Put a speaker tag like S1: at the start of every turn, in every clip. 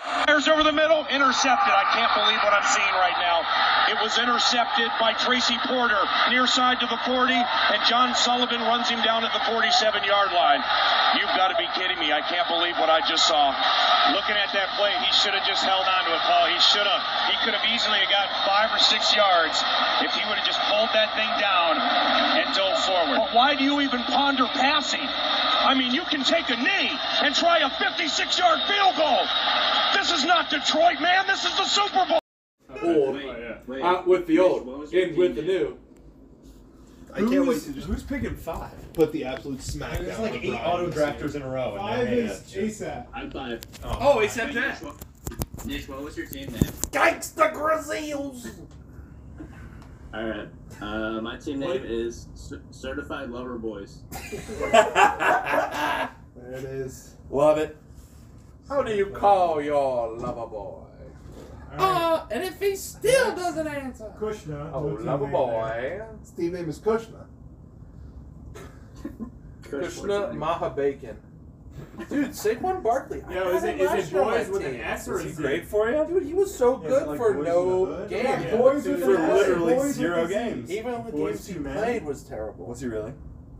S1: Fires over the middle, intercepted. I can't believe what I'm seeing right now. It was intercepted by Tracy Porter, near side to the 40, and John Sullivan runs him down at the 47 yard line. You've got to be kidding me. I can't believe what I just saw. Looking at that play, he should have just held on to it, Paul. He should have. He could have easily have gotten five or six yards if he would have just pulled that thing down and dove forward. But why do you even ponder passing? I mean, you can take a knee and try a 56 yard field goal. This is not Detroit, man. This is the Super Bowl.
S2: Old.
S3: Wait,
S2: Out with the
S3: Rich, what
S2: old.
S3: was
S2: In
S3: your
S2: with the
S3: team
S2: new.
S4: I can't wait
S5: who's,
S4: to just
S5: who's picking five?
S4: put the absolute smack
S6: There's
S4: down
S6: like
S4: on
S6: eight
S4: Brian.
S6: auto drafters in a row. and
S5: Five
S6: then, hey,
S5: is
S6: that's just-
S5: ASAP.
S3: I thought. it-
S5: Oh,
S3: Wait, Nish, what- Nish, what was your team name?
S4: Yikes, the Grizzlies!
S3: All right. Uh, my team name is C- Certified Lover Boys.
S4: There it is.
S2: Love it. How do you call your lover boy? Ah, and if he still doesn't answer.
S5: Kushna.
S2: Oh,
S5: no team
S2: lover
S5: name there.
S2: boy.
S4: His team name is Kushner.
S2: Krishna Maha Bacon. Dude, Saquon Barkley. I
S5: Yo, is
S2: had
S5: it,
S2: him last
S5: is it
S2: year on my
S5: boys with an
S2: team.
S5: S or
S6: Is he
S5: is
S6: great
S5: it?
S6: for you?
S2: Dude, he was so
S5: Yeah,
S2: good
S5: it's like
S2: for
S5: Boys in the
S2: no
S5: Hood.
S2: game.
S5: Yeah,
S2: Boys
S5: Boys
S2: dude,
S5: with
S2: for
S5: an S.
S2: literally,
S5: Boys with
S6: zero
S5: a Z.
S6: games.
S2: even the
S5: Boys
S2: games he
S5: to men.
S2: played was terrible.
S6: Was he really?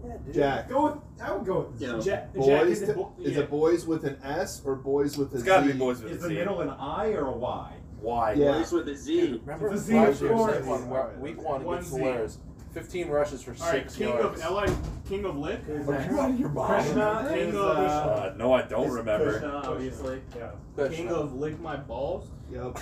S2: Yeah, dude.
S4: Jack.
S5: Go with, I would go with
S3: Yeah.
S5: Jack. Jack
S4: Boys
S5: is,
S4: to-
S5: the, bo-
S4: is
S5: yeah.
S4: it boys with an S or boys with a
S6: It's got to
S4: Z?
S6: be boys with
S5: is
S6: a
S5: the
S6: Z.
S5: middle an I or a Y?
S6: Why?
S4: Yeah.
S3: Boys with a Z.
S2: Remember
S5: It's a
S2: last
S5: Z,
S2: year,
S5: of course.
S2: Saquon, wa- week one
S5: One
S2: against the
S5: Z.
S2: Bears, 15 rushes for
S5: All right,
S2: six
S5: King
S2: yards.
S5: of LA, King of Lick.
S6: Are you out of your mind?
S5: Krishna,
S4: Krishna
S5: King
S4: is,
S5: of
S4: uh,
S6: Uh, no, I don't
S5: is
S6: remember.
S5: Krishna, obviously. Yeah.
S2: Krishna.
S5: King of Lick My Balls.
S4: Yep.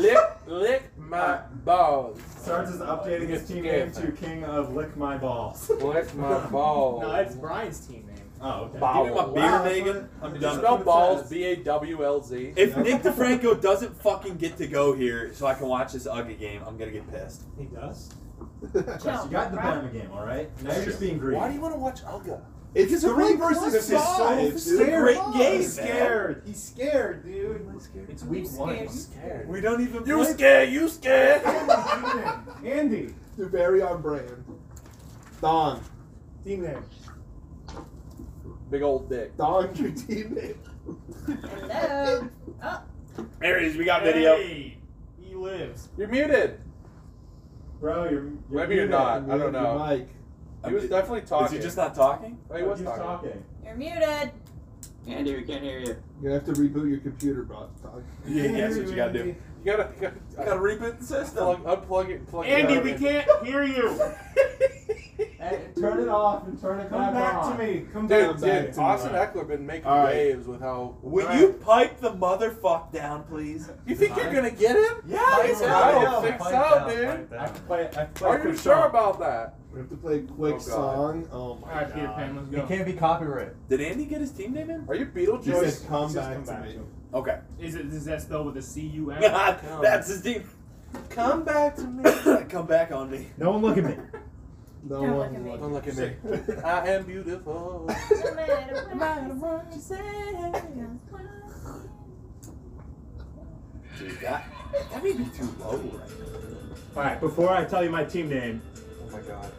S2: lick, lick my balls.
S5: Sarge is updating his team name to King of Lick My Balls.
S2: Lick my balls.
S7: No, that's Brian's team name.
S5: Oh, okay.
S2: Balls.
S6: Give me my beer,
S5: Wow.
S6: Megan. I'm
S5: You
S2: You
S6: done.
S2: spell balls B A W L Z.
S6: If Nick DeFranco doesn't fucking get to go here so I can watch this UGA game, I'm gonna get pissed.
S5: He does. Jess, you got the
S7: right?
S5: Bama game, all right? Now you're just being greedy.
S2: Why do you want to watch Uga?
S4: it's three
S5: Reed
S4: versus
S5: versus
S4: five.
S6: This is
S4: dude.
S6: a great game,
S5: He's scared. He's scared, dude.
S7: It's week one.
S2: Scared.
S6: We don't even.
S2: You
S6: play-
S2: scared? You scared?
S5: Andy,
S4: You're very on brand. Don.
S5: team name.
S2: Big old dick.
S4: Don, your teammate.
S8: Hello. Oh,
S6: There it is. We got video.
S5: Hey, he lives.
S2: You're muted.
S5: Bro, you're. you're
S2: Maybe you're
S5: muted.
S2: not. I don't know.
S4: Mike.
S2: He was definitely
S6: Is
S2: talking.
S6: he just not talking?
S2: Oh, he was
S5: He's
S2: talking.
S5: talking.
S8: you're muted.
S3: Andy, we can't hear you.
S4: You're gonna have to reboot your computer, bro. Don.
S6: Yeah, that's what you gotta do.
S2: You gotta, you gotta,
S6: I gotta reboot
S2: unplug,
S6: the system.
S2: unplug it. Plug
S7: Andy,
S2: it
S7: we
S2: back
S7: can't hear you.
S5: Hey, turn it off and turn it
S4: Come back
S5: on.
S4: to
S5: me. Come
S2: in. Dude,
S4: Come back
S2: dude,
S4: to
S2: Austin
S4: mine.
S2: Eckler been making
S4: All right.
S2: waves with how.
S6: Will
S2: All right.
S6: you pipe the motherfuck down, please?
S2: You think you're gonna get him?
S6: Yeah,
S2: I
S6: he's
S2: said,
S6: right.
S2: I
S6: Yeah,
S2: don't think
S6: pipe
S2: so, dude.
S5: I have to play. I have to play
S2: Are you
S5: Quick
S2: sure
S5: Song.
S2: about that?
S4: We have to play a quick
S2: Oh, God.
S4: song. Oh my
S7: All right, Peter
S4: god.
S7: Pan, let's
S6: It
S7: go.
S6: can't be copyrighted. Did Andy get his team name in?
S2: Are you
S4: He
S2: Beetlejuice?
S4: said, come
S5: Just
S4: back
S5: come
S4: to
S5: back
S4: me.
S5: to him.
S6: Okay.
S7: Is it is that spelled with a C U M?
S6: That's his team.
S2: Come back to me.
S6: Come back on me.
S5: No one look at me.
S4: No
S8: Don't
S4: one
S8: look at
S2: Don't look at me.
S4: looked.
S2: I am beautiful.
S8: No matter
S2: No
S8: what.
S2: matter what you say.
S6: Dude, that, that may be too low right
S5: All right. Before I tell you my team name,
S2: Oh my god.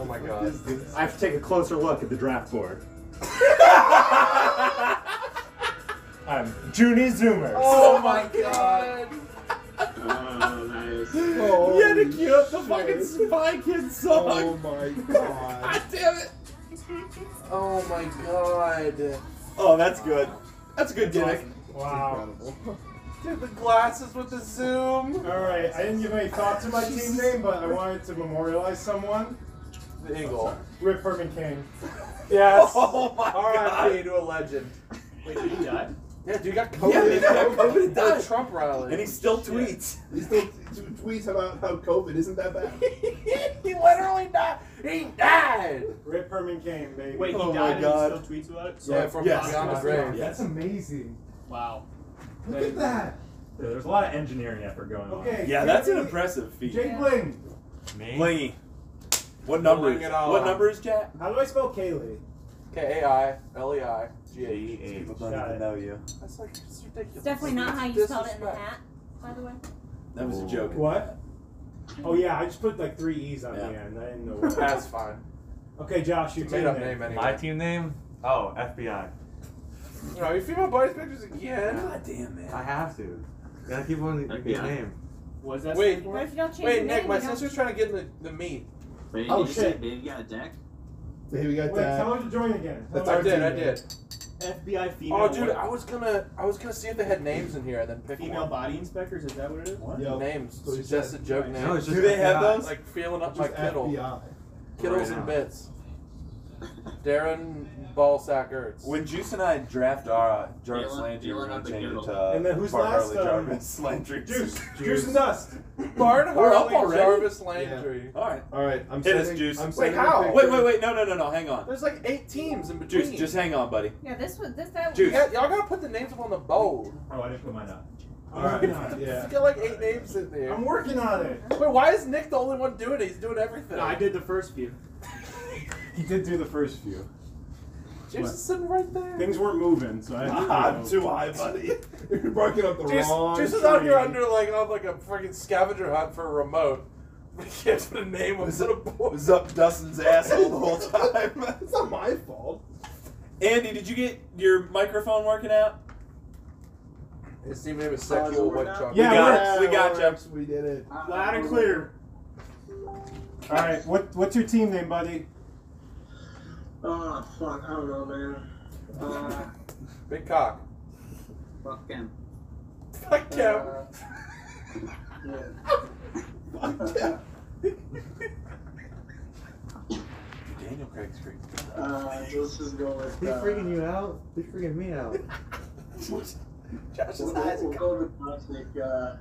S2: Oh my
S4: What
S2: god.
S4: is this?
S5: I have to take a closer look at the draft board. I'm Junie Zoomer.
S2: Oh my god.
S3: Oh, nice.
S4: Oh,
S6: You had to cue up the
S4: shit.
S6: fucking Spy Kids song.
S4: Oh my god.
S6: God damn it.
S2: Oh my god.
S6: Oh, that's good. That's a good gimmick.
S5: Wow.
S2: Dude, the glasses with the zoom.
S5: All right. I didn't give any thought to my team name, but I wanted to memorialize someone.
S2: The eagle.
S5: Rip Herman King.
S2: Yes.
S6: Oh my
S2: R.I.P. to a legend.
S7: Wait, did he die?
S2: Yeah, dude, got
S6: Yeah,
S2: COVID.
S6: he got COVID and
S2: The
S6: died.
S2: Trump rally.
S6: And he still tweets.
S4: He still t- t- tweets about how COVID isn't that bad.
S2: he literally died. He died.
S5: Rip Herman King, baby.
S7: Wait, he
S6: Oh
S7: died
S6: my
S7: and
S6: God.
S7: he still tweets about it.
S2: Yeah, from
S6: Yes.
S2: beyond the grave.
S6: Yes.
S5: amazing.
S7: Wow.
S4: Look at that.
S5: There's a lot of engineering effort going on.
S4: Okay.
S6: Yeah, that's an impressive feat.
S5: Jake Bling.
S6: Blingy. What number
S2: Bling
S6: is
S2: it all
S6: What
S2: out.
S6: number is Jack?
S5: How do I spell Kaylee?
S2: K A I L E I G H.
S6: People
S5: Got it.
S6: know you.
S2: That's like it's ridiculous.
S8: It's definitely not how you spelled it in the hat, by the way.
S6: That was a joke.
S5: What? Oh yeah, I just put like three E's on the
S6: Yeah.
S5: end. I didn't know. What.
S2: That's fine.
S5: okay, Josh, your
S2: It's a made
S5: team
S2: up
S5: name.
S2: name anyway.
S9: My team name? Oh, FBI.
S2: You know, you female body pictures again?
S10: God damn man.
S9: I have to. Gotta keep on your
S3: Yeah.
S9: name.
S11: Was that
S2: Wait.
S11: stand for
S12: What
S11: it?
S12: if you don't change your
S2: Wait,
S12: name?
S2: Nick, my
S12: you don't-
S2: sister's trying to get in the, the meat.
S3: Wait,
S4: Oh,
S3: did you say
S4: shit.
S3: baby got a deck?
S4: Baby, we got
S11: Wait, tell
S4: that.
S11: her to join again. Tell
S4: That's
S11: her
S2: I
S4: our
S11: to
S2: did, I
S4: team, man.
S2: did.
S11: FBI female.
S2: Oh, dude,
S11: what?
S2: I was gonna, I was gonna see if they had names in here and then pick
S11: female
S2: one.
S11: body inspectors. Is that what it is? What?
S4: Yo,
S2: Names,
S4: So you
S2: suggested
S4: said-
S2: joke
S11: Right.
S2: names.
S9: No, it's just
S10: Do they have
S9: FBI.
S10: those?
S2: like feeling up my
S4: just
S2: kittle,
S4: FBI.
S2: kittles
S9: Right
S2: and
S9: now.
S2: bits. Darren Ballsack Ertz.
S10: When Juice and I draft our uh, Jarvis
S3: Yeah,
S10: Landry, we're
S3: yeah,
S10: gonna
S3: the
S10: change it
S3: noodle.
S10: to uh,
S7: And then who's
S10: Bart
S7: last,
S10: Harley
S7: um,
S10: Jarvis Landry.
S7: Juice. Juice and dust.
S2: Bart
S10: We're up
S2: Harley
S10: already?
S2: Jarvis Landry.
S10: All right.
S4: All right, I'm
S10: Hit us,
S4: sending.
S10: Juice.
S4: I'm
S10: Wait,
S4: sending a
S7: how?
S4: picture.
S10: Wait, wait, wait. No, no, no, no. Hang on.
S2: There's like eight teams in between.
S10: Juice, just hang on, buddy.
S12: Yeah, this was this that
S10: Juice.
S2: Yeah, y'all gotta put the names up on the board.
S11: Oh, I didn't put mine up.
S7: All right.
S2: It's
S4: Yeah.
S2: got like eight names in there.
S7: I'm working on it.
S2: Wait, why is Nick the only one doing it? He's doing everything.
S11: No, I did the first few.
S9: He did do the first few.
S2: Juice is sitting right there.
S7: Things weren't moving, so I had to
S4: I'm
S7: go.
S4: too high, buddy. You're barking up the
S2: Juice,
S4: wrong
S2: Juice is
S4: tree.
S2: out here under like on like a freaking scavenger hunt for a remote. We can't put a name on the board.
S10: Was up Dustin's asshole the whole time.
S4: It's not my fault.
S10: Andy, did you get your microphone working out?
S2: His team name is Sexual White Chocolate.
S7: Yeah,
S10: we got
S7: we're-
S10: it. We got you.
S4: Works, We did it.
S11: Loud and clear.
S7: All right. What What's your team name, buddy?
S5: Ah,
S3: Oh, fuck. I don't know, man. Uh,
S2: Big cock.
S3: fuck him.
S2: Fuck him.
S4: Fuck
S7: Uh,
S4: yeah.
S10: Daniel Craig's great.
S3: Uh, let's just go with.
S9: He freaking you out. He freaking me out.
S2: Josh's eyes are
S3: go with classic. Uh,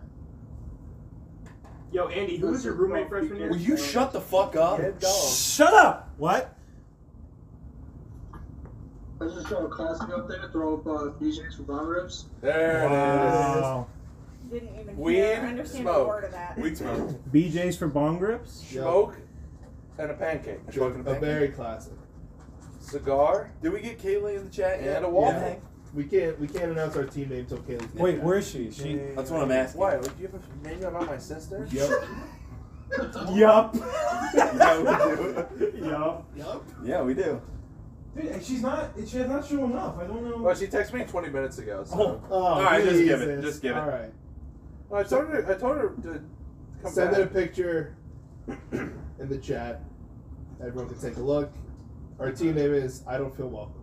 S11: Yo, Andy, who was your roommate freshman year?
S10: Will you shut the fuck up?
S2: Dead
S7: Oh.
S2: dog.
S7: Shut up. What?
S3: let's just throw a classic up there. Throw up uh, Fusion from Von Rips.
S2: There it is.
S7: Wow.
S12: Didn't even
S2: Weed,
S12: hear or understand a
S2: smoke.
S12: word of that.
S10: We smoke.
S7: BJ's from Bong Grips.
S2: Smoke and a pancake. Smoke and a
S4: A
S2: pancake.
S4: very classic.
S2: Cigar
S10: Did we get Kaylee in the chat yet?
S2: and a waffle.
S4: Yeah. We can't we can't announce our team name till Kaylee's name.
S7: Wait, where is she? She.
S10: That's what I'm asking.
S2: Why? Would you have a name about my sister?
S4: Yep.
S7: Yup.
S10: Yeah, we do.
S11: Yo.
S4: yep.
S10: Yeah, we do.
S7: Dude, she's not. She has not shown enough. I don't know.
S2: Well, she texted me 20 minutes ago. So.
S4: Oh,
S10: All right, just give it,
S4: Jesus.
S10: just give it.
S4: All right.
S2: I told her. I told her to come
S4: Send in a
S2: back.
S4: picture in the chat. Everyone can take a look. Our team name is I don't feel welcome.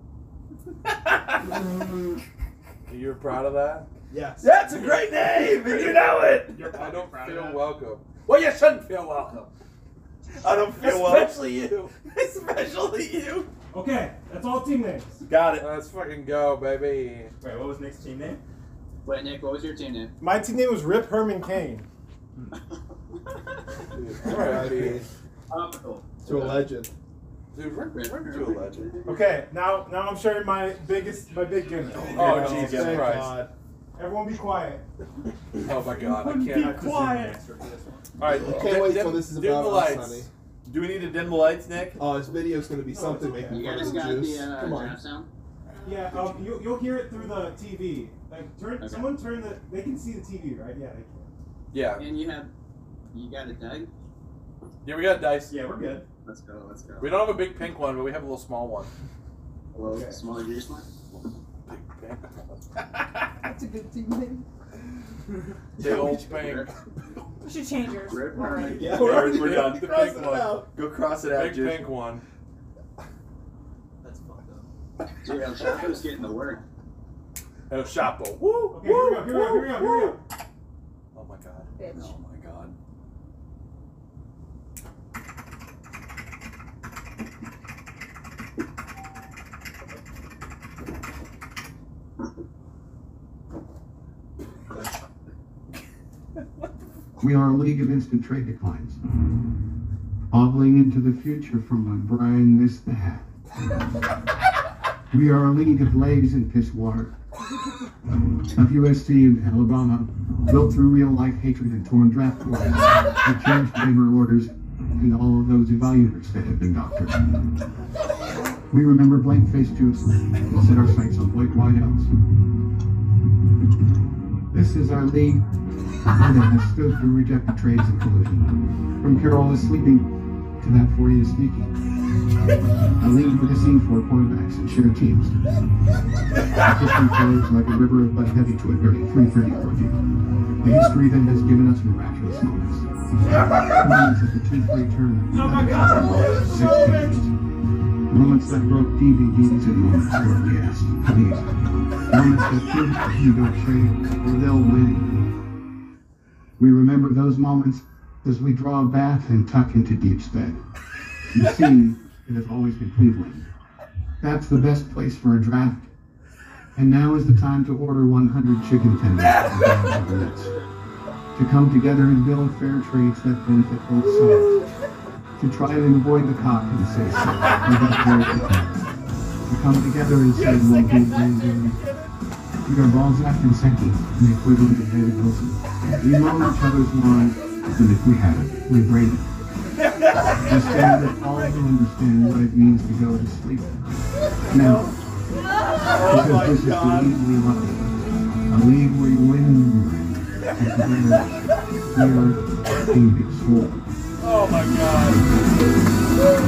S2: You're proud of that?
S4: Yes.
S10: That's a great name, and you know it.
S2: I don't
S11: proud of
S2: feel
S11: that.
S2: welcome. Well, you shouldn't feel welcome,
S10: I don't feel well.
S2: especially you.
S10: Especially you.
S7: Okay, that's all team names.
S10: Got it.
S2: Let's fucking go, baby.
S11: Wait, what was Nick's team name?
S3: Wait, Nick, what was your team name?
S7: My team name was Rip Herman Kane.
S2: Dude, R.I.P.
S4: R.I.P.
S3: Topical.
S4: To a legend.
S2: Dude, we're, we're to a legend.
S7: Okay, now now I'm sharing my biggest my big gimmick.
S2: Oh, Jesus
S4: thank
S2: Christ.
S4: God.
S7: Everyone be quiet.
S2: Oh my god, I can't.
S11: Be quiet.
S2: All right,
S4: I can't
S2: dim-
S4: wait
S2: dim-
S4: till this is
S2: dim
S4: about
S2: the
S4: us,
S2: lights.
S4: honey.
S10: Do we need to dim the lights, Nick?
S4: Oh, this video's gonna be something
S7: okay.
S4: making
S3: You
S4: fun
S3: guys
S4: of
S3: got
S4: juice.
S3: the uh,
S4: Come on.
S3: draft sound?
S7: Yeah, um, you you'll hear it through the TV. Like turn
S3: Okay.
S7: someone turn the they can see the TV right? Yeah, they can.
S2: Yeah.
S3: And you have. You got a deck?
S2: Yeah, we got dice.
S11: Yeah, we're good.
S3: Let's go, let's go.
S2: We don't have a big pink one, but we have a little small one.
S3: Hello,
S7: Okay.
S3: smaller juice one?
S2: Big pink.
S4: That's a good team name.
S2: Big old pink.
S12: You should change yours.
S3: Rip
S12: Alright.
S3: Herman.
S4: Yeah,
S10: we're
S4: we're already
S10: we're done.
S4: done.
S2: The big
S4: Cross it
S2: one.
S4: out.
S10: Go cross it out,
S2: Big
S10: Juice.
S2: pink one.
S3: That's fucked up. Dude, El Chapo's getting the work.
S2: Oh, Chapo. Woo!
S7: Okay, here we go,
S2: woo,
S7: here we go, here we go, here we go.
S2: Oh my god.
S12: Bitch.
S10: Oh my god.
S6: We are a league of instant trade declines. Hobbling into the future from a Brian this that. we are a league of legs and piss water. Of USC and Alabama, built through real life hatred and torn draft boards, who changed labor orders, and all of those evaluators that have been doctored. We remember blank faced Jews and set our sights on white wideouts. This is our league and that has stood through rejected trades and collusion. From Carol is sleeping to that 40 is sneaking. I leaned with a scene for quarterbacks and shared teams. History flows like a river of Bud Heavy to a dirty 330 orgy. The history that has given us miraculous moments. Moments of the two-free turn. Oh my God! Moments that broke DVDs and moments that were gas, please. Moments that kids you don't trade or they'll win. We remember those moments as we draw a bath and tuck into deep bed. You see, it has always been Cleveland. That's the best place for a draft. And now is the time to order 100 chicken tenders and dogs on the list. to come together and build fair trades that benefit both sides. To try and avoid the cock and say so. without very good time. To come together and say we'll do it. We are Balzac and Sankey, and the equivalent of David Wilson. We mow each other's lawn, and if we have it, we braid it. Just stand that all of you understand what it means to go to sleep. Now, because this is the league we love. A league where you win and win. And where we are Phoenix War.
S5: Oh my god.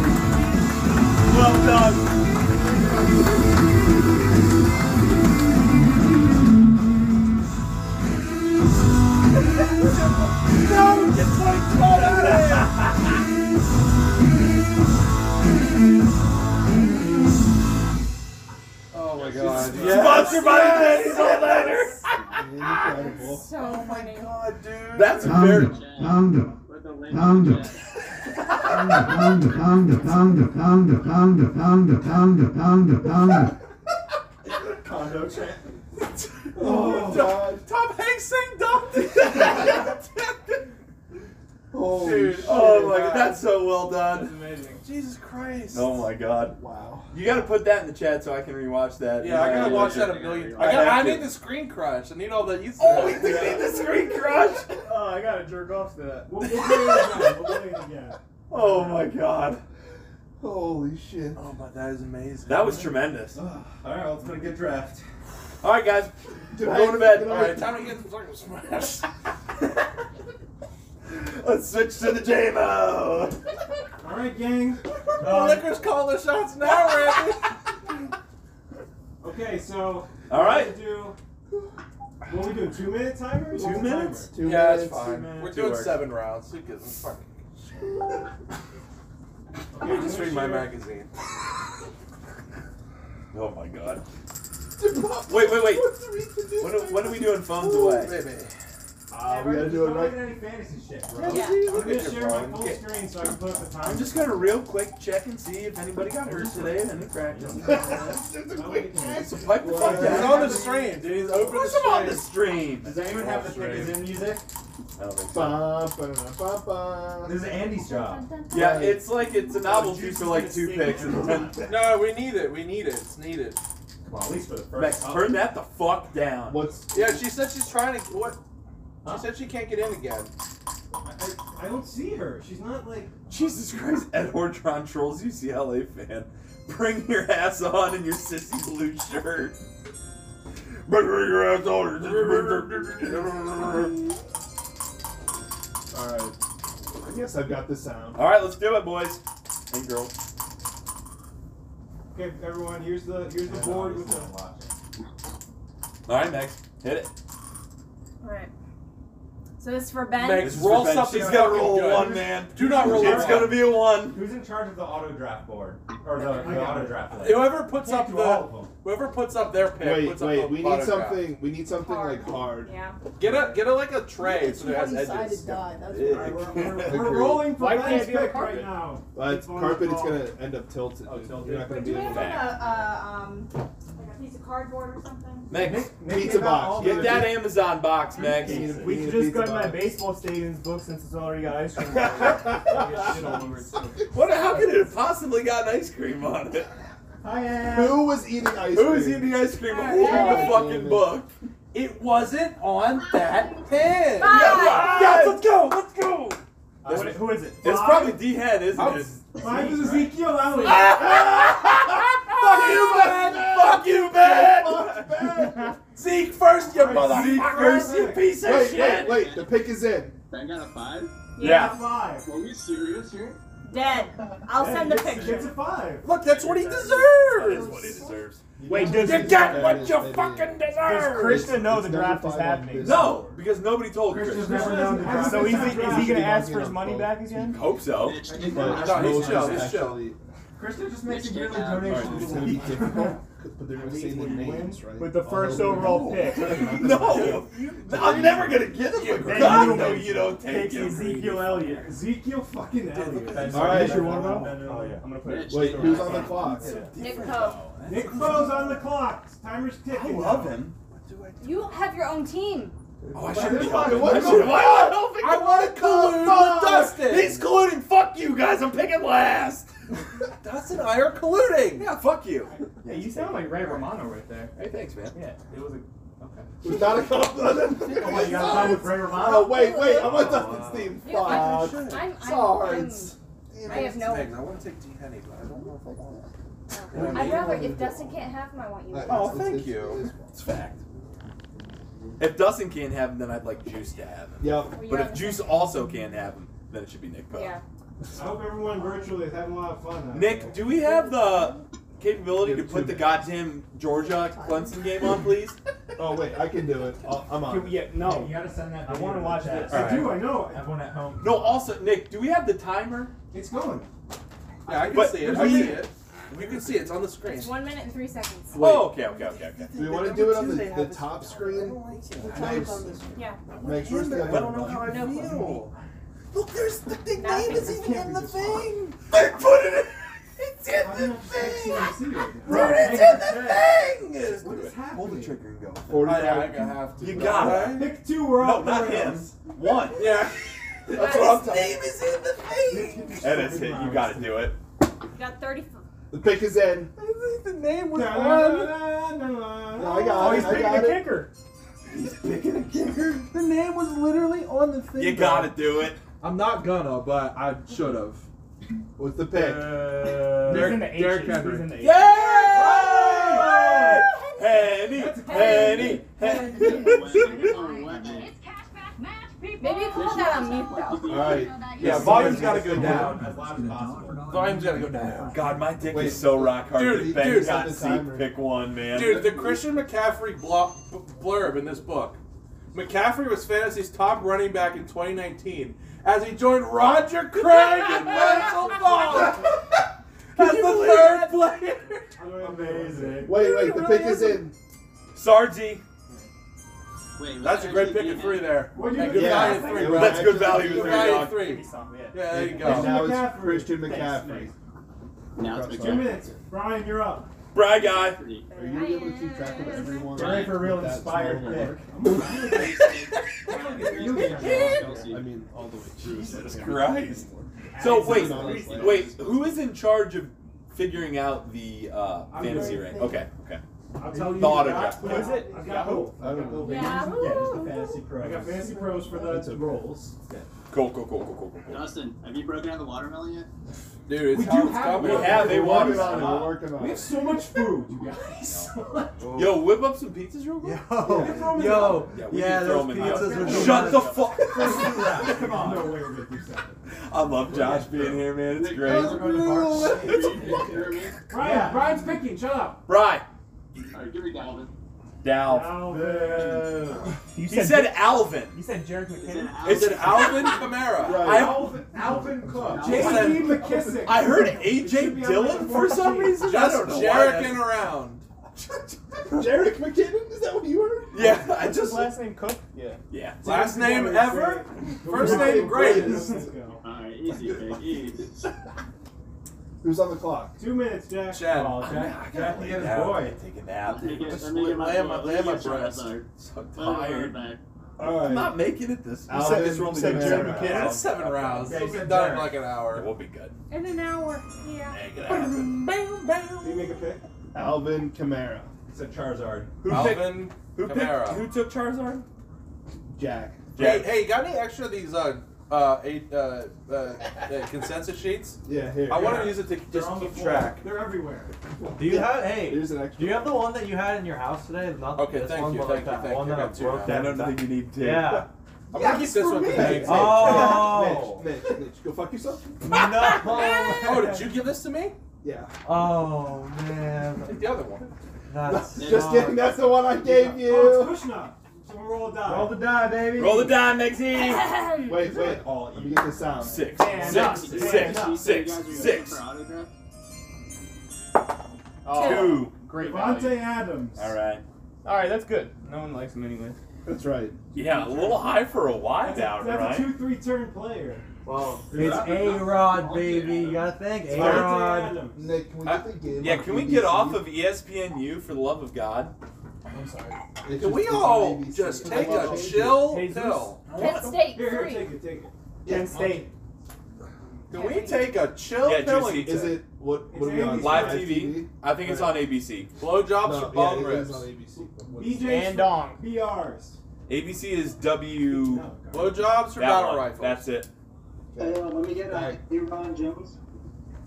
S5: Well done. no, get my butt out of here.
S2: Oh my god.
S5: Sponsored by Daddy's Old Letter.
S4: Incredible.
S8: So oh my god.
S5: That's
S10: Um,
S5: very.
S6: Lando, Lando, Lando. Lando, Lando, Lando, Lando, Lando, Lando, Lando, Lando, Lando.
S7: Condo chant.
S4: Oh, God.
S5: Tom Hanks sang Dumb.
S4: Holy
S5: Dude,
S4: shit.
S5: oh my god, that's so well
S1: That's
S5: done.
S1: amazing.
S5: Jesus Christ. Oh my god.
S4: Wow.
S5: You gotta put that in the chat so I can rewatch that.
S2: Yeah, I gotta watch that a million. I got. I need the screen crush. I need all that you said.
S5: Oh, we do need the screen crush.
S7: Oh, I gotta jerk off to that. We'll, we'll play it again. We'll play it again.
S5: Oh my god.
S4: Holy shit.
S2: Oh my, that is amazing.
S5: That was tremendous.
S7: All right, well, it's gonna get draft.
S5: All right, guys.
S4: Dude,
S5: We're
S4: I-
S5: going to bed.
S4: dude,
S5: All
S4: I-
S5: right,
S2: Time to get some fucking smash.
S5: let's switch to the JMO.
S7: All right, gang. Um,
S2: Oh, liquor's calling the shots now, Randy.
S7: Okay, so
S5: All right.
S7: we do. What we doing? Two minute timer?
S5: Two
S7: What's the
S5: minutes?
S7: timer?
S4: Two
S2: yeah, it's
S4: minutes.
S2: fine.
S7: man.
S2: We're
S5: Two
S2: doing
S5: words.
S2: seven rounds. Who gives a fucking?
S7: Okay,
S2: Let me just
S7: I'm
S2: read my
S7: gonna
S2: magazine.
S5: Oh my god. Wait, wait, wait. When are, when are we doing phones
S7: Uh,
S5: away?
S2: Baby.
S7: share- Uh,
S4: We gotta do it
S7: Don't
S4: right.
S7: look at any fantasy shit, bro.
S8: Yeah.
S7: I'm
S2: Look at
S7: gonna
S2: your
S7: share my
S2: phone.
S7: full
S2: Get-
S7: screen so I can put up the time.
S5: I'm just gonna real quick check and see if anybody got hurt today in any practice. So pipe the fuck
S2: He's
S5: down.
S2: on the stream, dude. He's
S5: Of
S2: over
S5: course
S2: the
S5: I'm on
S2: stream.
S5: the stream.
S1: Does anyone have the thing is in music?
S5: I don't think so.
S4: Ba, ba, ba, ba.
S1: This is Andy's job.
S5: Yeah, it's like it's a novelty for like two picks. at the time.
S2: No, we need it. We need it. It's needed.
S1: Come on, at least for the first.
S5: Max, turn that the fuck down.
S4: What's
S2: Yeah, she said she's trying to. What?
S7: Huh?
S2: She said she can't get in again.
S7: I, I, I don't see her. She's not like.
S5: Jesus Christ, Ed Hortron trolls UCLA fan. Bring your ass on in your sissy blue shirt. Bring your ass on.
S4: Alright. I guess I've got the sound.
S5: All right, let's do it, boys and girls.
S7: Okay, everyone. Here's the here's the board with the.
S5: All right, Max, hit it.
S8: Alright. So this is for Ben.
S2: Meg-
S5: This is
S2: Roll
S5: revenge.
S2: something
S5: She's gotta
S2: fucking
S5: roll a
S2: good.
S5: one, man.
S2: Do not roll
S5: It's
S2: a
S5: gonna be a one.
S7: Who's in charge of the auto draft board or the, the auto draft? list?
S2: Whoever puts
S7: Can't
S2: up
S7: do all of
S2: the.
S7: 'em.
S2: Whoever puts up their pick.
S4: Wait,
S2: puts
S4: wait,
S2: up the
S4: we need
S2: autograph.
S4: something we need something like hard.
S8: Yeah.
S2: Get a get a like a tray so it has edges.
S7: All right, we're, we're, we're
S4: Agreed.
S7: rolling for
S2: Why can't
S7: Ben's
S2: it be on
S7: pick
S2: carpet?
S7: right now.
S4: But it's
S7: Keep on
S4: carpet
S7: the
S4: it's
S7: ball.
S4: gonna end up tilted.
S7: Oh,
S4: dude.
S7: tilted.
S4: You're not gonna
S8: But
S4: be
S8: do we
S4: able to
S8: have like a, uh, um, like a piece of cardboard or something?
S5: Max,
S7: Nick
S4: Pizza
S7: gave out
S4: box.
S7: all the-
S5: get that Amazon box, Max.
S4: Need a-
S1: We
S4: need
S1: could just
S4: a pizza
S1: go to my
S4: box.
S1: baseball stadium's book since it's already got ice cream. on it. I get shit all over it, too.
S5: What? How could it have possibly got an ice cream on it?
S1: Hi,
S5: Uh,
S1: Ann.
S4: Who was eating ice cream?
S5: Who's eating ice cream?
S8: All
S5: Who's in the
S8: right.
S5: fucking book?
S2: It wasn't on that pin.
S8: Bye.
S5: Yeah, let's go, let's go.
S1: Uh, what- who is it?
S5: It's probably D Head, isn't it?
S7: Mine is Ezekiel Elliott.
S5: Fuck you, man! Fuck you, man!
S2: Zeke first, you
S5: Zeke
S2: motherfucker.
S5: first, you piece of
S4: Wait,
S5: shit!
S4: wait, wait, the pick is in.
S3: That got a five?
S5: Yeah.
S7: Five.
S3: Are we serious here?
S8: Dead. I'll send a picture.
S7: It's a five.
S2: Look, that's what he deserves.
S5: That's what he deserves.
S1: Wait,
S2: You
S1: does
S2: got what you fucking
S1: Does
S2: deserve.
S1: Krishna know the draft is happening?
S5: No, because nobody told Chris.
S1: So is he, is he gonna ask for his money back again?
S4: Oh,
S5: Hope so.
S4: But
S5: No, he's
S4: Moses
S5: chill. He's chill.
S4: actually-
S1: Krista just
S3: makes a yearly
S4: Alright, it's gonna be difficult, but they're gonna say their names, right?
S7: With the first
S4: Although-
S7: overall pick.
S5: No, I'm never gonna get him. but
S7: Then
S5: God,
S7: you
S5: no, you don't take
S1: Takes
S5: him.
S1: Ezekiel Elliott.
S7: Ezekiel fucking Elliott.
S4: All right.
S7: you want to
S1: Oh, yeah.
S7: I'm gonna put it.
S4: Wait, who's on the clock?
S8: Nick Pope.
S7: Nick Foles on the clock. Timer's ticking.
S5: I love him.
S8: You have your own team.
S5: Oh, I should be
S7: Why
S5: helping.
S7: would
S5: I
S7: you?
S5: should- Why would I helping?
S2: I want to collude with Dustin.
S5: He's colluding. Fuck you guys. I'm picking last.
S2: Dustin and I are colluding.
S5: Yeah, fuck you.
S1: Yeah, you sound like Ray Romano right there.
S5: Hey, thanks, man.
S1: Yeah, it was a. Okay.
S4: Who's not a
S1: Oh, wait, you gotta sign with Ray Romano?
S4: Oh, wait, wait, I'm on Dustin's team.
S8: Yeah, I'm-
S4: Fuck.
S8: I'm, I'm, I'm,
S4: Sorry.
S8: I have no-
S2: Uh, Megan, I want to take D Henny, but I don't know if I want it.
S8: i would rather, if Dustin can't have him, I want you. to.
S2: Oh,
S4: It's-
S2: thank
S4: it's-
S2: you.
S4: it's-
S5: It's fact. If Dustin can't have him, then I'd like Juice to have him.
S4: Yep.
S8: Well, you're
S5: But
S8: on
S5: if
S8: the
S5: Juice
S8: same-
S5: also can't have him, then it should be Nick Pope.
S8: Yeah.
S7: I hope everyone virtually is having a lot of fun. out
S5: Nick,
S7: there.
S5: do we have the capability to put the goddamn Georgia Clemson game on, please?
S4: Oh, wait, I can do it. Uh, I'm
S1: Can we,
S4: on.
S1: yeah, no.
S13: gotta send that.
S1: I want to watch this.
S5: All right.
S7: I do. I know.
S13: Have one at home.
S5: No, also, Nick, do we have the timer?
S7: It's going.
S2: Yeah, I can
S5: But
S2: see it. I
S5: we-
S2: see it. We can see it. It's on the screen.
S8: It's one minute and three seconds.
S5: Oh, okay, okay, okay, okay.
S4: Do we want to do it on the, the top screen?
S8: Yeah.
S4: Make sure it's
S2: I don't know how
S4: got
S2: I feel. Look, there's the, the
S8: Nothing.
S2: name is even in the thing.
S5: Nick, put it in! It's
S7: I'm gonna see you right now.
S2: Dude, it's in the thing.
S7: What is happening?
S5: Pull the trigger and go.
S2: I, I have to.
S5: You got it.
S7: Pick two. We're
S5: No,
S7: off the
S5: not him.
S7: rails.
S5: One.
S2: Yeah.
S8: That's
S2: His name is in the thing.
S5: And it's hit. You gotta do it.
S8: You got 30.
S4: The pick is in.
S2: The name was on.
S7: No,
S4: I got
S1: Oh,
S4: it,
S1: he's
S4: I
S1: picking
S4: got
S1: the
S4: it.
S1: kicker.
S2: The name was literally on the thing.
S5: You gotta do it.
S2: I'm not gonna, but I should have.
S4: What's the pick?
S1: Uh, He's in the
S2: Derrick
S1: H's. He's
S2: Henry.
S1: in the H's.
S5: Yeah! Henny, Henny, Henny.
S8: Maybe you can put that on mute, though.
S4: Alright.
S2: Yeah, volume's gotta go down. Volume's gotta go down.
S5: God, my dick
S4: Wait.
S5: is so rock hard.
S2: Dude,
S5: that Ben
S2: dude,
S5: got
S4: set the
S5: C
S4: timer.
S5: pick one, man.
S2: Dude, the Christian McCaffrey block, b- blurb in this book. McCaffrey was fantasy's top running back in 2019 as he joined Roger Craig and Michael Ball as the third player.
S7: Amazing.
S4: Wait, wait, the pick is in.
S5: Sargi.
S3: Wait,
S2: That's a great pick at three there.
S7: What do you
S2: Hey,
S7: do
S2: good
S7: with
S2: value
S7: that?
S2: at three,
S4: Yeah.
S2: bro.
S5: That's good value
S2: Good
S5: at three,
S2: value at
S5: dog.
S1: Give me
S2: three.
S1: something, yeah.
S2: Yeah, there you
S4: And
S2: go.
S4: now it's
S7: McCaffrey.
S4: Christian
S1: Thanks,
S4: McCaffrey.
S1: thanks.
S3: Now it's
S7: Two
S3: McCaffrey.
S7: minutes. Brian, you're up.
S5: Bry guy.
S3: Three.
S4: Are you gonna be able to keep track of everyone?
S3: Ready
S1: for a real
S4: That's
S1: inspired
S4: no
S1: pick.
S4: work.
S3: Kelsey.
S4: I mean, all the way through.
S5: Jesus
S4: Yeah.
S5: Christ. So wait,
S4: It's not like-
S5: wait, who is in charge of figuring out the uh, fantasy rank? Okay, okay.
S7: I'll tell you.
S5: Thought
S7: I got-
S5: address.
S7: Who
S1: What is it?
S7: I got who?
S4: I don't know.
S8: Yeah.
S1: Yeah, just the fantasy pro.
S7: I got fancy pros for
S4: It's
S7: the
S4: okay.
S7: rolls.
S5: Cool, cool, cool, cool, cool, cool, cool.
S3: Dustin, have you broken out the watermelon yet?
S2: Dude, it's
S7: We
S2: how
S7: do
S2: it's
S7: have
S2: coming.
S7: one.
S5: We have a
S4: We're
S5: water.
S4: working on it. We're working on
S7: We have
S4: it.
S7: so much food, you guys.
S5: Yo, whip up some pizzas real quick.
S13: Yo,
S4: Yeah.
S13: yo,
S5: Yeah,
S13: yeah,
S5: we can throw
S13: those
S5: them in the
S13: pizzas
S5: oven.
S13: are
S5: Shut the
S13: delicious.
S5: fuck.
S7: Come on. No way we're gonna do seven.
S5: I love Josh being here, man. It's great.
S7: Brian, Brian's picking. Shut up.
S5: Right.
S3: Alright, give me Dalvin.
S5: Dalv.
S7: Boo.
S1: You
S5: He said Alvin.
S1: You said Jarek
S3: Is it
S1: McKinnon.
S3: Alvin?
S2: It's an Alvin Kamara.
S4: Right.
S5: I,
S7: Alvin, Alvin Cook.
S5: Jason.
S7: J.D. McKissick.
S5: I heard
S7: It should
S5: AJ
S7: be on
S5: Dillon
S7: the
S5: for some
S7: fourth
S5: reason. I
S2: Just
S5: don't know why
S2: jerking
S5: that's-
S2: around.
S4: Jarek McKinnon? Is that what you heard?
S5: Yeah, I
S1: What's his
S5: just
S1: last name Cook?
S7: Yeah.
S5: yeah.
S2: Last name
S7: Jason.
S2: ever? First name greatest.
S7: Let's go.
S3: Alright, easy, big, easy.
S4: Who's on the clock?
S7: Two minutes, Jack.
S2: Chad.
S7: Oh,
S5: I'm not- I
S7: Jack.
S5: gotta
S7: Jack,
S5: lay
S7: he got his
S5: down.
S7: boy.
S5: Take a nap.
S3: Let me get-
S5: Just
S3: let me get my-
S2: lay on my- lay on my
S3: let me get
S2: breast.
S3: Charizard.
S5: So
S3: Let me
S5: tired.
S3: get
S5: I'm
S4: Alright.
S5: not making it this.
S4: Alvin,
S5: second round
S4: seven rounds.
S5: again. Jeremy
S2: Yeah,
S5: Kidd.
S2: that's seven rounds.
S1: Yeah,
S2: We'll
S1: he's
S2: be
S1: a
S2: done in
S1: jerk.
S2: like an
S5: It
S2: hour.
S5: will be good.
S8: In an hour. Yeah.
S5: Make it happen.
S7: Did you make a pick?
S4: Alvin Kamara.
S7: It's a Charizard.
S5: Who picked?
S2: Alvin
S5: Who picked?
S2: Kamara.
S5: Who took Charizard?
S4: Jack.
S2: Hey, hey, got any extra of these uh, uh, eight, uh, uh, uh, consensus sheets?
S4: Yeah, here.
S2: I want to use it to just
S7: on the
S2: keep
S7: floor.
S2: track.
S7: They're everywhere.
S13: Do you have? Hey,
S4: Here's an extra.
S13: do you have the one that you had in your house today? Not
S2: Okay,
S13: this
S2: thank
S13: one,
S2: you,
S13: but
S2: thank
S13: like
S2: you,
S13: that
S2: thank
S13: one
S2: you. I
S13: that
S2: got two
S13: broke
S2: now.
S13: down.
S5: you need
S13: Yeah.
S2: I'm gonna keep this one for
S4: Mitch,
S2: Meg.
S4: Mitch,
S14: Oh.
S4: Mitch, Mitch, Mitch, go fuck yourself.
S2: Oh, did you give this to me?
S4: Yeah.
S14: Oh man,
S2: Take the other one.
S14: that's
S4: Just kidding. That's the one I gave
S7: Oh,
S4: you.
S7: it's Kushna. So we'll roll a die.
S1: Roll the die, baby.
S5: Roll the die, Mexi.
S4: Wait, wait. Let me get the sound.
S5: Six,
S1: Stand up,
S5: six,
S1: stand up.
S5: six, six, six, two.
S1: Great value.
S7: Devontae Adams.
S5: All right.
S1: All right, that's good. No one likes him anyways.
S4: That's right.
S5: Yeah, a little high for a
S7: That's,
S5: wide
S7: a-
S5: out,
S7: that's a
S5: right?
S7: two, three turn player.
S1: Well,
S14: it's A Rod, baby. You gotta thank A
S7: Devontae
S14: Rod.
S7: Adams.
S4: Nick, can we
S5: Uh,
S4: get the game?
S5: Yeah,
S4: on
S5: can we
S4: BBC?
S5: get off of E ESPNU for the love of God?
S4: I'm sorry. It's
S2: Can
S4: just-
S2: we
S4: it's on
S2: all
S4: BBC.
S2: just
S4: Can
S2: take
S4: I
S2: a
S4: change it?
S2: chill
S1: Jesus.
S2: pill?
S8: Penn State
S7: Here, here,
S8: three.
S7: take it, take it.
S1: Penn State.
S2: Can we take a chill
S5: Yeah,
S2: pill?
S5: Juicy.
S2: and-
S4: Is it what? What are we on?
S5: Live TV. I think it's on ABC.
S2: Blowjobs
S4: No,
S2: or
S4: yeah,
S2: bum
S4: it is
S2: rips?
S4: on ABC. but what is it?
S7: BJ
S1: And Dong.
S7: BRs.
S5: ABC is W.
S7: No, go.
S2: Blowjobs or
S5: That
S2: battle
S5: one.
S2: rifles?
S5: That's it.
S4: Okay.
S3: let me get
S4: uh,
S3: Aaron Jones.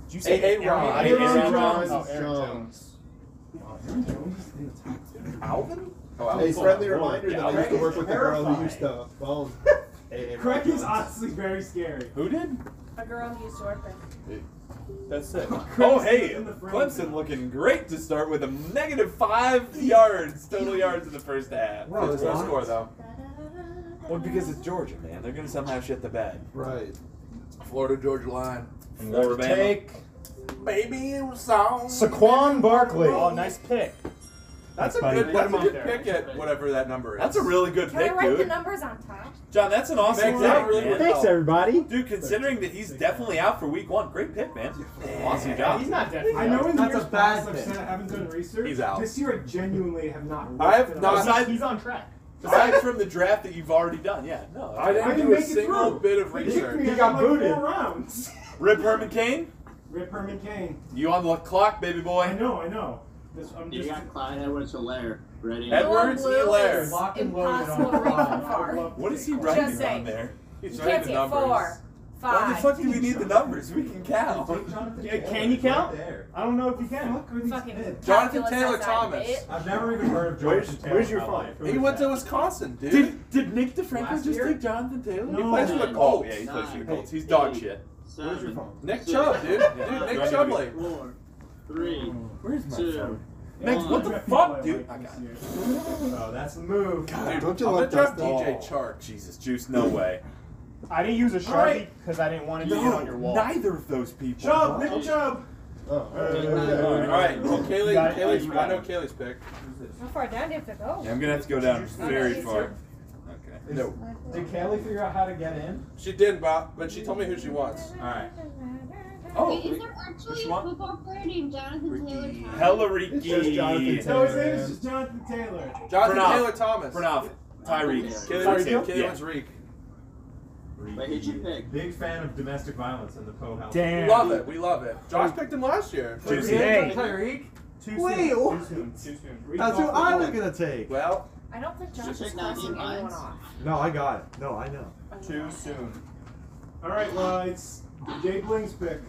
S1: Did you
S2: say A- A- Aaron- Ron.
S5: Aaron
S1: Aaron
S7: Jones.
S1: Oh, Aaron
S4: Jones.
S1: Jones.
S5: Uh, Alvin?
S2: Oh, I
S4: Hey,
S2: was-
S4: friendly reminder that I
S5: Yeah,
S4: used to
S7: Craig
S4: work
S7: is
S4: with the girl who used to phone.
S7: Craig is honestly very scary.
S5: Who did?
S8: A girl used to work with.
S5: That's it.
S7: Clemson
S5: Oh, hey,
S7: in the frame.
S5: Clemson looking great to start with a negative five yards, total yards in the first half.
S2: Oh, there's no
S14: What?
S2: score though.
S5: Well, because it's Georgia, man. They're going to somehow shit the bed.
S4: Right.
S2: Florida Georgia line.
S5: Alabama.
S1: Take
S2: Baby, it was on.
S7: Saquon Barkley.
S1: Oh, nice pick.
S2: That's a
S1: Buddy.
S2: good. That's a
S1: Put him
S2: good
S1: up there.
S2: pick at whatever that number is.
S5: That's a really good
S8: Can I
S5: pick,
S8: write the
S5: dude.
S8: numbers on top?
S5: John, that's an awesome
S2: Thanks,
S5: pick,
S2: that really
S5: man.
S2: worked out.
S1: everybody.
S5: Dude, considering that he's definitely out for week one, great pick, man. Awesome job.
S1: He's not dead.
S7: I know in
S14: That's
S7: years
S14: a bad
S7: past I've
S14: thing.
S7: said I haven't done research.
S2: He's out.
S7: This year I genuinely have not. looked
S2: I have
S7: it up.
S2: not-
S5: Aside-
S1: He's on track.
S5: Aside from the draft that you've already done, yeah, no.
S2: I didn't
S7: I didn't
S2: do a
S7: make it
S2: single
S7: through.
S2: bit of
S7: They kicked me
S2: research.
S7: out
S1: got
S7: like four
S1: booted.
S7: rounds.
S5: Rip Herman Kane,
S7: Rip Herman Kane.
S5: you on the clock, baby
S7: I
S5: boy.
S7: know, I know. This, I'm
S3: You
S7: just.
S3: got Clyde Edwards Hilaire ready.
S2: Edwards,
S8: Blue is
S2: Elaire.
S14: Lock and load it on
S8: Impossible to read
S14: five.
S8: from far.
S5: What is he
S8: Just
S5: writing
S8: saying.
S5: on there?
S2: He's
S8: You
S2: right,
S8: can't
S2: the
S8: see it.
S2: numbers.
S8: Four,
S5: Why the
S8: five.
S5: fuck do we need the numbers? We can count.
S7: Yeah,
S1: Can you count?
S7: I don't know if you can. Look, who these
S8: Fucking
S7: kids.
S2: Jonathan
S8: calculus
S2: Taylor
S8: outside,
S2: Thomas.
S8: bitch.
S7: I've never even heard of
S1: Where's-
S7: George.
S1: where's your phone?
S2: He went to Wisconsin, dude.
S5: Did, did Nick DeFranco
S7: Last
S5: just
S7: year?
S5: take Jonathan Taylor?
S7: No.
S2: he plays for the Colts.
S5: Yeah, he plays for the
S3: Nine,
S5: Colts. He's
S3: eight,
S5: dog shit.
S3: Seven,
S7: your phone?
S2: Nick
S3: six,
S2: Chubb, dude.
S5: Yeah.
S2: Dude, Nick Chubb like.
S3: Four, three,
S2: Oh,
S5: Where's my
S3: two.
S5: phone? Max, what the fuck, dude? I got it.
S7: Oh, that's the move.
S2: Dude,
S4: Don't you
S2: I'm gonna
S4: like
S2: draft
S4: that
S2: DJ
S4: ball.
S2: Chark.
S5: Jesus, Juice, no way.
S1: I didn't use a
S7: All right.
S1: sharpie because I didn't want it to get on your
S5: No,
S1: wall.
S5: neither of those people.
S7: Chubb, Nick Chubb.
S4: Oh,
S5: All
S2: All right, well,
S5: right.
S2: Kaylee,
S1: got it.
S2: Kaylee's,
S5: You
S2: I
S5: got
S2: know
S5: it.
S2: Kaylee's pick.
S8: How far down do you have to go?
S5: Yeah, I'm gonna have to go down very far. Okay.
S2: No.
S7: Did Kelly figure out how to get in?
S2: She did, Bob, but she told me who she wants.
S5: Alright.
S8: Oh.
S5: Oh,
S8: Wait,
S5: wait.
S8: there
S5: Which
S8: actually
S5: one?
S8: football player named Jonathan Taylor Thomas?
S5: hella
S4: It's just Jonathan Taylor.
S5: Ricky.
S7: No, his name is just Jonathan Taylor.
S2: Jonathan
S5: Pranav.
S2: Taylor Thomas.
S5: Pranav, Tyreek.
S2: Kaylee,
S5: Tyreek
S2: wants-
S5: Hill.
S2: Kaylee
S5: Yeah.
S2: wants Reek.
S3: Wait, who'd you pick?
S14: Big fan of domestic violence in the Poe house.
S1: Damn.
S2: Love it. We love it. Josh picked him last year.
S14: E?
S5: Juicy.
S1: Hey.
S14: Tyreek.
S1: Too
S14: Wait,
S1: soon.
S14: what?
S1: Too soon. Too soon.
S14: That's who I was gonna take.
S2: Well,
S8: I don't think Josh is
S3: Just not
S8: crossing
S3: in lines.
S8: anyone off.
S14: No, I got it. No, I know.
S1: Too soon.
S7: All right, well, it's Jay Bling's pick.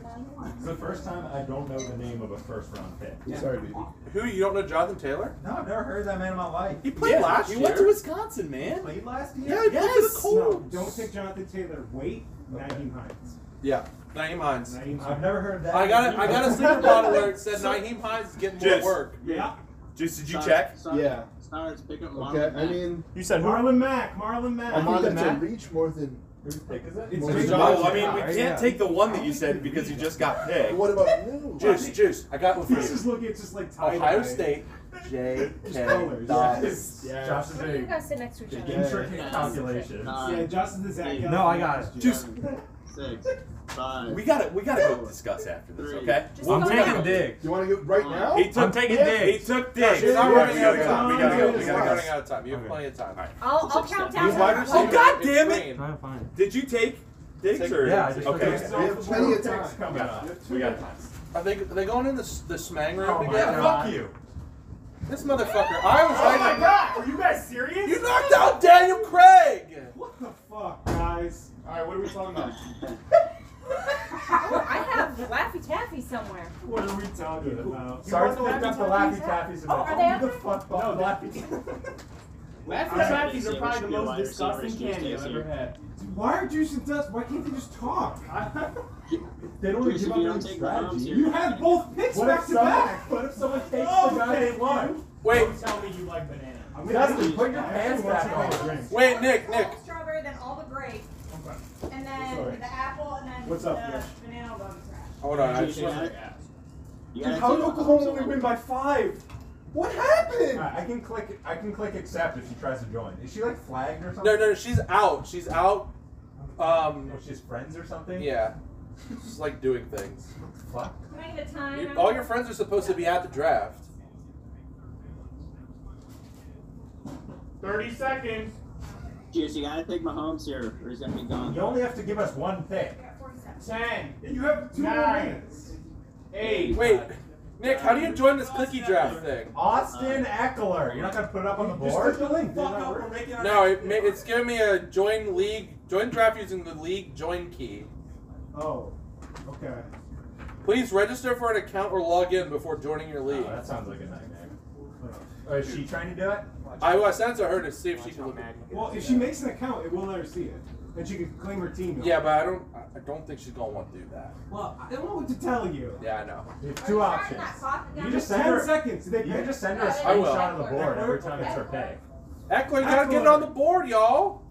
S14: It's the first time I don't know the name of a first round pick.
S4: Sorry, baby.
S2: who you don't know, Jonathan Taylor?
S14: No, I've never heard of that man in my life.
S2: He played last
S5: he
S2: year.
S5: went to Wisconsin, man.
S14: Played last
S2: yeah,
S14: year.
S2: he played for the
S5: Yes.
S7: No,
S2: Colts.
S7: don't pick Jonathan Taylor. Wait, Naheem Hines.
S2: Yeah, Naeem Hines.
S7: Naheem
S14: I've
S7: Hines.
S14: never heard of that.
S2: I got a, I got a sleeper pod alert. Said Naeem Hines is getting more
S5: Yes.
S2: work.
S7: Yeah.
S5: Juice, did you
S3: Sarge-
S5: check?
S3: Sarge-
S4: Yeah.
S3: Sarge, pick up Marlon
S4: Okay, I
S3: Mack.
S4: mean,
S1: You said who?
S7: Marlon Mack. Oh, Marlon Mack.
S4: I
S1: think
S4: wanted
S1: that-
S4: to reach more than.
S14: Whose pick is it?
S7: It's
S4: Well,
S7: Jay
S5: No,
S7: Bling's
S5: I mean, we
S7: pick.
S5: can't take the one that you said because you just got picked.
S4: What about you?
S2: Juice, juice. I got one for
S7: This
S2: you.
S7: is looking it's just like tie
S2: Ohio State. J. K.
S7: Colors.
S2: Dobbs.
S4: Yeah.
S14: Josh is
S8: Why do
S14: a
S8: you guys sit next to each
S4: Yeah.
S8: other?
S14: intricate calculation.
S7: Yeah, Justin is that guy.
S14: No, I got it.
S5: Juice,
S3: Six, five.
S5: we gotta we gotta go discuss after this, okay?
S8: Just
S5: Well,
S8: go
S5: take
S8: now.
S5: him.
S14: Diggs.
S4: You want to go right now?
S5: He took,
S14: I'm taking
S5: He
S14: Diggs.
S5: took Diggs.
S2: You're not
S5: Yeah,
S2: running
S5: we
S2: out
S5: gotta
S2: of
S5: go.
S2: time.
S5: We gotta go. We
S2: You're not
S5: gotta
S2: running
S5: go.
S2: out of time. You have
S14: Okay.
S2: plenty of time.
S5: Alright.
S8: I'll, I'll
S3: He's
S8: count
S3: upset.
S8: down.
S4: He's wide
S8: from
S5: Oh
S8: one.
S2: receiver.
S5: God damn it!
S2: Green.
S1: Try to find it.
S5: Did you take Diggs
S2: Take-
S5: or?
S14: yeah, I just took
S5: okay.
S14: Diggs.
S4: We have plenty of
S7: Picks
S4: time.
S7: coming up.
S5: We got time.
S2: Are they are they going in the s- the smang room
S14: Oh my
S2: together?
S14: god. Fuck you.
S2: This motherfucker. I
S5: Oh
S2: was right.
S14: god. Are you guys serious?
S2: You knocked out Daniel Craig.
S7: What the fuck, guys?
S4: All right, what are we talking about?
S8: Oh, I have Laffy Taffy somewhere.
S7: What are we talking about?
S14: Sorry
S8: want the
S14: looked up the
S8: Laffy
S14: Laffy Taffy's
S8: Oh,
S14: about.
S8: are they up
S14: Who the fuck bought Laffy?
S7: Laffy
S14: Taffy
S1: Twinkies are probably the most disgusting candy I've ever had.
S7: Why are Juice and Dust? Why can't they just talk?
S1: They don't
S7: Juice,
S1: give
S7: if
S1: up any
S7: you don't take the bomb
S1: strategy.
S7: seriously- You had both picks
S1: What
S7: back
S1: if
S7: to
S1: someone-
S7: back.
S1: What if someone takes the guy
S7: Okay,
S1: that
S7: what?
S1: won?
S2: Wait.
S1: Don't tell me you like banana.
S7: I'm gonna
S1: Dustin,
S7: leave.
S1: put your
S7: I
S1: pants
S7: actually want
S1: back
S7: to take
S1: on.
S7: my drink.
S2: Wait, Nick, Nick.
S8: All the strawberry, then all the grape, and then
S7: Sorry.
S8: the apple, and then
S7: What's
S8: the
S7: up, Josh?
S8: banana bubble wrap.
S2: Hold on. I just
S3: Juice,
S2: want-
S3: You
S7: Dude,
S3: gotta
S7: how
S3: take
S7: did
S3: the
S7: Oklahoma
S3: bombs
S7: only
S3: along.
S7: win by five? What happened?
S5: Alright, I can click. I can click accept if she tries to join. Is she like flagged or something?
S2: No, no, she's out. She's out. Um,
S5: Oh, she's friends or something.
S2: yeah. She's like doing things.
S5: Fuck.
S8: Can I get a time?
S2: You- all your friends are supposed to be at the draft.
S1: 30 seconds.
S3: Juice, you gotta take Mahomes here, or he's gonna be gone.
S5: You only have to give us one pick.
S8: I got 47.
S1: 10.
S7: You have two more
S1: Nine.
S7: minutes.
S1: 8.
S2: Wait, Nick, how do you join this clicky draft thing?
S5: Austin Eckler. You're not gonna put it up on the
S7: Just
S5: board.
S7: click the link.
S1: Fuck
S7: Didn't that
S1: up, we're
S7: work?
S1: making our
S2: No, it, ma- it's giving me a join league, join draft using the league join key.
S7: Oh, okay.
S2: Please register for an account or log in before joining your
S5: Oh,
S2: league.
S5: that sounds like a nightmare. Or is she trying to do it?
S2: I, well, I sent it to her to see if she can look. at-
S7: Well, if she makes an account, it will let her see it, and she can claim her team.
S2: Yeah, but I don't. I- I don't think she's gonna want to do that.
S7: Well, I don't know what to tell you.
S2: Yeah, I know.
S5: You have
S8: Are
S5: two
S8: you trying
S5: options.
S8: that coffee
S5: You
S8: down
S5: just
S8: there?
S5: send
S7: Ten
S5: her-
S7: seconds. They
S5: You can just send her a
S8: I
S2: will.
S5: screenshot of the board every time it's her pick.
S2: Eckler, you gotta get it on the board, y'all.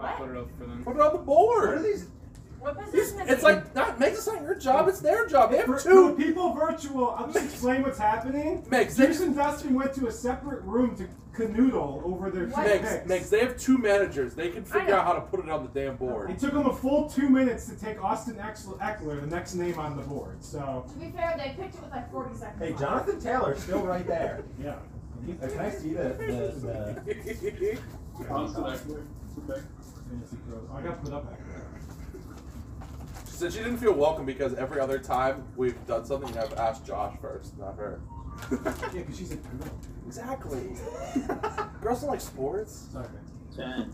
S1: I'll put it up for them.
S2: Put it on the
S5: What are
S2: board.
S5: these?
S15: What
S2: It's,
S15: position is
S2: it's
S15: he?
S2: like not make this not your job. It's their job. They
S7: For-
S2: have
S7: for
S2: two
S7: the people virtual, I'm just explaining what's happening.
S2: Megs,
S7: Zeus and Dustin went to a separate room to canoodle over their two
S15: What?
S2: Megs,
S7: picks.
S2: Megs, they have two managers. They can figure
S15: know.
S2: out how to put it on the damn board.
S7: It took them a full two minutes to take Austin Ex- Eckler, the next name on the board. So,
S8: To be fair, they picked it with like 40 seconds.
S5: Hey,
S8: left.
S5: Jonathan Taylor's still right there.
S7: yeah.
S5: Uh, Can I see the the,
S7: I got put up back there.
S2: so she didn't feel welcome because every other time we've done something, I've asked Josh first, not her.
S7: Yeah, because she's a girl.
S2: Exactly. Girls don't like sports.
S7: Sorry, man.
S3: Ten,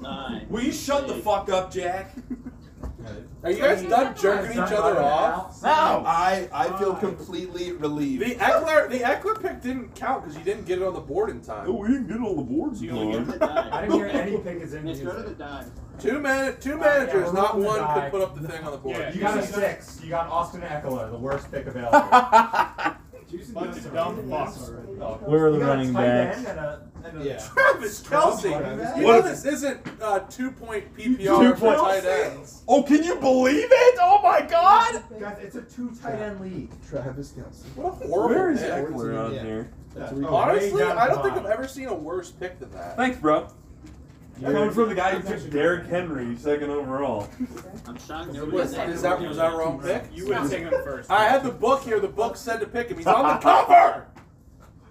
S3: nine.
S16: Will you shut the
S3: eight.
S16: fuck up, Jack?
S5: the
S2: Are you guys done jerking each other off?
S16: I I feel
S7: Fine.
S16: completely relieved.
S2: The Eckler, the Eckler pick didn't count because you didn't get it on the board in time.
S16: we didn't get all the boards.
S3: You only get the
S5: I
S3: die.
S5: didn't hear any pick is in
S3: Let's go to the
S5: music.
S3: die.
S2: Two man, two
S5: yeah,
S2: managers,
S5: we're
S2: not
S5: rolling the
S2: one
S5: die.
S2: could put up the thing on the board.
S1: Yeah.
S5: You got a six. You got Austin Eckler, the worst pick available.
S7: Juice and
S1: Bunch of
S7: Dustin are
S1: dumb
S7: doing this
S1: fucks.
S7: already.
S5: Where are the running backs? And a, and a
S4: Yeah.
S2: Travis Kelsey. You
S4: Travis
S2: know this isn't uh, two point PPR for
S5: Two-point-
S2: tight ends.
S16: Oh, can you believe it? Oh my god!
S5: Guys, it's a two tight end league.
S4: Travis Kelsey.
S2: What a horrible
S16: Where is
S2: pick.
S4: Eckler?
S16: Eckler on
S4: Yeah.
S16: here?
S4: That's
S5: Oh,
S4: what we-
S2: Honestly,
S5: way down
S2: I
S5: the
S2: don't think I've
S5: bottom.
S2: ever seen a worse pick than that.
S16: Thanks, bro.
S7: You're-
S16: Coming from the guy who
S7: That's
S16: took
S7: actually-
S16: Derrick Henry second overall.
S3: I'm shocked nobody
S2: Was,
S3: had
S2: is that, was that a wrong pick?
S1: You would have taken them first.
S2: I had the book here. The book said to pick him. He's on the cover.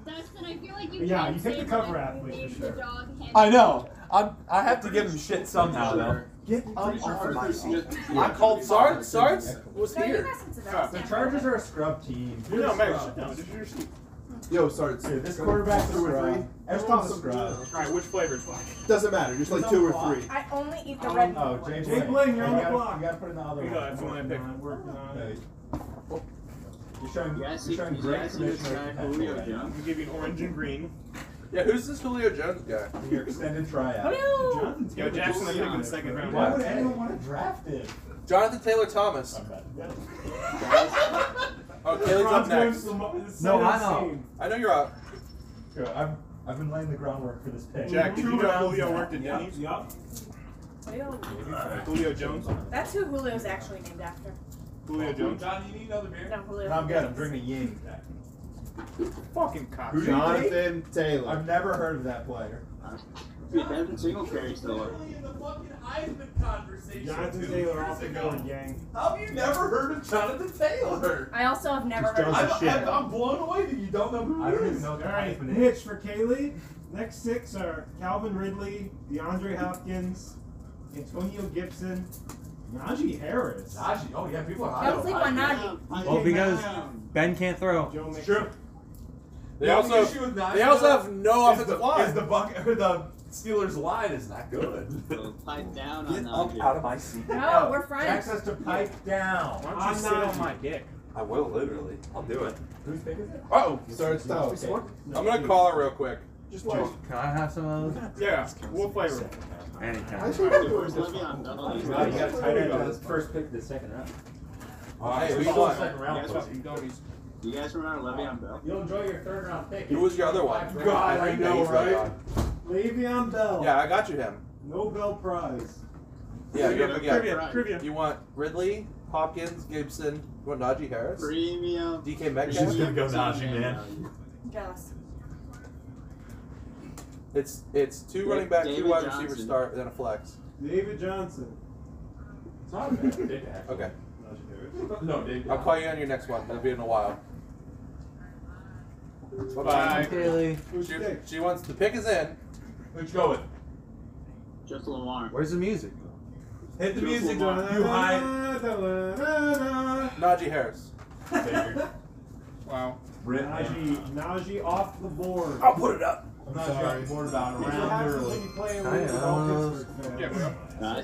S15: Dustin, I feel like you
S7: Yeah,
S15: can't
S7: you take
S15: say
S7: the cover
S15: that
S7: athlete for
S15: your
S7: sure.
S15: dog had-
S16: I know. I'm, I have to give him shit somehow, though.
S5: Get
S16: I'm
S5: up
S4: Oh,
S16: sure
S5: on my
S16: first
S5: feet.
S16: I called
S2: Sarge, Sarge was
S8: No, you
S2: here.
S8: guys can sit down.
S5: The Chargers are a scrub team.
S7: You're
S2: No,
S7: a
S2: man,
S7: scrub.
S2: shut down.
S4: Yo, sorry. it's-
S5: Dude, this quarterback
S4: two or three.
S5: Everyone's
S4: Everyone's a scrub.
S1: Alright, which flavor's what?
S4: Doesn't matter. Just like two or three.
S15: I only eat the red
S5: Oh,
S15: one.
S5: Jay
S7: Jake
S5: Blaine.
S7: Blaine, you're on
S5: You
S7: the
S5: gotta-
S7: block.
S5: You gotta put in the other
S1: Here you
S5: one.
S1: go, that's the one I picked.
S7: Not working on it.
S5: You're showing,
S3: Yes,
S5: you're
S3: you
S5: showing
S3: can
S5: great
S3: yes, you
S5: commissioner
S3: can try
S5: control
S3: Julio
S5: right now.
S3: Jones.
S1: I'll give you an orange and green.
S2: Yeah, who's this Julio Jones guy?
S5: Your extended tryout.
S15: Hello.
S7: Jonathan
S1: Yo,
S7: Taylor
S1: Jackson, I
S7: was
S1: think in
S7: on
S1: the
S7: it,
S1: second
S7: right?
S1: round.
S5: Why would anyone want to draft him?
S2: Jonathan Taylor Thomas. Oh, Taylor's up
S7: Ron's going to
S2: next.
S7: the mo- the
S5: No, I
S7: center
S5: know.
S7: scene.
S2: I know you're up.
S5: Yo, I've, I've been laying the groundwork for this pick.
S1: Jack, did
S5: Two
S1: you know
S5: rounds
S1: Julio
S5: now.
S1: worked at Denny's?
S7: Yup.
S1: Julio Jones?
S15: That's who Julio's actually named after.
S1: Julio Jones?
S16: John, you need another beer?
S15: No, Julio.
S5: No, I'm good. I'm drinking Ying.
S1: Fucking cock.
S16: Who do you think?
S4: Jonathan Taylor.
S5: I've never heard of that player.
S3: Dude, Devin Singletary's still up.
S16: in the fucking Heisman conversation
S7: Jonathan
S16: two
S7: Taylor
S16: years
S7: off the
S16: ago.
S7: board, gang.
S16: How have you never heard of Jonathan Taylor?
S15: I also have never
S5: Just
S15: heard of
S5: Jones.
S16: I'm,
S5: a shit.
S16: I'm, I'm blown away that you don't know who
S5: I
S16: he
S5: don't
S16: is.
S5: even know
S7: All
S5: the
S7: right,
S5: hyphen
S7: Mitch for Kaylee. Next six are Calvin Ridley, DeAndre Hopkins, Antonio Gibson, Najee Harris,
S16: Najee. Oh, yeah, people are high.
S15: Don't sleep
S16: on
S15: on
S16: Najee.
S15: Najee.
S1: Well, because
S17: Ben can't throw.
S7: Joe
S16: It's
S7: Mixon.
S16: true.
S2: They
S16: The only
S2: also
S16: issue with Najee,
S2: they also
S16: though,
S2: have no
S16: is the-
S2: offensive line.
S16: Is the buck or the Steelers line is not good?
S3: So pipe down on
S16: Get up
S3: that.
S16: out of my seat.
S15: No, we're friends.
S5: Access to pipe down.
S1: Why don't you sit on my dick?
S16: I will literally. I'll do it.
S5: Who's pick is it?
S2: Oh,
S4: Sorry, it's Taylor.
S2: I'm gonna call her real quick.
S4: Just like
S18: Can I have some of those?
S7: Yeah, what flavor?
S18: Anytime.
S4: Actually, I think it was Le'Veon Bell on these
S5: Wow, you got
S4: guys.
S5: tight end on his first pick of the second round.
S2: Oh, hey, we
S5: Still
S2: won.
S5: second round.
S3: Guess
S5: folks.
S3: what? Do you guys remember Le'Veon Bell?
S5: You'll enjoy your third round pick.
S2: Who was your other one?
S5: God, I know,
S2: right?
S7: Le'Veon Bell.
S2: Yeah, I got you him.
S7: Nobel Prize.
S2: Yeah,
S7: Trivia,
S2: you again.
S7: trivia, trivia.
S2: You want Ridley, Hopkins, Gibson, you want Najee Harris?
S3: Premium.
S2: DK Metcalf?
S19: She's gonna go Najee, man.
S8: Jealous.
S2: It's it's two
S7: Dave-
S2: running back, two
S7: David
S2: wide
S7: Johnson.
S2: receiver start, then a flex.
S7: David Johnson.
S5: It's not a bad pick, actually.
S2: Okay.
S5: No, David.
S2: I'll call you on your next one. It'll be in a while.
S5: Bye.
S18: Haley.
S2: She, she wants the pick is in.
S5: Let's go with.
S3: Just Lamar.
S18: Where's the music?
S5: Hit the
S3: Just
S5: music.
S3: Lamar.
S5: You hide.
S2: Najee Harris.
S7: Wow.
S5: Rip,
S7: Najee, Najee off the board.
S5: Oh,
S2: I'll put it up.
S5: I'm not sure I'm bored about it.
S7: He's what
S5: Round
S7: happens
S5: early.
S7: when you play in
S18: I
S7: Louisville,
S18: know.
S7: Pittsburgh fans.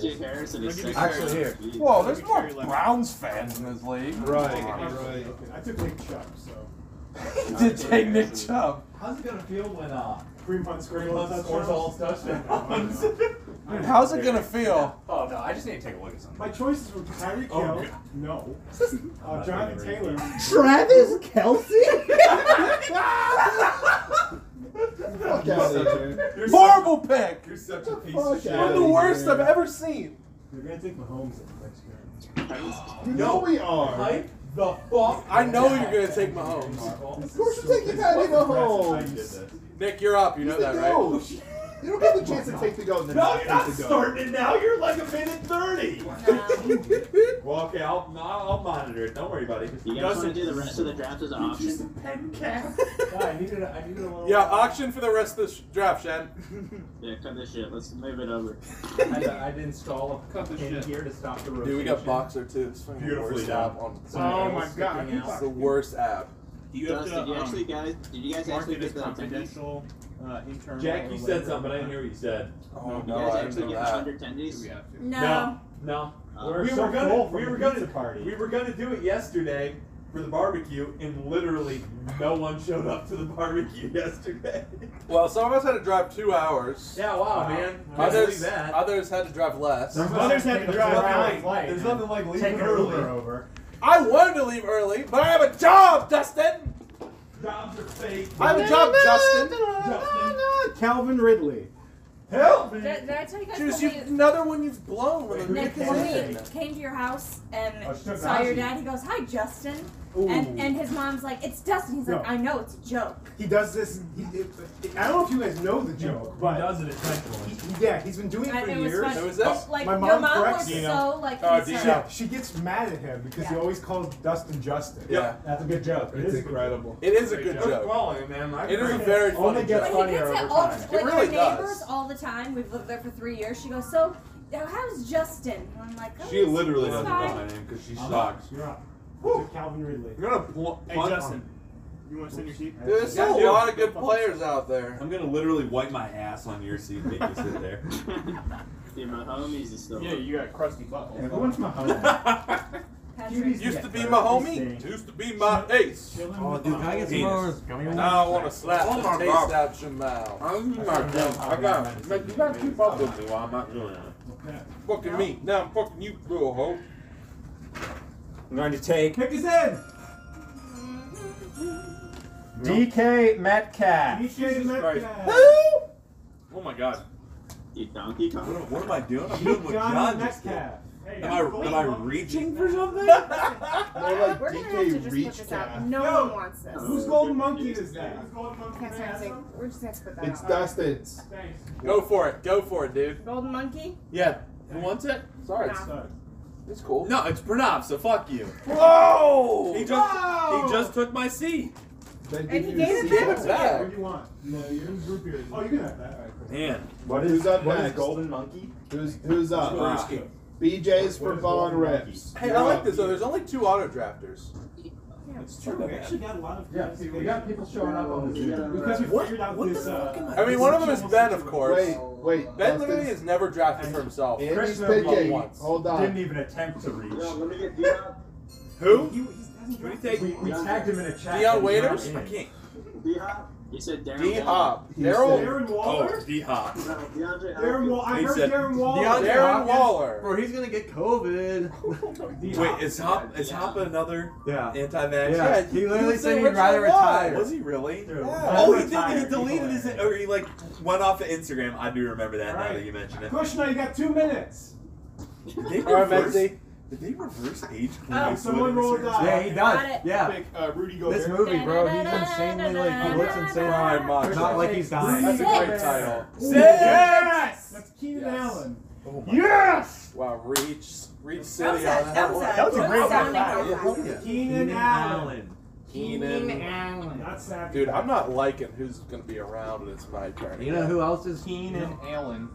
S3: Najee Harris and his second
S18: Actually, here.
S3: round. Jeez.
S18: Whoa, there's more Browns fans in this league.
S4: Right, right.
S7: Okay, I took Nick Chubb, so.
S18: Did take Nick Chubb.
S5: How's it gonna feel when uh
S7: Green punt scores
S5: Green
S7: all
S5: Blunt scores all
S7: touchdowns.
S5: his touchdowns?
S7: I know.
S18: How's it gonna feel?
S19: Oh no, I just need to take a look at something.
S7: My choices were Tyreek
S19: Oh,
S7: Hill,
S19: good.
S7: no. Uh, Jonathan Taylor,
S1: Travis Kelsey?
S4: Fuck out of here.
S5: You're
S2: Horrible pick.
S5: You're such a piece
S4: Fuck
S5: of shit.
S2: One of the
S4: outta
S2: worst
S4: here.
S2: I've ever seen.
S7: they're gonna take Mahomes in the next year.
S4: You know we are.
S5: Hype the fuck.
S2: I know you're gonna take Mahomes.
S4: Of course you're taking Patty
S5: I did
S4: Mahomes.
S5: this.
S2: Nick, you're up. You know
S4: He's the
S2: that, right?
S4: goat. You don't get the chance to take the goat and then
S5: No, you're not
S4: take the goat.
S5: starting it now. You're like a minute thirty.
S8: No.
S5: Well, okay, I'll I'll I'll monitor it. Don't worry, buddy.
S3: You guys want to do the rest of the draft as an
S5: Just a
S3: option?
S5: pen cap. I needed a, I needed a little.
S2: Yeah, auction for the rest of the sh- draft, Shen.
S3: Yeah, cut this shit. Let's move it over.
S5: I, I'd install a
S7: Cut the
S5: pin
S7: shit.
S5: here to stop the rotation.
S2: Dude, we got Boxer too. It's fucking the
S5: Beautifully
S2: worst
S5: done.
S2: app on.
S5: So I
S7: Oh
S5: was
S7: my God,
S5: sticking
S7: I
S5: out.
S2: It's the worst app.
S5: Oh
S1: You um,
S3: Dust, did you
S2: um,
S3: actually guys? Did you guys actually
S1: market
S3: get
S1: as
S3: the attendees?
S1: confidential uh, internal.
S5: Jack, you said something. I didn't hear what you said.
S2: Oh
S3: You
S2: no,
S3: guys
S2: I didn't
S3: actually
S2: know
S3: get
S2: that.
S3: under attendees?
S8: No.
S5: No.
S3: Uh,
S5: We're
S3: We
S5: so
S7: were gonna-
S5: full
S7: we
S5: from
S7: were
S5: the pizza
S7: gonna-
S5: party. We were gonna do it yesterday for the barbecue, and literally no one showed up to the barbecue yesterday.
S2: Well, some of us had to drive two hours.
S5: yeah, wow, man. Can't believe
S2: Others,
S5: that.
S2: others had to drive less.
S7: Others had to drive early.
S5: There's nothing like
S7: Take
S5: leaving
S7: an
S5: early.
S7: Uber over.
S2: I wanted to leave early, but I have a job, Dustin.
S5: Jobs are fake.
S2: I have a job, Justin.
S5: Justin.
S7: Calvin Ridley.
S5: Help me.
S8: Did, did I tell you guys
S2: Juice,
S8: what
S2: you,
S8: we-
S2: another one you've blown. With a
S8: Nick,
S2: Nick
S8: when we came to your house
S5: Oh,
S8: and
S5: she took
S8: saw your
S5: Ozzy.
S8: dad, he goes, "Hi, Justin," and and his mom's like, "It's Dustin." He's like,
S7: No.
S8: "I know, it's a joke."
S1: He does this. He, it, I don't know if you guys know the joke,
S5: He
S1: but
S5: does it
S1: he,
S5: intentionally.
S1: he- yeah, he's been doing it
S8: And
S1: for
S8: it was
S1: years.
S8: funny.
S2: Who is this?
S8: But, Like
S1: My
S8: your
S1: mom
S8: mom
S1: corrects
S8: was
S1: you, you
S8: so like
S2: Oh,
S8: concerned.
S2: Dina.
S1: She, she gets mad at him because he
S8: Yeah.
S1: always calls Dustin Justin.
S2: Yeah.
S1: that's a good joke. It
S4: It's
S1: is a good
S4: incredible.
S2: It is a good
S5: They're
S2: joke.
S5: following, man. I
S2: It is a very
S1: Only
S2: funny
S1: gets
S8: But
S2: joke.
S8: he gets
S1: funnier
S8: it
S1: over
S8: all
S1: time.
S8: like
S2: It really
S8: our
S2: does.
S8: neighbors all the time. We've lived there for three years. She goes, "So, how's Justin?" And I'm like, oh,
S19: She literally
S8: it's
S19: doesn't know
S8: fine."
S19: my name because she
S7: I'm
S19: sucks.
S7: up. You're up.
S2: Woo.
S7: To Calvin Ridley.
S19: You're gonna pl-
S1: Hey,
S19: punt
S1: Justin.
S19: on-
S1: You want to send your sheep?
S2: Dude, There's still a lot of good players out there.
S19: I'm gonna literally wipe my ass on your seat and make you sit there.
S3: Dude, my homies is still.
S1: you got a crusty butthole.
S7: Yeah, who wants Mahomes?
S8: Patrick.
S2: Used to be my homie. Used to be my ace.
S7: Chilling
S18: Oh,
S7: with
S18: dude, can I get some
S19: Penis.
S18: more of those gummy ones?
S2: Now I want to slap
S19: Oh
S2: the
S19: my
S2: taste
S19: God.
S2: out your mouth.
S19: I'm
S5: not doing- I got- man, you gotta keep up with
S19: me while I'm not doing it.
S7: Mahomes.
S2: Fucking me. Now I'm fucking you, little hoe.
S18: I'm going to take
S7: Pick his head.
S8: Mm-hmm.
S18: DK Metcalf.
S7: DK Metcalf.
S19: Oh my god.
S3: You Donkey
S2: Oh,
S3: Kong?
S19: What am I doing? I'm doing what John
S7: Johnny
S19: just did. Am
S7: Metcalf. Hey,
S19: I, am I reaching for something?
S4: They're like
S8: We're gonna
S4: DK
S8: have to just put this
S4: Reachcast.
S8: out. No
S7: No.
S8: one wants this.
S3: No.
S7: Whose golden monkey is that? Whose golden monkey
S8: Okay, so I'm saying- we're just gonna have to put that
S4: It's
S8: out.
S4: Dustin's.
S7: Thanks.
S2: Go for it. Go for it, dude.
S8: Golden monkey.
S18: Yeah. Who wants it?
S2: Sorry, it's,
S7: Sorry.
S2: it's cool.
S18: No, it's Pranav, so fuck you.
S2: Whoa!
S19: He just he just took my seat.
S4: Then
S8: And he
S4: give you the
S8: gave it
S4: seat.
S8: back.
S2: What's that?
S7: What do you want? No, you're in group here. Oh, you can have that.
S19: Man.
S5: What
S4: Who's up
S5: what
S4: next?
S5: Golden Monkey?
S4: Who's who's
S19: Wow.
S4: up?
S19: Brewski.
S4: BJ's for
S5: What is
S4: bong
S5: Golden Monkey?
S4: rips.
S2: Hey, I like this though. There's only two auto drafters.
S7: It's true. We actually got a lot of
S5: Yeah, see, we got people showing up on the Zoom.
S7: Because we figured out
S19: what the
S7: this.
S19: fuck am
S7: uh,
S2: I mean, one of them is
S7: this
S2: Ben, of
S7: situation.
S2: course.
S4: Wait,
S2: Ben
S4: wait. Dustin's-
S2: literally has never drafted for himself.
S4: Andy's
S5: Krishna Ball
S4: picking.
S2: once.
S4: Hold
S5: Didn't
S4: on.
S5: even attempt to reach.
S3: Yo, let me get Deion.
S19: Who?
S7: He, he doesn't
S19: Who do you
S7: drop
S19: take?
S5: We, we tagged him in a
S2: Deion
S5: chat. but he's not
S2: Waiters?
S5: in.
S19: I can't.
S3: Deion. He said Darren
S2: D Hop.
S3: Waller.
S2: Daryl.
S5: Oh, D Hop.
S3: No, DeAndre
S7: Darren Wall. I
S5: He
S7: heard
S5: said-
S7: Darren Wall.
S5: DeAndre Darren Hopkins? Waller.
S1: Bro, he's gonna get COVID.
S5: Wait, is Hop is Hop another
S1: Yeah.
S5: anti-vax?
S1: Yeah, he literally
S5: was
S1: said
S5: the
S1: he'd rather
S5: original one.
S1: retire.
S5: Was he really?
S1: Yeah.
S5: Oh, he
S1: Retire,
S5: did. He
S1: people
S5: deleted his or he like went off of Instagram. I do remember that now
S7: Right.
S5: that you mention it.
S7: Kushner, you got two minutes.
S5: Did they
S2: All right,
S5: reverse?
S2: Maxie.
S5: Did they reverse age?
S7: Oh, someone roll a
S5: rolled
S7: die.
S1: Yeah, he
S8: Got
S1: died.
S8: it.
S1: Yeah.
S4: Pick, uh, Rudy Gobert.
S1: This movie, bro, he's insanely like he looks insane.
S2: Prime Mox.
S1: It's not like he's dying.
S2: That's a great
S8: Six.
S2: title.
S7: Yes! That's Keenan
S2: Yes.
S7: Allen.
S5: Oh my
S7: Yes!
S2: Wow, reach, reach
S8: That
S2: city
S8: was a,
S2: on that
S8: that was
S2: one.
S8: a,
S1: That was a
S8: good
S1: great
S8: sounding
S2: Yeah,
S8: profile.
S2: hell yeah.
S7: Keenan Allen.
S2: Keenan.
S1: Allen.
S7: Not Savage.
S2: Dude, I'm not liking who's gonna be around when it's my turn.
S1: You know who else is Keenan?
S4: Keenan Allen.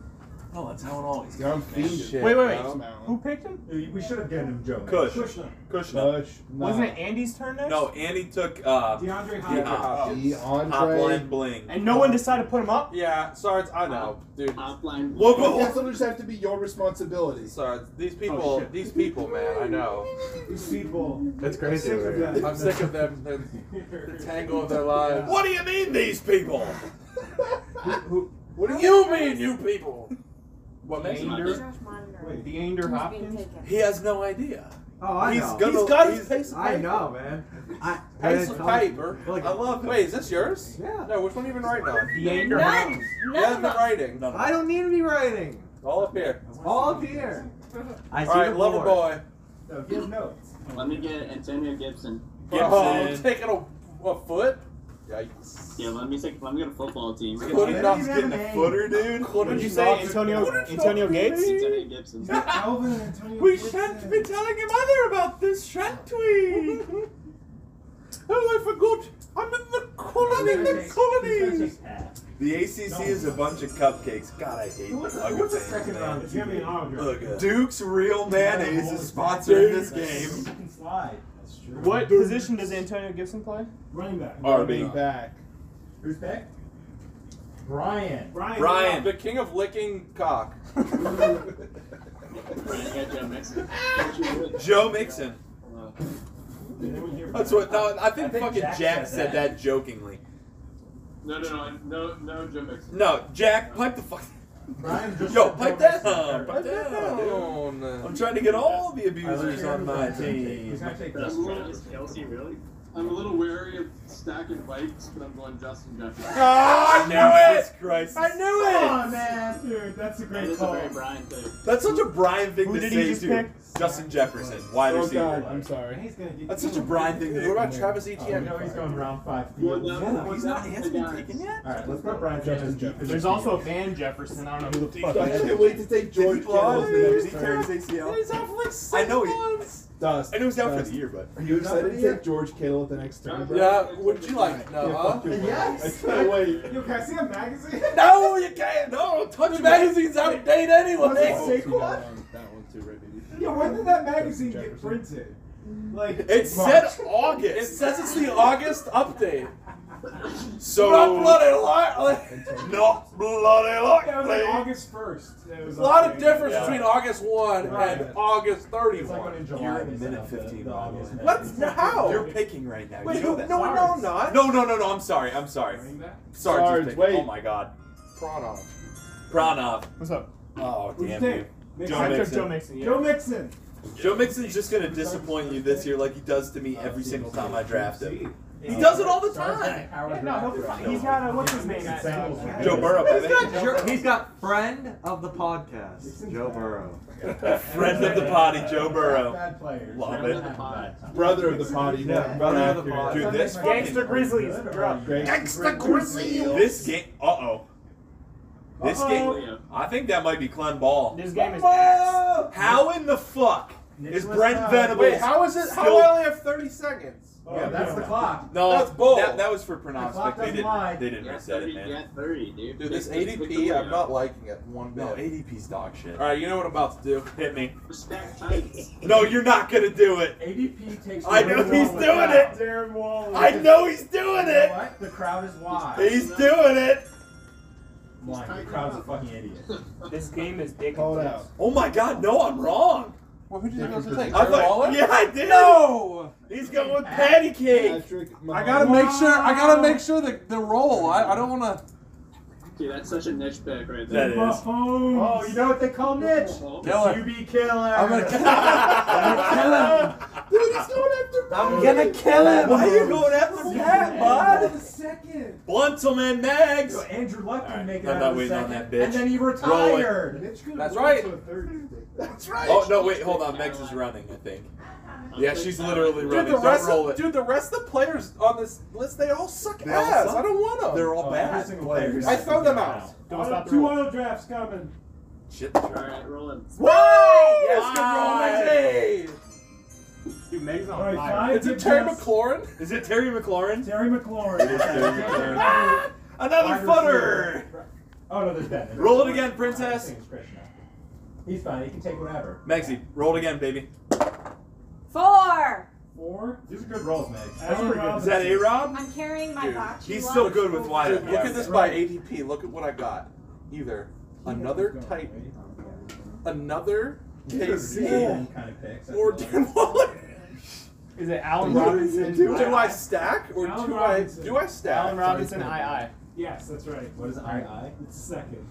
S5: Oh, that's how it always.
S4: Dumb fiend.
S2: Shit,
S1: Wait, wait, wait.
S2: bro.
S1: Who picked him?
S20: We should have given him Jones.
S5: Kush.
S7: Kushner.
S5: Kushner.
S4: Mush.
S1: Wasn't it Andy's turn next?
S5: No, Andy took uh,
S7: DeAndre
S5: D Hop.
S7: Hopkins.
S2: Hopkins.
S5: Hop line
S4: DeAndre.
S5: bling.
S1: And Um, no one decided to put him up.
S2: Yeah, Sards, I know, dude.
S3: Hotline.
S5: Whoa, whoa,
S4: Yes,
S5: whoa.
S4: it'll just have to be your responsibility.
S2: Sards, these people,
S1: shit.
S2: these people, man, I know.
S7: These people.
S1: That's
S7: I'm sick of them.
S2: I'm sick of them and the tangle of their lives.
S5: What do you mean these people?
S2: What do you mean, you people?
S1: What
S3: He's not
S1: Ander?
S3: dead.
S21: Josh Monitor.
S1: Wait, the Ander
S21: Who's being
S1: Hopkins?
S21: taken?
S5: He has no idea.
S1: Oh, I
S5: He's
S1: know.
S5: gonna-
S2: He's got his piece of
S1: I
S2: paper.
S1: know, man. I,
S2: Piece of paper.
S1: Like-
S2: I love. Wait, is this yours?
S1: Yeah.
S2: No, which one you been writing on?
S1: The Ander
S8: None.
S1: Hopkins.
S2: You
S8: None
S2: haven't
S8: of
S2: been
S8: them.
S2: writing.
S5: No,
S1: I don't need to be writing.
S2: All up here.
S1: It's all up here. I
S2: All
S1: see
S2: right,
S1: the
S2: lover
S1: board.
S2: boy.
S7: No, give notes.
S3: Let me get Antonio Gibson.
S5: Gibson.
S2: Oh, taking a, a foot? Yikes.
S3: Yeah, let me take. Let me get a football team.
S2: What did
S5: He's
S2: you-
S5: getting a footer, dude.
S2: what did you say? Antonio?
S1: Antonio Gates?
S3: Antonio Gibson.
S7: Calvin and Antonio. Gibson.
S5: telling your mother about this, shan't we?
S2: Oh, I forgot. I'm in the colony.
S7: He's gonna take- he's gonna take half.
S5: The ACC is a bunch of cupcakes. God, I hate
S7: What's
S5: them.
S7: what's the second round? It's gonna be an autograph.
S5: Duke's Real Mayonnaise is sponsoring this game.
S7: Second slide. That's true.
S1: What position does Antonio Gibson play?
S7: Running back.
S4: Running
S5: RB.
S4: back.
S7: Who's back?
S1: Brian.
S7: Brian.
S5: Brian.
S2: The king of licking cock.
S3: Brian got Joe Mixon. Don't you do it.
S5: Joe Mixon.
S3: Uh,
S7: Anyone hear
S5: That's
S7: from-
S5: what. No, I think,
S1: I think
S5: fucking Jack,
S1: Jack
S5: said
S1: said
S5: that. jokingly.
S3: No, no, no, no, no, Joe Mixon.
S5: No, Jack, pipe the fuck.
S1: Brian just
S5: Yo, pipe that
S1: Brian
S5: up. Pipe that up. dude.
S2: Oh, no.
S5: I'm trying to get all the
S1: I like
S5: abusers
S1: your
S5: on my
S1: understanding.
S5: team.
S1: He's not taking
S3: But
S1: this.
S3: I'm a little, is Kelsey really? I'm a little wary of stacking bikes, but I'm going Justin Jefferson.
S5: Ah, I knew it!
S22: Jesus Christ.
S5: I knew it!
S7: Oh man, dude, that's a
S3: That
S7: great
S3: is a
S7: call.
S3: very Brian thing.
S5: That's such a Brian thing
S1: Who
S5: to
S1: did he
S5: say,
S1: just
S5: too.
S1: pick?
S5: Justin Jefferson, wide
S4: Oh,
S5: receiver.
S4: God. I'm sorry.
S7: He's gonna get
S5: That's such a Brian thing to
S2: What
S5: do.
S2: about Travis
S1: Oh,
S2: Etienne?
S1: no, he's going round five.
S3: Well, no,
S1: All
S3: well,
S5: He's
S3: no,
S5: not. He hasn't
S3: the
S5: been
S3: guys.
S5: taken yet.
S1: right, let's put Brian Jefferson.
S4: Jefferson.
S1: There's also Van Jefferson. I don't know who the fuck
S4: I
S1: that
S4: can't
S1: is.
S4: wait to take
S5: Did
S4: George
S5: he
S4: Kittle
S5: blow his
S4: in the
S5: knee? Did
S4: next
S5: he
S4: turn.
S5: tear his ACL?
S2: He's off like six
S5: I know he-
S2: months.
S4: Dust.
S5: I know he's out for
S4: Dust.
S5: the year, but
S4: Are you excited to take George Kittle at the next turn? bro?
S2: Yeah, would you like? No, huh?
S4: Yes. I can't wait.
S7: Yo, can I see a magazine?
S2: No, you can't. No, don't touch the magazine's out of date
S7: What's
S2: anyway.
S7: it? Saquon?
S4: That one too, right? baby?
S7: Yo, when did that magazine get
S4: Jefferson.
S7: printed? Like
S5: it said August.
S2: It says it's the August update.
S5: so
S2: Not bloody lot.
S5: Not bloody
S7: Yeah, it was like
S5: likely.
S7: August first. It was
S2: A lot
S7: up
S2: of
S7: there.
S2: difference
S5: Yeah.
S2: between August 1 and
S7: Right.
S2: August
S1: It's like when
S2: 31.
S1: in July.
S5: You're
S1: they
S5: in
S1: set
S5: minute
S1: up the-
S5: 15,
S1: the
S5: by the
S1: August
S5: way.
S1: match.
S2: What's now?
S5: You're picking right now.
S2: Wait,
S5: you know
S2: no,
S5: that.
S2: no,
S7: Sarge.
S2: I'm not.
S5: no, no, no, no. I'm sorry. I'm sorry.
S7: Running back?
S5: Sarge,
S4: Sarge,
S5: is picking.
S4: wait.
S5: Oh my God.
S2: Pronov.
S5: Pranov.
S1: What's up?
S5: Oh
S7: Who'd you
S5: damn
S7: take?
S5: you.
S7: Mixon.
S5: Joe
S1: I took
S5: Mixon.
S1: Joe Mixon. yeah.
S7: Joe Mixon.
S5: Joe Mixon's just gonna disappoint you this year, like he does to me every single time I draft him. He does it all the time.
S1: Howard
S7: Yeah, no, he'll be
S1: Draft.
S7: fine. He's got a what's his name?
S1: Mixon
S7: uh,
S1: singles.
S7: uh,
S5: Joe Burrow, baby.
S1: Joe- He's got friend of the podcast,
S7: Mixon's
S1: Joe
S7: bad.
S1: Burrow.
S5: Friend of the potty, Joe Burrow.
S7: Bad players.
S5: Love
S7: Never
S5: it.
S7: had a bad time.
S4: Brother of the potty.
S1: Yeah,
S5: brother
S1: of the potty.
S5: Dude, this
S1: Gangster Grizzlies.
S4: Great.
S5: Gangsta Grizzlies. This game. Uh oh. This game.
S3: Uh-oh.
S5: I think that might be Clem Ball.
S1: This game is
S5: How in the fuck is
S1: Nicholas
S5: Brent
S1: Powell.
S5: Venables?
S2: Wait, how is it? How do I only have 30 seconds?
S7: Oh,
S1: Yeah, that's the clock.
S5: No,
S2: That's bull.
S5: That, that was for
S1: The clock
S5: Pronospect. They
S1: doesn't
S5: didn't.
S1: lie.
S5: They didn't
S3: Yeah,
S5: reset
S3: 30,
S5: it, man.
S3: yeah, 30, dude.
S2: Dude, this
S3: Pick- pick the
S2: ADP, I'm
S3: winner.
S2: not liking it one
S5: No,
S2: bit.
S5: ADP's dog shit.
S2: Alright, you know what I'm about to do.
S5: Hit me.
S3: Respect Titans.
S5: No, you're not gonna do it.
S1: ADP takes.
S5: I know he's doing it.
S7: Darren Waller.
S5: I know he's doing
S1: You know
S5: it.
S1: what? The crowd is wide.
S5: He's doing it.
S1: Why? The crowd's a fucking idiot.
S3: This
S1: game is dick.
S4: Call it out.
S5: Oh my god, no, I'm wrong.
S2: Well, who did you guys
S4: Different
S2: take?
S4: position. I
S2: Jerry
S4: thought-
S2: Waller?
S4: yeah, I did.
S2: No.
S5: He's going with
S4: patty
S5: cake.
S2: I gotta make sure. I gotta make sure the the roll. I, I don't want to.
S3: Dude, that's such a niche pick right
S2: That
S3: there.
S2: is.
S7: Oh, you know what they call niche?
S2: Kill her.
S7: You be killer.
S2: I'm gonna kill him.
S4: Dude, he's going after me.
S7: I'm gonna kill him.
S5: Why are you going after Pat, bud?
S7: Second.
S5: Bluntelman Mags.
S7: So Andrew Luck can make it
S5: I'm
S7: out
S5: not
S7: of the
S5: waiting on that
S7: second,
S5: bitch.
S7: And then he
S5: Roll it.
S7: retired.
S2: That's right.
S4: That's
S5: Oh no! Wait, hold on. Megs is running. I think. Yeah, she's literally
S2: Dude,
S5: running.
S2: the
S5: Don't
S2: rest.
S5: roll
S2: Of,
S5: it.
S2: dude, the rest of the players on this list, they all suck
S5: They all
S2: ass.
S5: suck.
S2: I don't want them.
S5: They're all
S7: Oh, Every
S5: bad.
S7: single player.
S2: I throw them out.
S7: Auto- two auto drafts coming.
S5: Shit.
S3: Alright, rolling.
S2: Whoa! Yes, good roll,
S5: Nice.
S2: Megs.
S23: Dude, Meg's on
S7: All right,
S23: fire.
S7: five
S2: Is it
S7: gives
S2: Terry
S7: us-
S2: McLaurin?
S5: Is it Terry McLaurin?
S7: Terry McLaurin.
S5: Another
S7: Wide
S5: footer.
S7: receiver. Oh no, there's Ben.
S5: Roll it again, princess.
S7: He's fine. He can take whatever.
S5: Megsy, roll it again, baby.
S8: Four.
S7: Four.
S23: These are good rolls, Meg.
S7: Allen
S23: pretty good.
S5: Is that A Rob?
S8: I'm carrying my box.
S5: He's so good with wide.
S2: Dude, look
S5: open.
S2: at this by ADP. Look at what I got. Either another tight, another KC,
S23: Kind of picks.
S2: or Dan Waller.
S23: Is it Allen
S2: What is it?
S23: Robinson?
S2: Do I stack or
S7: Allen
S2: do I
S7: Robinson.
S2: do I stack?
S23: Allen Robinson, I I.
S7: Yes, that's right.
S23: What is I I?
S7: It's second.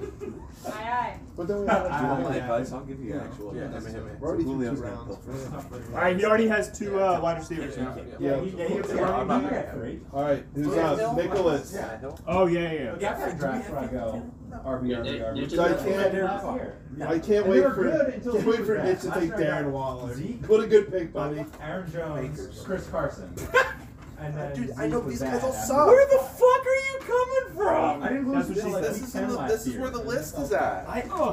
S8: Aye, aye.
S4: But then we
S5: Do you want my
S4: have to
S5: advice? I'll give you actual
S2: Yeah,
S5: advice.
S2: hit me, hit me.
S4: We're already through two
S5: Julio's gonna
S4: rounds.
S5: go first.
S23: All right, he already has two uh, wide receivers now.
S7: Yeah,
S4: Yeah.
S7: he, yeah, he gets a
S2: Yeah, I'm not
S7: running back.
S2: mad at
S7: Three.
S4: All right, who's up? Nicholas.
S2: Yeah, Hill.
S23: Oh yeah, yeah. yeah.
S7: Yeah, I draft where I go. RB,
S3: Yeah,
S7: RB,
S3: yeah,
S7: RB.
S3: yeah, just-
S4: So I
S7: That's what
S4: can't-
S7: did last year.
S4: I can't
S7: And
S4: wait
S7: they were
S4: for
S7: good until
S4: can't
S7: Zeke
S4: wait for
S7: was
S4: Mitch to
S7: back.
S4: take
S7: Last year I
S4: Darren
S7: got
S4: Waller.
S7: Zeke.
S4: What a good pick, buddy.
S7: Aaron Jones,
S2: Bakers.
S7: Chris Carson. And then
S2: Dude, I
S7: Zeke
S2: know
S7: was
S2: these
S7: bad
S2: guys all
S7: after. Um,
S2: suck.
S5: Where the fuck are you coming
S7: I
S5: from?
S7: didn't lose
S23: That's what she
S7: until, like
S23: said.
S2: This
S7: week
S2: is
S7: 10
S2: in the,
S7: last
S2: this is
S7: year.
S2: where the list is at.
S7: I, oh,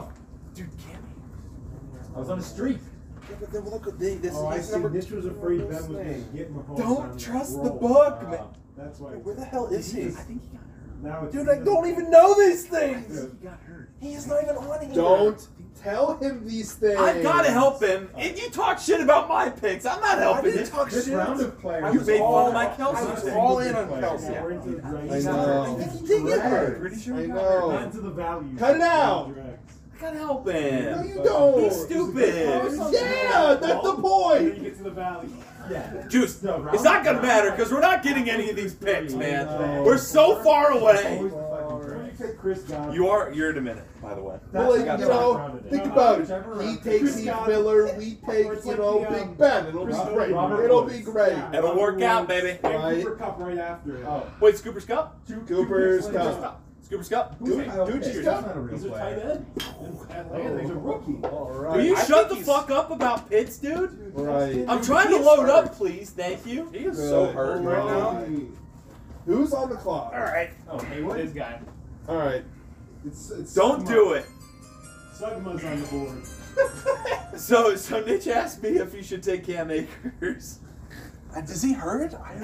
S2: Dude, Cammy.
S7: I was on a streak.
S2: Yeah, but then look at the- this.
S7: oh, I
S2: is
S7: see.
S2: number
S7: Mitch was afraid Ben was
S2: Thing.
S7: going to get Mahomes.
S2: Don't
S7: on that
S2: trust the
S7: roll.
S2: book,
S7: Ah,
S2: man.
S7: That's why.
S2: Where the hell is he?
S7: Now it's
S2: Dude, I don't even know these things.
S7: Dude,
S2: He is not even on here.
S4: Don't tell him these things.
S5: I gotta help him. If you talk shit about my picks, I'm not
S2: I
S5: helping
S2: didn't
S5: it.
S2: talk
S7: This
S2: shit.
S7: round of players.
S2: I
S5: You
S2: was
S5: made
S2: all-
S5: fun of my Kelsey
S2: I was
S5: today.
S2: all in on Kelsey.
S7: We're into the
S4: I
S7: direct.
S4: know.
S2: I think he did get hurt.
S5: Pretty sure
S4: I
S5: he got
S7: We're
S4: know.
S7: into the value.
S4: Cut it out.
S7: Direct.
S5: I gotta help
S4: No,
S5: him.
S4: you don't.
S5: He's stupid.
S4: Yeah, that's the
S7: And then you
S4: point.
S7: get to the valley. Yeah.
S5: Juice,
S7: No, round
S5: it's not gonna
S7: one.
S5: matter because we're not getting any of these picks, man.
S7: No.
S5: We're so far
S7: Always
S5: away.
S7: the fucking direct. Take Chris Godwin.
S5: You are you're in a minute, by the way.
S7: That's
S4: Well,
S7: the
S4: you
S7: guy that
S4: know,
S7: rounded it.
S4: think
S7: No,
S4: about
S7: whichever
S4: it. He
S7: round.
S4: takes
S7: Chris
S4: Heath
S7: Godwin.
S4: Miller, we take,
S7: Or it's
S4: you
S7: like
S4: know,
S7: the, um,
S4: Big Ben. It'll be
S7: Robert-
S4: great.
S7: Robert
S4: It'll
S7: Woods.
S4: be great.
S7: Yeah,
S5: It'll
S7: Robert
S5: work out,
S7: Woods.
S5: baby.
S7: And
S4: Right.
S7: Cooper Cup right after it.
S23: Oh.
S5: Wait, Scoopers Cup?
S7: Two- two
S4: Cooper's
S7: picks later.
S4: Cup.
S5: Scoopers Cup?
S7: Who's
S5: Do
S7: that? Okay,
S4: Dude,
S7: he's
S4: Cup.
S7: not a real player. Atlanta, he's a rookie.
S4: All Oh. right.
S5: you
S2: I
S5: shut
S2: think
S5: the
S2: he's-
S5: fuck up about Pitts, dude?
S4: Right.
S5: I'm trying to
S2: He's
S5: load
S2: hurt.
S5: up, please. Thank you.
S2: He is so hurt right now.
S4: Who's on the clock? All right.
S7: Oh, Haywood?
S23: This guy.
S4: All right.
S7: It's, it's
S5: Don't do it.
S7: Sugma's on the board.
S5: So, so Nitch asked me if you should take Cam Akers.
S1: Uh,
S2: And is he hurt? I don't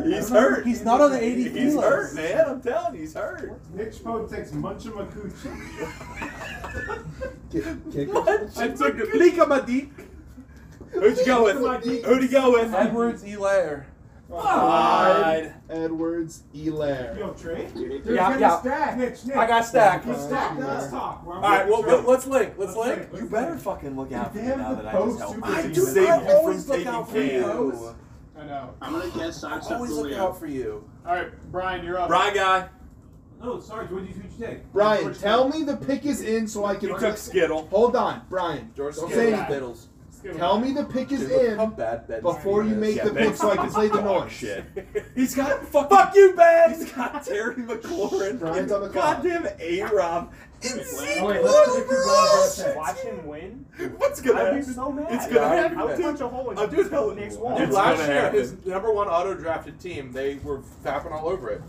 S2: know.
S5: He's hurt.
S2: He's not on the ADP
S5: He's
S2: list.
S5: hurt, man. I'm telling you, he's hurt.
S7: Nick Pope takes Munchamacucci.
S4: Kick, kick.
S2: I took Mika Madik,
S5: Who'd you go with? Who'd you go with?
S2: Edwards, Elair.
S5: Clyde.
S4: Edwards, Elair.
S7: Yo, Trey?
S3: Dude,
S7: They're
S2: Yeah,
S7: gonna
S2: yeah.
S7: stack. Nick, Nick.
S2: I got stacked.
S7: You stack.
S4: Yeah.
S7: Let's talk. All
S2: All right, well, let- let's link. Let's link.
S5: You better fucking look out for me
S7: Damn
S5: now
S7: the
S5: that I just
S7: post
S5: helped.
S7: super
S5: I
S7: team.
S5: saved you
S7: I
S5: from
S2: always look
S5: taking
S2: out for
S5: Cam.
S2: you.
S23: I know.
S3: I'm gonna guess socks up
S2: Always look
S3: Julio.
S2: out for you.
S23: All right, Brian, you're up.
S5: Right, guy.
S7: No, Sarge, what'd you, Oh, who'd you take?
S4: Brian,
S7: George
S4: tell
S7: Kittle.
S4: me the pick is in so I can.
S5: You took Skittle.
S4: Hold on, Brian.
S2: George
S4: Don't
S2: Skittle.
S4: say anything.
S2: Biddles.
S4: Tell me the pick is
S2: Dude, look how
S4: in
S2: bad Ben
S4: before you
S2: is.
S4: make
S5: Yeah,
S4: the
S5: Ben
S4: pick so I can play the noise.
S5: Shit. He's got fuck, fuck you, Ben. He's got Terry McLaurin.
S4: Brian's on the clock.
S5: goddamn A Rob. And Zeke
S23: Oh, wait,
S5: Little,
S23: let's just keep
S5: bro.
S23: going.
S5: Shit.
S23: Watch him win.
S5: What's gonna
S23: I'd be
S5: happen?
S23: so mad.
S5: It's gonna
S2: Yeah,
S5: happen.
S23: I would punch a hole in
S5: I'm just telling
S23: Nick's
S5: you.
S23: wall.
S2: Dude,
S5: It's
S2: last
S5: gonna
S2: year,
S5: happen.
S2: his number one auto drafted team, they were fapping all over it.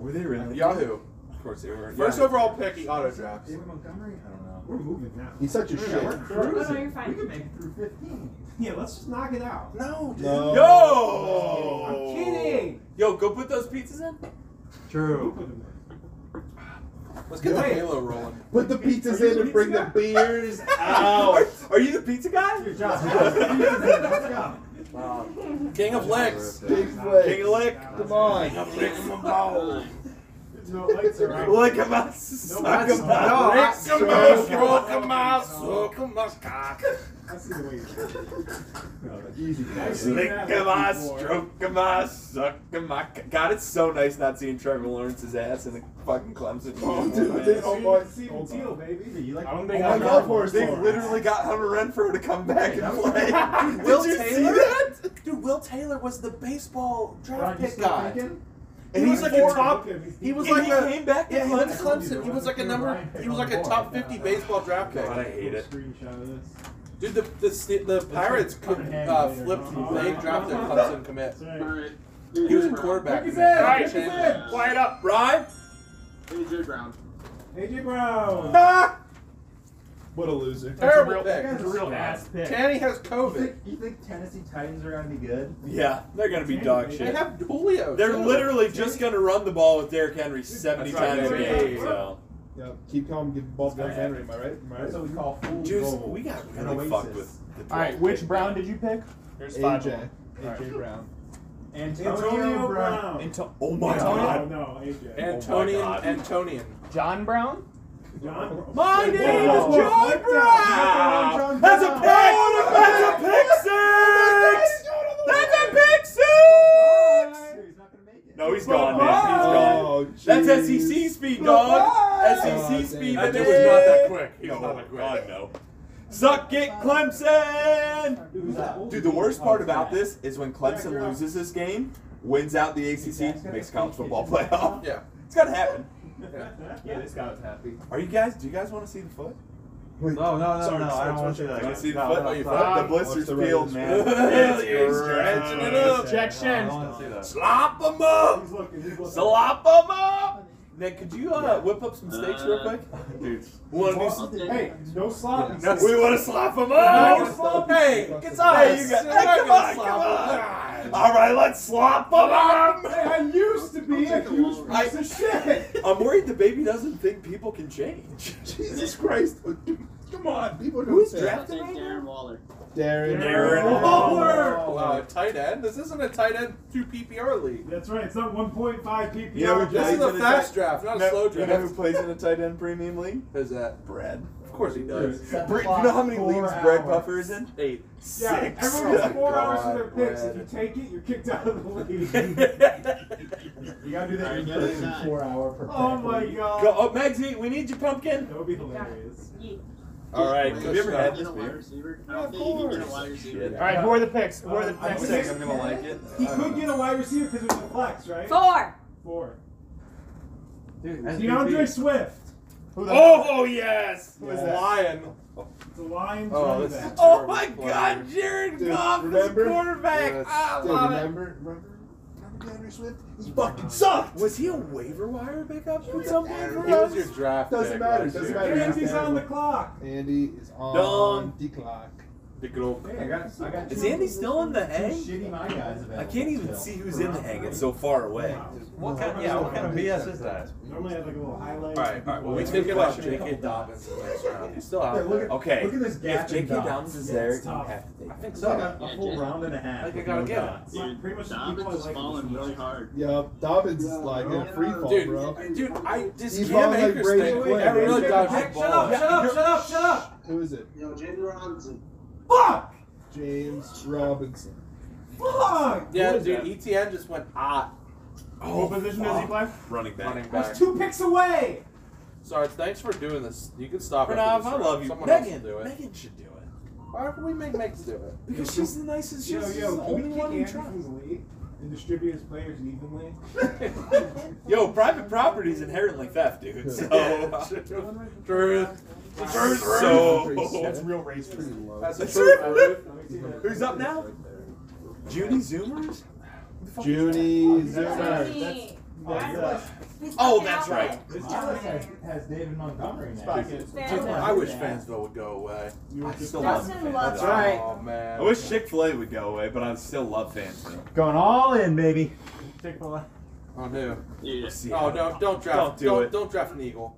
S5: Were they really?
S2: Yahoo.
S5: Of course they were.
S2: First
S5: Yeah.
S2: overall pick, he auto drafts.
S7: David Montgomery? I don't know. We're moving now.
S4: He's such a shit.
S7: We're
S8: No, no,
S7: cruising.
S8: you're
S7: We
S8: fine.
S7: can make it through 15. Yeah, let's just knock it out.
S2: No, dude.
S4: No. Oh.
S5: Yo.
S7: I'm kidding.
S5: Yo, go put those pizzas in.
S23: True.
S2: Let's get the
S7: Wait.
S2: Halo rolling.
S4: Put the pizzas
S7: Are you
S4: in and bring the
S7: pizza
S4: beers out.
S5: Are you the pizza guy?
S7: Your job. Let's go.
S2: King of Legs.
S4: Big
S5: King of
S4: flex.
S5: lick.
S4: Come on.
S7: There's no lights around.
S5: Lick him out. Suck
S7: that's
S5: him
S7: not-
S5: out.
S2: Rick Mouse,
S7: Rick Mouse,
S2: Rock Mouse, Rock Mouse, cock.
S7: I see the way you're
S5: Easy.
S7: I've seen
S5: Lick
S7: that
S5: of my,
S7: before.
S5: stroke of my, suck of my. God, it's so nice not seeing Trevor Lawrence's ass in the fucking Clemson.
S7: Oh,
S5: uniform,
S7: dude,
S5: man.
S7: dude, oh, boy. Steven Teal, baby. You like I don't think
S5: Oh my God, They literally got Hunter Renfro to come back and play. Did
S1: Will
S5: you see
S1: Taylor?
S5: that?
S1: Dude, Will Taylor was the baseball draft
S5: Roger
S1: pick guy.
S5: Sneakin?
S1: And
S5: He
S1: he's like
S5: was
S1: a
S5: four-
S1: top. He was like a.
S5: came back
S1: yeah,
S5: and
S1: he
S5: led
S1: went to
S5: Clemson. He was like a number. He was like a top fifty baseball draft pick.
S2: God, I hate it.
S7: Screenshot of this.
S2: Dude, the the, st- the Pirates could uh, flipped. They drafted Clemson commit. He was a quarterback.
S7: Pick his
S2: commit.
S7: head,
S2: Right.
S7: pick his
S2: Chandler.
S7: head.
S5: Quiet up, Brian.
S3: AJ Brown.
S7: AJ Brown.
S5: Ah!
S4: What a loser.
S2: Terrible
S6: That
S2: pick.
S6: guy's a real ass pick.
S2: Tanny has
S6: You
S2: COVID.
S6: think, you think Tennessee Titans are gonna be good?
S5: Yeah, they're gonna be dog
S2: They
S5: shit.
S2: have Julio.
S5: They're
S2: too.
S5: literally just gonna run the ball with Derrick Henry seventy
S4: That's right,
S5: times a
S4: that's
S5: game.
S4: right.
S5: So
S4: Yeah, keep calm, give the ball to Derrick Henry, am I right? Am I
S6: That's
S4: right?
S6: what we call full
S5: Juice,
S6: goal.
S5: we got
S6: An
S5: really
S6: oasis.
S5: fucked with. The
S1: All right,
S5: 12th
S1: which
S5: pick.
S1: Brown did you pick?
S6: There's five of
S4: AJ.
S6: them.
S4: AJ Brown.
S7: Antonio Brown.
S5: Anto- oh my
S7: no,
S5: god.
S7: no, AJ.
S2: Antonian.
S5: God.
S2: Antonian.
S1: John Brown.
S7: John.
S5: My name
S7: Whoa.
S5: is John
S7: What the- Not
S5: Brown. That's a pick. Oh, That's a pick six. That's a pick six.
S6: He's not gonna make it.
S5: No, he's gone, man. He's gone.
S1: Oh,
S5: That's SEC speed, dog.
S4: Oh,
S5: SEC
S4: damn.
S5: speed.
S2: That
S5: man.
S2: dude was not that quick. He was
S5: No,
S2: not that quick.
S5: God no. Suck it, Clemson.
S6: Who's that?
S5: Dude, the worst part about this is when Clemson loses this game, wins out the ACC, makes college football playoff.
S2: Yeah.
S5: It's gotta happen.
S6: Yeah, this guy was happy.
S5: Are you guys? Do you guys want to see the foot?
S6: No, no, no,
S5: Sorry,
S6: no. I
S5: sorry,
S6: don't want you to.
S5: Do you want to see the
S6: no,
S5: foot?
S6: no,
S5: Oh, you
S6: sorry.
S5: foot? The
S6: What's
S5: blisters
S6: the right
S5: peeled,
S6: of
S5: man.
S6: this foot?
S5: It's
S2: He's
S5: scratching
S6: That's
S5: it
S6: what I
S5: up.
S6: said.
S1: Objection.
S6: No, I don't wanna see that.
S5: Slop 'em up.
S7: He's looking. He's looking.
S5: Slop 'em up. Nick, could you uh, whip up some steaks real quick?
S24: Dude.
S5: Want to
S3: I'll take-
S7: Hey, no sloppy.
S5: do? s- We want to slop 'em
S2: No,
S5: up.
S2: it's not- Hey, it's us.
S5: Hey, you got,
S2: We're
S5: hey,
S2: not
S5: come
S2: gonna
S5: on,
S2: slap
S5: come
S2: him.
S5: on. All right, let's slop 'em
S7: Hey, I used to be a huge piece of shit.
S5: up. I'm worried the baby doesn't think people can change.
S4: Jesus Christ. Come on, people don't
S5: Who's
S4: say-
S5: drafted?
S3: I'll take Darren Waller.
S4: Darren.
S5: Darren
S2: Waller.
S7: Oh,
S2: Wow, a tight end. This isn't a tight end two PPR league.
S7: That's right. It's not 1.5 PPR.
S5: You know,
S2: This is
S5: He's
S2: a
S5: in a
S2: fast
S5: tight-
S2: draft, not
S5: No,
S2: a slow
S5: You know who
S2: draft.
S5: plays in a tight end premium league?
S2: Who's that?
S5: Brad.
S2: Of course he does.
S6: Set the
S5: Bre- you
S6: clock
S5: know how many
S6: four
S5: leagues Brad
S6: hours.
S5: Puffer is in?
S2: Eight.
S7: Yeah,
S5: Six.
S7: everyone gets four
S2: God,
S7: hours for their picks. If you
S2: Brad.
S7: take it, you're kicked out of the league.
S5: Go-
S6: You gotta do
S3: All
S6: that
S3: right,
S6: in
S3: the other
S6: person.
S3: side.
S6: Four hour per.
S7: oh my god.
S5: oh, Magsy, we need your pumpkin.
S7: That would be hilarious.
S8: Yeet.
S5: All right,
S2: Have
S3: Wait,
S2: you
S3: can
S2: ever
S3: you
S2: had
S3: get
S5: this
S3: a
S5: beer?
S3: wide receiver? I
S2: Yeah,
S3: don't
S2: of
S3: think you can get a
S2: course.
S3: wide receiver.
S5: Shit.
S1: All right, who are the picks? Who are the
S7: Um, I
S1: picks?
S7: think-
S1: I'm gonna like it.
S7: He could get a wide receiver because it was a flex, right?
S25: Four.
S7: Four.
S6: Dude,
S7: DeAndre Swift.
S6: Who the
S5: Oh, oh, yes.
S2: Who is that? Lion.
S7: The Lions
S2: Oh,
S7: running
S2: this is-
S7: back.
S5: Oh my
S2: Terrible
S5: God,
S2: player.
S5: Jared
S4: Dude,
S5: Goff is
S4: remember?
S5: quarterback.
S2: Yes.
S5: I
S4: Dude,
S5: love it.
S4: remember, remember, remember DeAndre Swift? He fucking sucked.
S5: Was he a waiver wire pickup
S4: was
S5: at some point
S4: there.
S5: for
S2: He was your
S5: us?
S2: draft.
S4: Doesn't
S2: pick
S4: matter,
S2: last
S4: doesn't
S2: year.
S4: matter.
S7: Ramsey's on the clock.
S4: Andy is on
S5: Done.
S4: the clock.
S2: The good old
S6: Hey, I got, I got
S5: Is
S6: two-
S5: Andy still in the
S6: two
S5: hang?
S6: Shitty my guys available
S5: I can't even
S6: still.
S5: see who's in the hang. It's so far away.
S6: What kind- yeah, what kind of BS is that?
S7: Normally I have like a little highlight.
S2: All right, all right. Well, we
S7: Boy,
S2: think about
S5: question.
S2: J.K. Dobbins in the next round. He's still
S6: Yeah,
S2: out
S6: look at,
S2: there.
S5: Okay.
S6: Look at this gap
S5: If J.K.
S6: in dots.
S5: Downs is
S7: Yeah,
S5: there,
S7: it's
S5: you
S7: tough.
S5: have to take.
S2: I think
S6: It's like
S2: so.
S6: a, a full round and a half.
S2: Like I
S6: with
S2: gotta
S6: no
S2: get it.
S6: dots.
S7: Like,
S3: Dude,
S7: pretty much the people
S3: Dobbins
S7: I
S3: is
S7: like
S3: falling
S7: this
S3: really
S7: much.
S3: hard.
S4: Yep, Dobbins is like in a free fall,
S2: Dude,
S4: bro.
S2: dude, I this
S4: He's
S2: Cam
S4: falling like
S2: Akers
S4: Brady
S2: thing.
S4: Quinn.
S2: I really
S4: Hey,
S2: dodged
S7: Hey,
S2: the
S7: shut up,
S2: ball.
S7: shut up, shut up, shut up.
S4: Who is it?
S3: Yo, Jaden Robinson.
S7: Fuck!
S4: James Robinson.
S7: Fuck!
S2: Yeah, dude, ETN just went hot
S7: What position does he play?
S5: Running back.
S2: running
S7: I
S2: back.
S7: was two picks away.
S2: Sarge, thanks for doing this. You can stop it.
S5: Pranav, I love you.
S2: Someone
S5: Megan,
S2: else will do it.
S5: Megan should do it
S2: Why would we make Megs do it?
S5: because she's the nicest. She's
S7: Yo,
S5: she's
S7: yo,
S5: the
S7: can
S5: only
S7: we kick
S5: one we
S7: Andy
S5: trust.
S7: from the league and distribute his players evenly?
S5: Yo, private property is inherently theft, dude. So, uh,
S2: Truth.
S6: That's
S5: so
S6: real race.
S4: Pretty low.
S2: That's the
S5: That's
S2: truth.
S5: right.
S2: Ruth.
S7: Let me see that.
S5: who's up now? Judy Zoomers.
S4: Judy
S8: That's
S4: Zimmer.
S8: me.
S6: Oh,
S8: That's
S6: yeah.
S8: what- he's
S5: Oh,
S8: fucking
S5: that's
S8: out
S5: right.
S8: there.
S6: This Dallas has, has David Montgomery now.
S2: Dude,
S8: Fair.
S2: I wish Fansville would go away.
S6: You
S5: I
S6: just-
S5: still love
S8: Justin
S5: Fansville.
S8: loves
S5: That's right.
S2: Oh man.
S5: I wish Chick Fil A would go away, but I still love Fansville.
S6: Going all in, baby.
S2: Oh no.
S3: Dude,
S2: Oh no! Don't draft.
S5: Don't
S2: Don't
S5: do
S2: do
S5: it.
S2: not draft an eagle.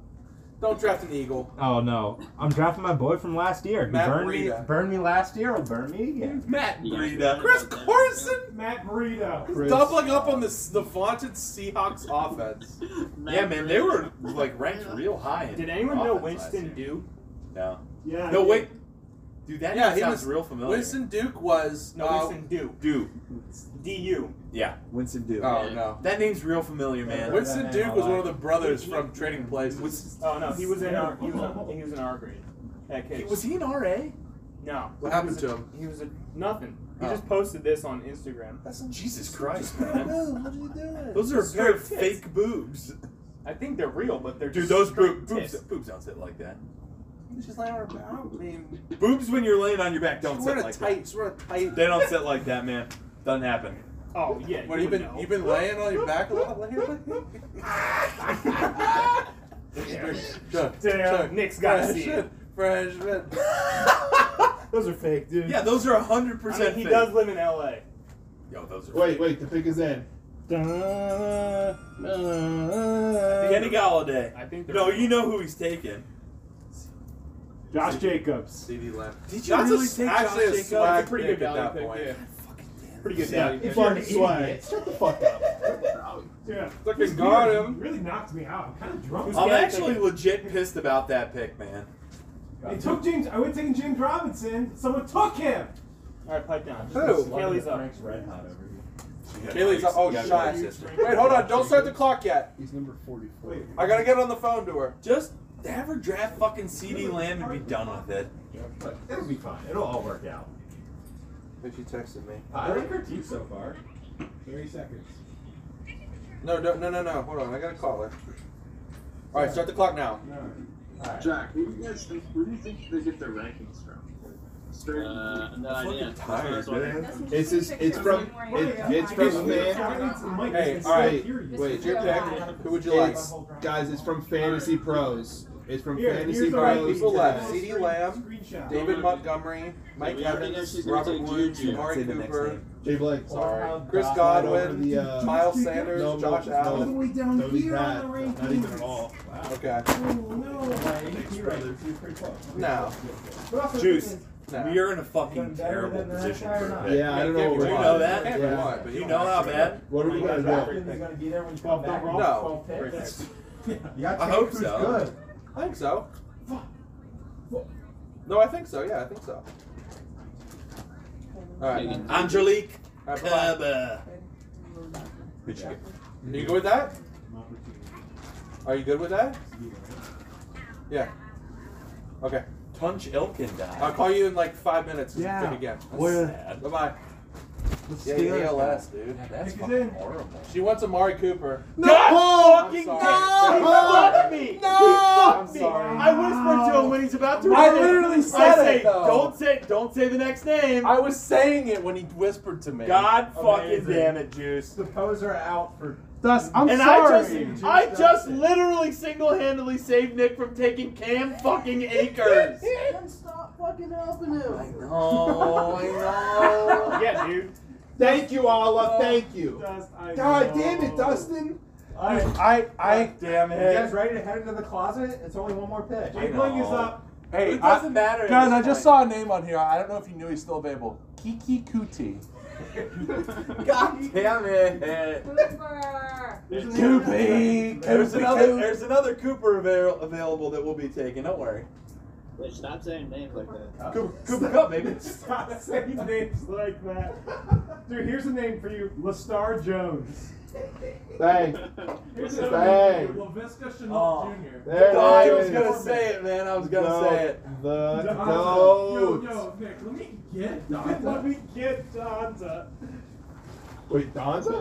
S2: Don't draft an eagle.
S6: Oh no, I'm drafting my boy from last year. He
S2: Matt
S6: burned me,
S2: Breida.
S6: burned me last year. Will burn me again.
S5: Matt
S3: Yeah.
S5: Breida.
S2: Chris Corson
S7: Matt Burrito.
S4: Chris.
S2: doubling up on this the vaunted Seahawks offense.
S5: Yeah, man, they were like ranked real high. in offense last year.
S1: Dew?
S5: No.
S7: Yeah.
S5: No,
S7: dude.
S5: wait. Dude, that
S2: yeah,
S5: name
S2: he
S5: sounds
S2: was
S5: real familiar.
S2: Winston Duke was
S26: No,
S2: uh,
S26: Winston Duke.
S5: Duke.
S26: D-U.
S5: Yeah, Winston Duke.
S2: Oh, no.
S5: That name's real familiar, man.
S2: Winston Duke was one of the brothers from Trading Places.
S26: Oh no, he was in our. He was, in- he was in our grade. That kid.
S5: Was he an RA?
S26: No.
S2: What happened
S26: He was
S2: to
S26: a-
S2: him?
S26: He was a nothing. He
S2: Oh.
S26: just posted this on Instagram.
S5: That's Jesus Christ,
S26: man.
S5: what are you doing?
S26: Those
S5: Those
S26: are
S5: are
S26: very
S5: very
S26: tits.
S5: fake boobs.
S26: I think they're real, but they're just
S5: Dude, those
S26: straight
S5: boob, boobs,
S26: tits.
S5: boobs don't sit like that.
S2: She's like, I don't mean,
S5: Boobs when you're laying on your back don't
S2: she's wearing
S5: sit
S2: a
S5: like
S2: tight, she's wearing a
S5: that.
S2: tight.
S5: They don't sit like that, man. Doesn't happen.
S26: Oh yeah.
S2: What you
S26: would
S2: been?
S26: know.
S2: You been laying on your back a lot lately?
S26: Damn, Nick's gotta see it.
S2: Freshman, freshman.
S26: Those are fake, dude.
S5: Yeah, those are 100%
S26: I mean, he
S5: fake.
S26: does live in L.A.
S5: Yo, those are
S4: Wait, wait, the pick is in.
S5: Kenny Galladay.
S26: I think they're
S5: No,
S26: real.
S5: you know who he's taking.
S7: Josh Jacobs.
S2: CD left.
S5: Did you
S2: That's
S5: really
S2: a,
S5: take
S2: actually
S5: Josh
S2: a
S5: Jacobs?
S2: swag
S26: Pretty
S2: pick
S26: good
S2: at
S26: value
S2: that
S26: pick,
S2: point.
S26: yeah.
S5: Pretty
S26: good value
S4: You
S26: pick.
S4: fucking swag. Shut the fuck up.
S7: Yeah.
S2: Fucking
S7: This
S2: got
S7: beer
S2: him.
S7: Really knocked me out. I'm kind of drunk.
S5: I'm actually legit pissed about that pick, man.
S7: They took James. I would have taken James Robinson. Someone took him.
S26: All right, pipe down.
S2: Who?
S26: Haley's up.
S27: red hot over here.
S2: Kaylee's up. Oh,
S5: You gotta
S2: shy.
S5: relax, sister.
S2: Wait, hold on. Don't start the clock yet.
S4: He's number 44.
S7: Wait.
S2: I gotta get on the phone to her.
S5: Just have her draft fucking CD Lamb and be done with it.
S27: But it'll be fine. It'll all work out.
S2: But she texted me.
S27: I like her teeth so far. 30 seconds.
S2: No, no, no, no, no. Hold on. I gotta call her. All right, start the clock now.
S3: Jack, who do you guys think? Where do you think they get their rankings from? Straight.
S5: Uh,
S3: no idea.
S5: tired, man.
S4: It's just, it's from, it, it's from a man.
S2: Hey, all right. Wait, it's your pick. Who would you like?
S4: It's, guys, it's from Fantasy Pros. It's from
S7: Here,
S4: Fantasy
S7: here's the
S2: All right,
S7: Rose
S2: people left.
S4: Pros.
S2: CD Lamb,
S7: Screenshot.
S2: David Montgomery, Mike
S3: we already know
S2: Evans,
S3: she's gonna
S2: Robert
S3: take
S2: Woods,
S3: Juju.
S2: Amari
S5: Say the next
S2: Cooper,
S5: name.
S4: Jay Blake.
S2: sorry,
S26: Wow.
S2: Chris
S4: Wow.
S2: Godwin,
S4: Over the, uh,
S2: Miles Sanders,
S4: no,
S2: Josh
S4: no.
S7: All the
S2: Allen.
S7: way down
S4: Tony's
S7: here
S4: bad.
S7: on the rankings.
S4: Not even at all.
S2: Okay,
S7: Oh no.
S2: no,
S7: We're also
S5: Juice.
S2: no.
S5: We are in a fucking terrible position for a pick.
S4: Yeah, I don't know what
S5: Do
S4: we're
S5: you
S4: on.
S5: know that?
S2: Can't be
S4: Yeah.
S2: why, but
S5: You know how bad?
S4: What are we gonna do?
S26: gonna be there when you
S7: come back.
S2: No.
S5: I hope so.
S2: I think so. No, I think so. Yeah, I think so. All right. All
S5: Angelique
S2: right. Bye.
S5: Kerber.
S2: Are you good with that? Are you good with that? Yeah. Okay.
S5: Tunch Ilkin
S2: I'll
S5: died.
S2: call you in like five minutes. to
S26: Yeah.
S2: Pick again.
S26: Where-
S5: Sad.
S2: Bye bye. Yeah,
S5: Steelers.
S2: ALS, dude.
S5: That's
S7: Pick is
S5: fucking
S7: in.
S5: horrible.
S2: She wants Amari Cooper.
S5: No!
S2: I'm
S5: Fucking
S2: sorry.
S5: no!
S26: He fucked me.
S2: No!
S26: He
S2: I'm
S26: fucked me.
S2: sorry.
S26: I whispered to him when he's about to.
S2: I
S26: read it.
S2: literally
S26: I
S2: said it,
S26: say,
S2: though.
S26: Don't say. Don't say the next name.
S2: I was saying it when he whispered to me.
S26: God fucking
S7: Amazing.
S26: damn it, Juice.
S27: The poser out for.
S28: Thus, I'm
S26: and
S28: sorry.
S26: I just, I just literally single-handedly saved Nick from taking Cam fucking Akers.
S27: Stop fucking helping him.
S5: I know, I know.
S26: yeah, dude.
S4: Thank you, Allah. Thank you.
S7: Dust, I
S4: God
S7: know.
S4: damn it, Dustin.
S28: I, I,
S26: Damn
S27: You guys ready to head into the closet? It's only one more pick.
S7: Jake Lang is up.
S2: Hey,
S5: It doesn't matter. at
S2: Guys,
S5: this
S2: I just
S5: point.
S2: saw a name on here. I don't know if you knew he's still available. Kiki Kuti.
S5: God damn it.
S8: Cooper.
S7: There's an
S2: Stupid.
S7: interception.
S5: There's
S2: Cooper
S5: another,
S2: Coop.
S5: there's another Cooper avail- available that will be taken. Don't worry.
S3: Wait, stop saying names like that.
S5: Cooper, Cooper Cup, baby.
S7: Stop saying names like that. Dude, here's a name for you. Lestar Jones.
S4: Thank.
S7: Here's
S4: Bang.
S7: another name for you. LaVisca Chenault
S5: Oh.
S7: Jr.
S4: There
S5: Oh, I was
S4: it
S5: gonna
S4: is.
S5: say it, man. I was gonna
S4: The-
S5: say it.
S4: The
S7: Yo,
S4: goat.
S7: yo, Nick, let me get Donda. Let me get Donda.
S4: Wait, Donza?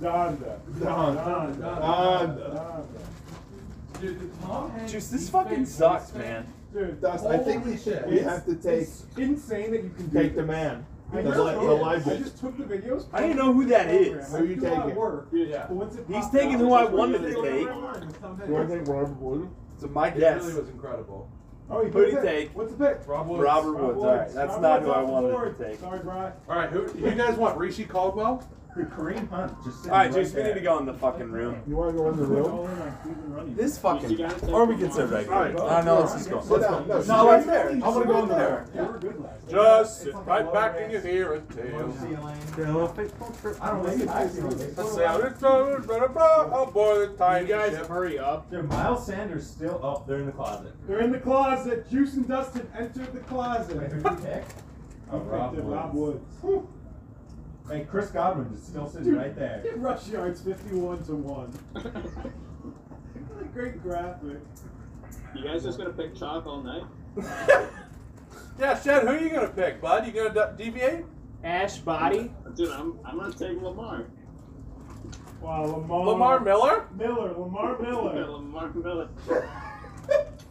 S7: Donda.
S4: Donza.
S7: Donda.
S4: Donda.
S7: Oh, Donda. Dude, the Tom Hanks.
S5: Juice, this
S7: deep
S5: fucking
S7: fake
S5: sucks,
S7: voice
S5: man.
S7: Dude,
S4: Dust, I think
S7: holy
S4: we
S7: shit.
S4: we
S7: It's-
S4: have to take
S7: it's insane that you can do
S4: take the
S7: this.
S4: man.
S7: I
S4: The,
S7: really
S4: li- the
S7: did.
S4: live
S7: I just took the videos.
S5: I didn't know who that is.
S4: Who are you
S7: I do a lot of
S4: taking?
S7: work,
S2: Yeah.
S7: but once it
S5: He's
S7: popped
S5: taking
S7: out,
S5: who I
S7: it's like,
S5: wanted
S7: you
S5: to
S7: know,
S5: take.
S7: Robert Woods, Tom Hanks.
S4: You want to take Robert Wood?
S5: So my
S2: It
S5: guess.
S2: really was incredible.
S7: Oh, you
S5: Who do
S7: picked
S5: you
S7: it.
S5: take?
S7: What's the pick?
S2: Rob Woods.
S5: Robert Woods.
S7: Rob
S5: All right, that's
S7: Rob
S5: not
S7: Woods
S5: who I
S7: off the
S5: wanted
S7: board.
S5: to take.
S7: Sorry, Brian.
S2: All right, who, who you guys want? Rishi Caldwell?
S7: Kareem Hunt just sitting
S4: All right,
S7: right
S4: Juice, we need to go in the fucking room.
S29: You want to go in the room?
S4: This fucking, or we can sit right here. No, no, let's just go.
S29: Sit down. No,
S4: Let's
S29: sit
S4: go.
S29: right there. I want to go in there.
S2: Just sit right back and you hear a tale.
S7: I don't know.
S2: Oh, You
S29: guys hurry up.
S5: Dude, Miles Sanders still up. they're in the closet.
S7: They're in the closet. Juice and Dustin entered the closet.
S5: Wait, who'd you pick? Oh,
S7: You picked
S5: Rob
S7: it, Rob
S5: Woods.
S7: Woods.
S5: Hey, Chris Godwin is still sitting
S7: Dude,
S5: right there.
S7: Rush yards 51 to 1. Really Great graphic.
S3: You guys just gonna pick chalk all night?
S2: Yeah, Shed, who are you gonna pick, bud? You gonna de- deviate?
S1: Ash body.
S3: Dude, I'm, I'm gonna take Lamar.
S7: Wow, Lamar.
S2: Lamar Miller?
S7: Miller, Lamar
S3: Yeah,
S7: Miller.
S3: Lamar Miller.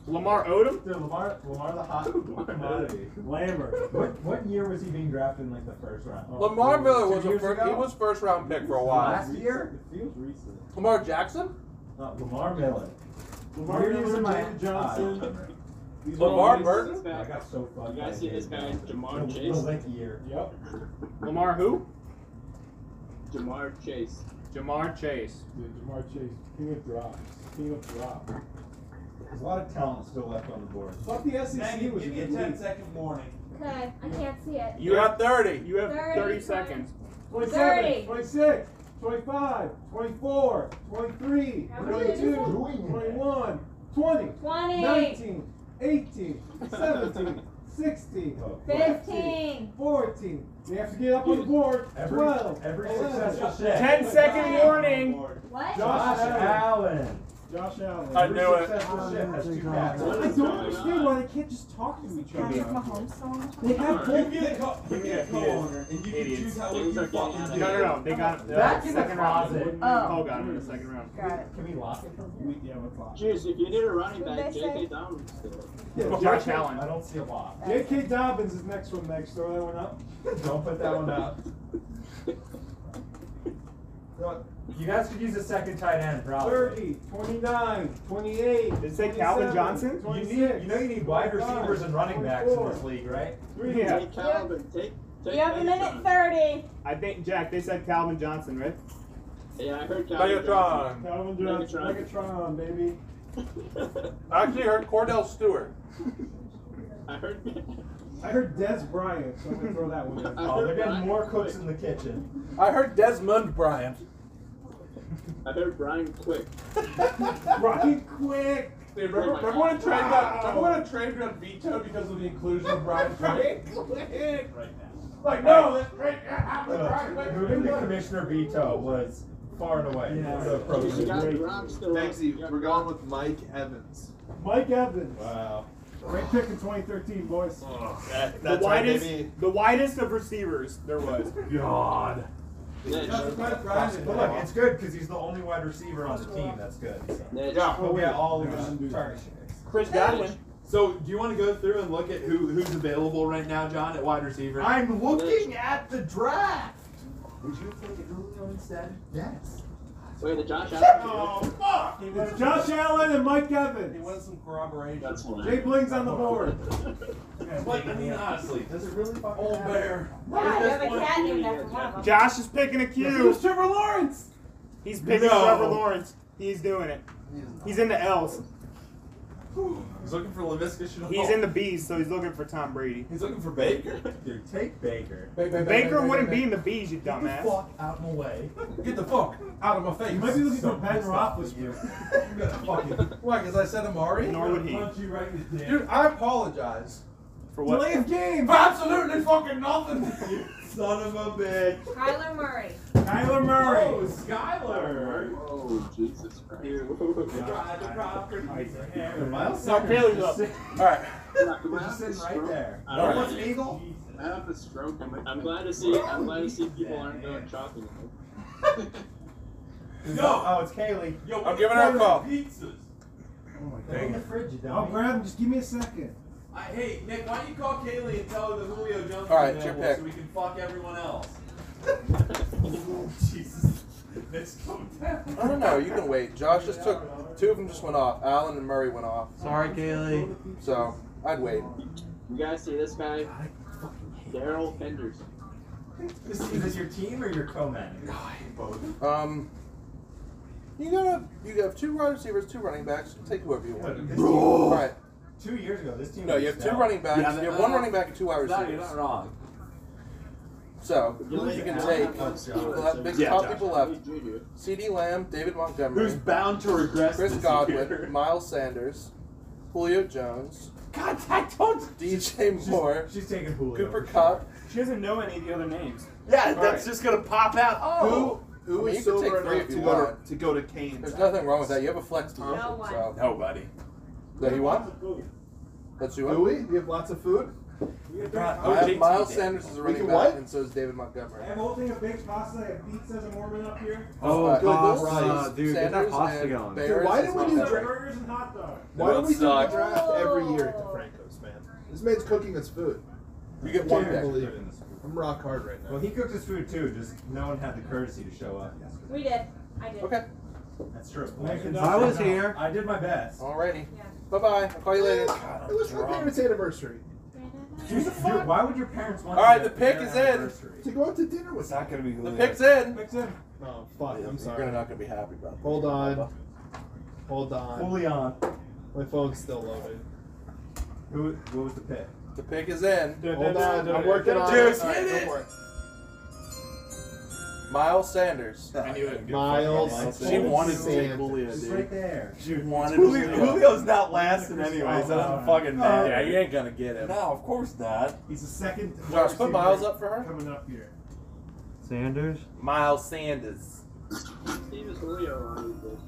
S1: Lamar Odom?
S5: Dude, Lamar, Lamar the hot commodity.
S7: Lambert.
S5: What what year was he being drafted in like the first round?
S2: Lamar Miller
S5: Two
S2: was a
S5: years
S2: first,
S5: ago?
S2: he was first round pick for a
S5: Last
S2: while.
S5: year? It feels recent.
S2: Lamar Jackson?
S5: No, Lamar Miller.
S7: Lamar
S5: Here it
S7: Miller,
S5: is in my
S7: David Johnson.
S5: eye.
S7: These are
S2: Lamar
S7: all-
S2: Burton?
S5: I got so fucked.
S3: You guys see this guy, Jamar
S5: It was
S3: Chase?
S5: like a year.
S7: Yep.
S1: Lamar who?
S3: Jamar Chase.
S1: Jamar Chase.
S7: Dude, Jamar Chase, king of drops. King of drops.
S5: There's a lot of talent still left on the E board.
S7: Fuck the SEC was a good league.
S5: second warning.
S8: Okay, I can't see it.
S2: You have 30.
S1: You have 30,
S8: 30
S1: seconds.
S7: 27,
S8: 30.
S7: 26, 25, 24, 23,
S8: How many is
S7: 22,
S8: it?
S7: 21, 20,
S8: 20.
S7: 19, 18, 17, 16,
S8: 15.
S7: 14. They have to get up on the board.
S5: Every-
S7: 12.
S5: every
S7: 11,
S5: successful shot.
S1: 10 second warning.
S8: What?
S7: Josh
S5: Josh Allen.
S7: Josh Allen.
S2: I knew it.
S5: Successful shit has two cats.
S7: I don't understand why they can't just talk to each other.
S8: Oh.
S7: They have both.
S5: You get a co- you get a co-owner, and you can choose how you
S3: Things are getting
S5: fucking
S3: out
S5: do.
S1: No, no, no. They got him.
S5: Back in the
S1: second round.
S5: closet.
S1: Woodman
S30: Oh.
S1: and Poe got him in the second round.
S30: Got it.
S5: Can we lock it from here?
S7: We- Yeah, we're fine.
S3: Jeez, if you need a running back,
S30: What'd they say?
S3: J.K. Dobbins.
S7: Yeah,
S1: Josh
S7: Allen.
S5: I
S1: Allen.
S5: don't see a lock.
S7: J.K. Dobbins is next one, Max. Throw that one up.
S5: Don't put that one up. Look, You guys could use a second tight end, probably.
S7: 30, 29, 28.
S1: Did it say Calvin
S7: 27,
S1: Johnson?
S5: You
S7: 26,
S5: need, you know, you need wide
S7: 25,
S5: receivers and running backs in
S7: 24,
S5: this league, right?
S7: three.
S1: Yeah.
S3: Take Calvin. Take, take
S30: You have a minute
S3: Megatron.
S30: 30.
S1: I think, Jack, they said Calvin Johnson, right?
S3: Yeah, I heard Calvin.
S2: Megatron.
S3: Johnson.
S7: Calvin Johnson.
S3: Megatron.
S7: Megatron, baby.
S2: I actually heard Cordell Stewart.
S3: I heard.
S7: I heard Des Bryant, so I'm going to throw that one in.
S3: I
S5: Oh, they're
S3: heard
S5: getting
S3: Brian
S5: more
S3: Quick.
S5: cooks in the kitchen.
S2: I heard Desmond Bryant.
S3: I heard Brian Quick.
S7: Rocky Quick.
S2: Dude, remember, remember when a trade got remember when a trade got vetoed because of the inclusion of Brian Drake?
S7: Quick.
S5: Right now.
S2: Like no, that Drake happened.
S5: Look, moving to Commissioner Veto was far and away
S7: Yeah.
S3: Jeez,
S5: the
S3: you
S5: appropriate.
S3: got
S7: Great.
S3: Gronk still. up. You got Gronk.
S29: with Mike Evans.
S7: Mike Evans.
S5: Wow.
S7: Great pick in 2013, boys.
S5: Oh,
S1: the widest, the widest of receivers there was.
S5: God.
S3: Mitch.
S5: But look, it's good because he's the only wide receiver on the team that's good. So.
S3: Mitch.
S5: But we have all of his target
S2: Chris
S3: Godwin.
S4: So, do you want to go through and look at who who's available right now, John, at wide receiver?
S5: I'm looking at the draft. Would you take Julio instead? Yes.
S3: Wait, did Josh Allen?
S5: fuck!
S7: It's Josh Allen and Mike Evans.
S2: some corroboration.
S3: That's one.
S7: Jay Bling's on the board.
S4: Like, I mean, honestly,
S5: Does it really fucking
S2: Old
S5: matter?
S2: bear.
S30: Wow, you have a cat named after one of them.
S1: Josh is picking a Q.
S7: Who's Trevor Lawrence?
S1: He's picking
S4: No.
S1: Trevor Lawrence. He's doing it. He's in the L's.
S4: he's looking for Lavisca Chenault.
S5: Oh.
S1: He's in the B's, so he's looking for Tom Brady.
S4: He's looking for Baker.
S5: Dude, take Baker.
S1: Baker wouldn't be in the B's, you dumbass.
S5: Fuck out and away.
S2: Get the fuck out of my face.
S7: You might be looking for Ben
S5: pissed off with you.
S7: Roethlisberger.
S5: Fucking
S2: Why? Because I said Amari.
S1: Nor would he.
S5: punch you right in the dick.
S2: Dude, I apologize.
S1: For
S7: Delay
S1: what?
S7: of game.
S2: For absolutely fucking nothing.
S5: Son of a bitch.
S30: Kyler Murray.
S7: Kyler
S5: Oh,
S7: Murray.
S5: Skyler.
S3: Oh, Jesus Christ.
S5: Drive the property. Miles
S1: No,
S5: Sanders
S1: Caleb's
S5: just
S1: up.
S5: sit-
S2: All right.
S5: He's just sitting right there.
S3: I don't
S5: What's
S3: know.
S5: Eagle?
S3: I have a stroke. I'm, I'm glad to see. I'm glad to see people aren't
S5: Yeah.
S3: going shopping.
S5: No. Oh, it's Kaylee.
S4: Yo,
S2: I'm giving her a call.
S4: Pizzas.
S7: Oh my
S5: They're in the fridge, you
S7: I'll
S5: dummy.
S7: Oh, grab him. Just give me a second.
S4: I, hey, Nick, why don't you call Kaylee and tell her the Julio Jones
S2: All right,
S4: is
S2: it's your
S4: available
S2: pick.
S4: so we can fuck everyone else? Jesus. Nick's coming down.
S2: I don't know. You can wait. Josh just took two of them. Just went off. Allen and Murray went off.
S31: Sorry, Kaylee.
S2: So I'd wait.
S3: You guys see this guy? Daryl Henderson.
S5: Is this your team or your co-manager?
S2: both. Um, you gotta, you have two wide receivers, two running backs. Take whoever you want.
S5: This team-
S2: All right.
S5: Two years ago, this team.
S2: No, you
S5: was
S2: have two
S5: down.
S2: running backs.
S7: Yeah,
S2: you have
S7: but-
S2: one running back and two wide
S7: No,
S2: receivers.
S7: you're not wrong.
S2: So
S7: You're
S2: you
S7: losing
S2: can
S7: out.
S2: take
S7: Oh, it's gone.
S2: people left, big
S7: Yeah,
S2: top
S7: Josh.
S2: people left. C.D. Lamb, David Montgomery,
S7: Who's bound to regress
S2: Chris
S7: this
S2: Godwin,
S7: year.
S2: Miles Sanders, Julio Jones.
S7: God, I don't.
S2: DJ Moore.
S5: She's taking Julio.
S2: Cooper Cup.
S1: She doesn't know any of the other names.
S7: Yeah,
S1: All
S7: that's
S1: right.
S7: just gonna pop out. Oh,
S4: Who
S2: I mean,
S4: was
S2: you could take
S4: sober
S2: three
S4: enough
S2: if
S4: to
S2: you
S4: go,
S2: want.
S4: to, to go to Kane's?
S2: There's nothing wrong with that. You have a flex Thompson.
S8: No one.
S2: So.
S7: nobody.
S2: That you want? That's you
S4: Do
S2: want?
S4: we? We have lots of food.
S2: I have Miles Sanders is a
S4: We
S2: running
S4: can
S2: back,
S4: what?
S2: and so is David Montgomery.
S32: I am holding a baked pasta and pizzas and warming up here.
S33: Oh,
S2: Uh,
S33: God,
S2: Goebbels,
S33: right. Dude, get that
S2: Sanders,
S33: pasta
S2: and
S33: going.
S2: Bears
S4: Dude, why
S2: is
S4: did we
S2: not
S4: do
S2: bad.
S4: dra-
S32: Burgers and hot dogs.
S4: Why
S7: That
S4: do we do the
S7: sucks.
S4: draft every year at DeFranco's, man? This man's cooking us food.
S2: You get
S4: I
S2: one
S4: can't
S2: pick.
S4: believe it. I'm rock hard right
S5: Well,
S4: now.
S5: he cooked his food too. Just no one had the courtesy to show up yesterday.
S8: We did. I did.
S2: Okay.
S5: That's true.
S1: I was here.
S5: I did my best.
S2: Alrighty.
S8: Yeah.
S2: Bye bye. I'll call you later.
S4: it was my parents' anniversary.
S5: Dude, why would your parents want?
S2: All right,
S5: to
S2: the pick is in.
S4: To go out to dinner with
S7: not gonna be who
S2: The
S7: they
S2: pick's
S7: are.
S2: in.
S4: Oh, fuck. I'm
S2: You're
S4: sorry.
S2: not gonna be happy about that.
S4: Hold on. Hold on.
S5: Fully on.
S4: My phone's still loaded.
S5: Who? What was the pick?
S2: The pick is in.
S4: Hold on. I'm working on
S2: Juice,
S4: it.
S2: hit it. Miles Sanders. I knew it.
S4: Miles.
S2: She wanted to take
S4: Sanders.
S2: Julio,
S5: It's
S2: dude.
S5: right there.
S2: She wanted
S7: Julio,
S2: Julio. "Oh,
S7: Julio's not lasting anyways. That doesn't fucking matter.
S2: Yeah, you ain't gonna get him.
S7: No, of course not.
S32: He's the second. wide
S2: Josh, put
S32: receiver
S2: Miles up for her.
S32: Coming up here.
S33: Sanders.
S2: Miles Sanders.
S3: Steve is Julio on this.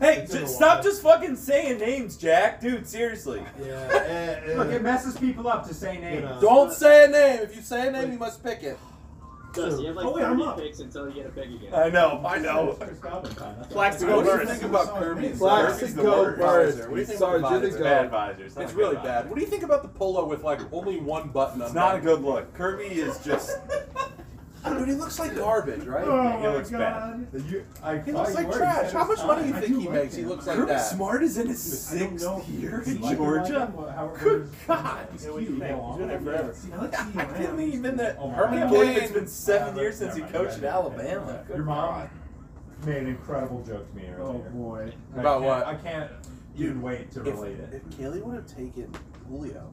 S7: Hey,
S4: It's
S7: j-
S4: in a
S7: stop
S4: while.
S7: just fucking saying names, Jack. Dude, seriously.
S4: Yeah. eh, eh.
S5: Look, it messes people up to say names.
S4: know.
S2: Don't say a name. If you say a name, you must pick it.
S3: Dusty, you have like
S32: Oh, wait, I'm
S3: 30
S32: up.
S3: picks until you get a pick again.
S7: I know, I know.
S5: Chris Godwin time. That's
S7: Flax to
S2: What
S7: go
S2: do you
S7: first.
S2: think about Kirby?
S4: Flax
S7: Kirby's
S4: to
S7: the
S4: go
S7: worst.
S4: first.
S2: What do you think about
S4: Sarge
S2: advisor?
S4: to
S7: Bad
S4: go.
S7: advisors.
S2: It's really bad. What do you think about the polo with like only one button on
S7: It's not a
S2: it?
S7: good look. Kirby is just.
S2: Dude, he looks like garbage, right?
S32: Oh
S7: he
S32: my
S7: looks bad.
S32: god.
S5: You, I
S2: He
S5: thought
S2: looks
S5: you
S2: like
S5: were. You
S2: trash.
S5: said
S2: How
S5: it was
S2: much money do you
S5: fine. I
S2: think
S5: do
S2: he
S5: like
S2: makes? He
S5: him.
S2: looks like
S7: Kirby
S2: that.
S7: Smart is in his
S5: I don't know.
S7: sixth year
S5: Do you
S7: in
S5: like him or like
S7: Georgia.
S5: him? Well, how-
S7: Good
S5: how-
S7: God.
S5: He's
S7: He's
S5: cute.
S7: cute.
S2: He's
S5: How
S2: been there
S5: long?
S2: forever.
S5: See, I like
S7: I
S5: Ceedee
S7: can't
S5: Lamb.
S7: believe in that.
S5: Oh my
S7: Herman
S5: God.
S7: Cain. It's been
S5: Uh,
S7: seven years since he
S5: never mind.
S7: coached at Alabama.
S5: Your mom made an incredible joke to me earlier.
S32: Oh boy.
S5: I
S2: About
S5: can't-
S2: what?
S5: I can't even wait to relate it.
S2: If, if Kelly would have taken Julio,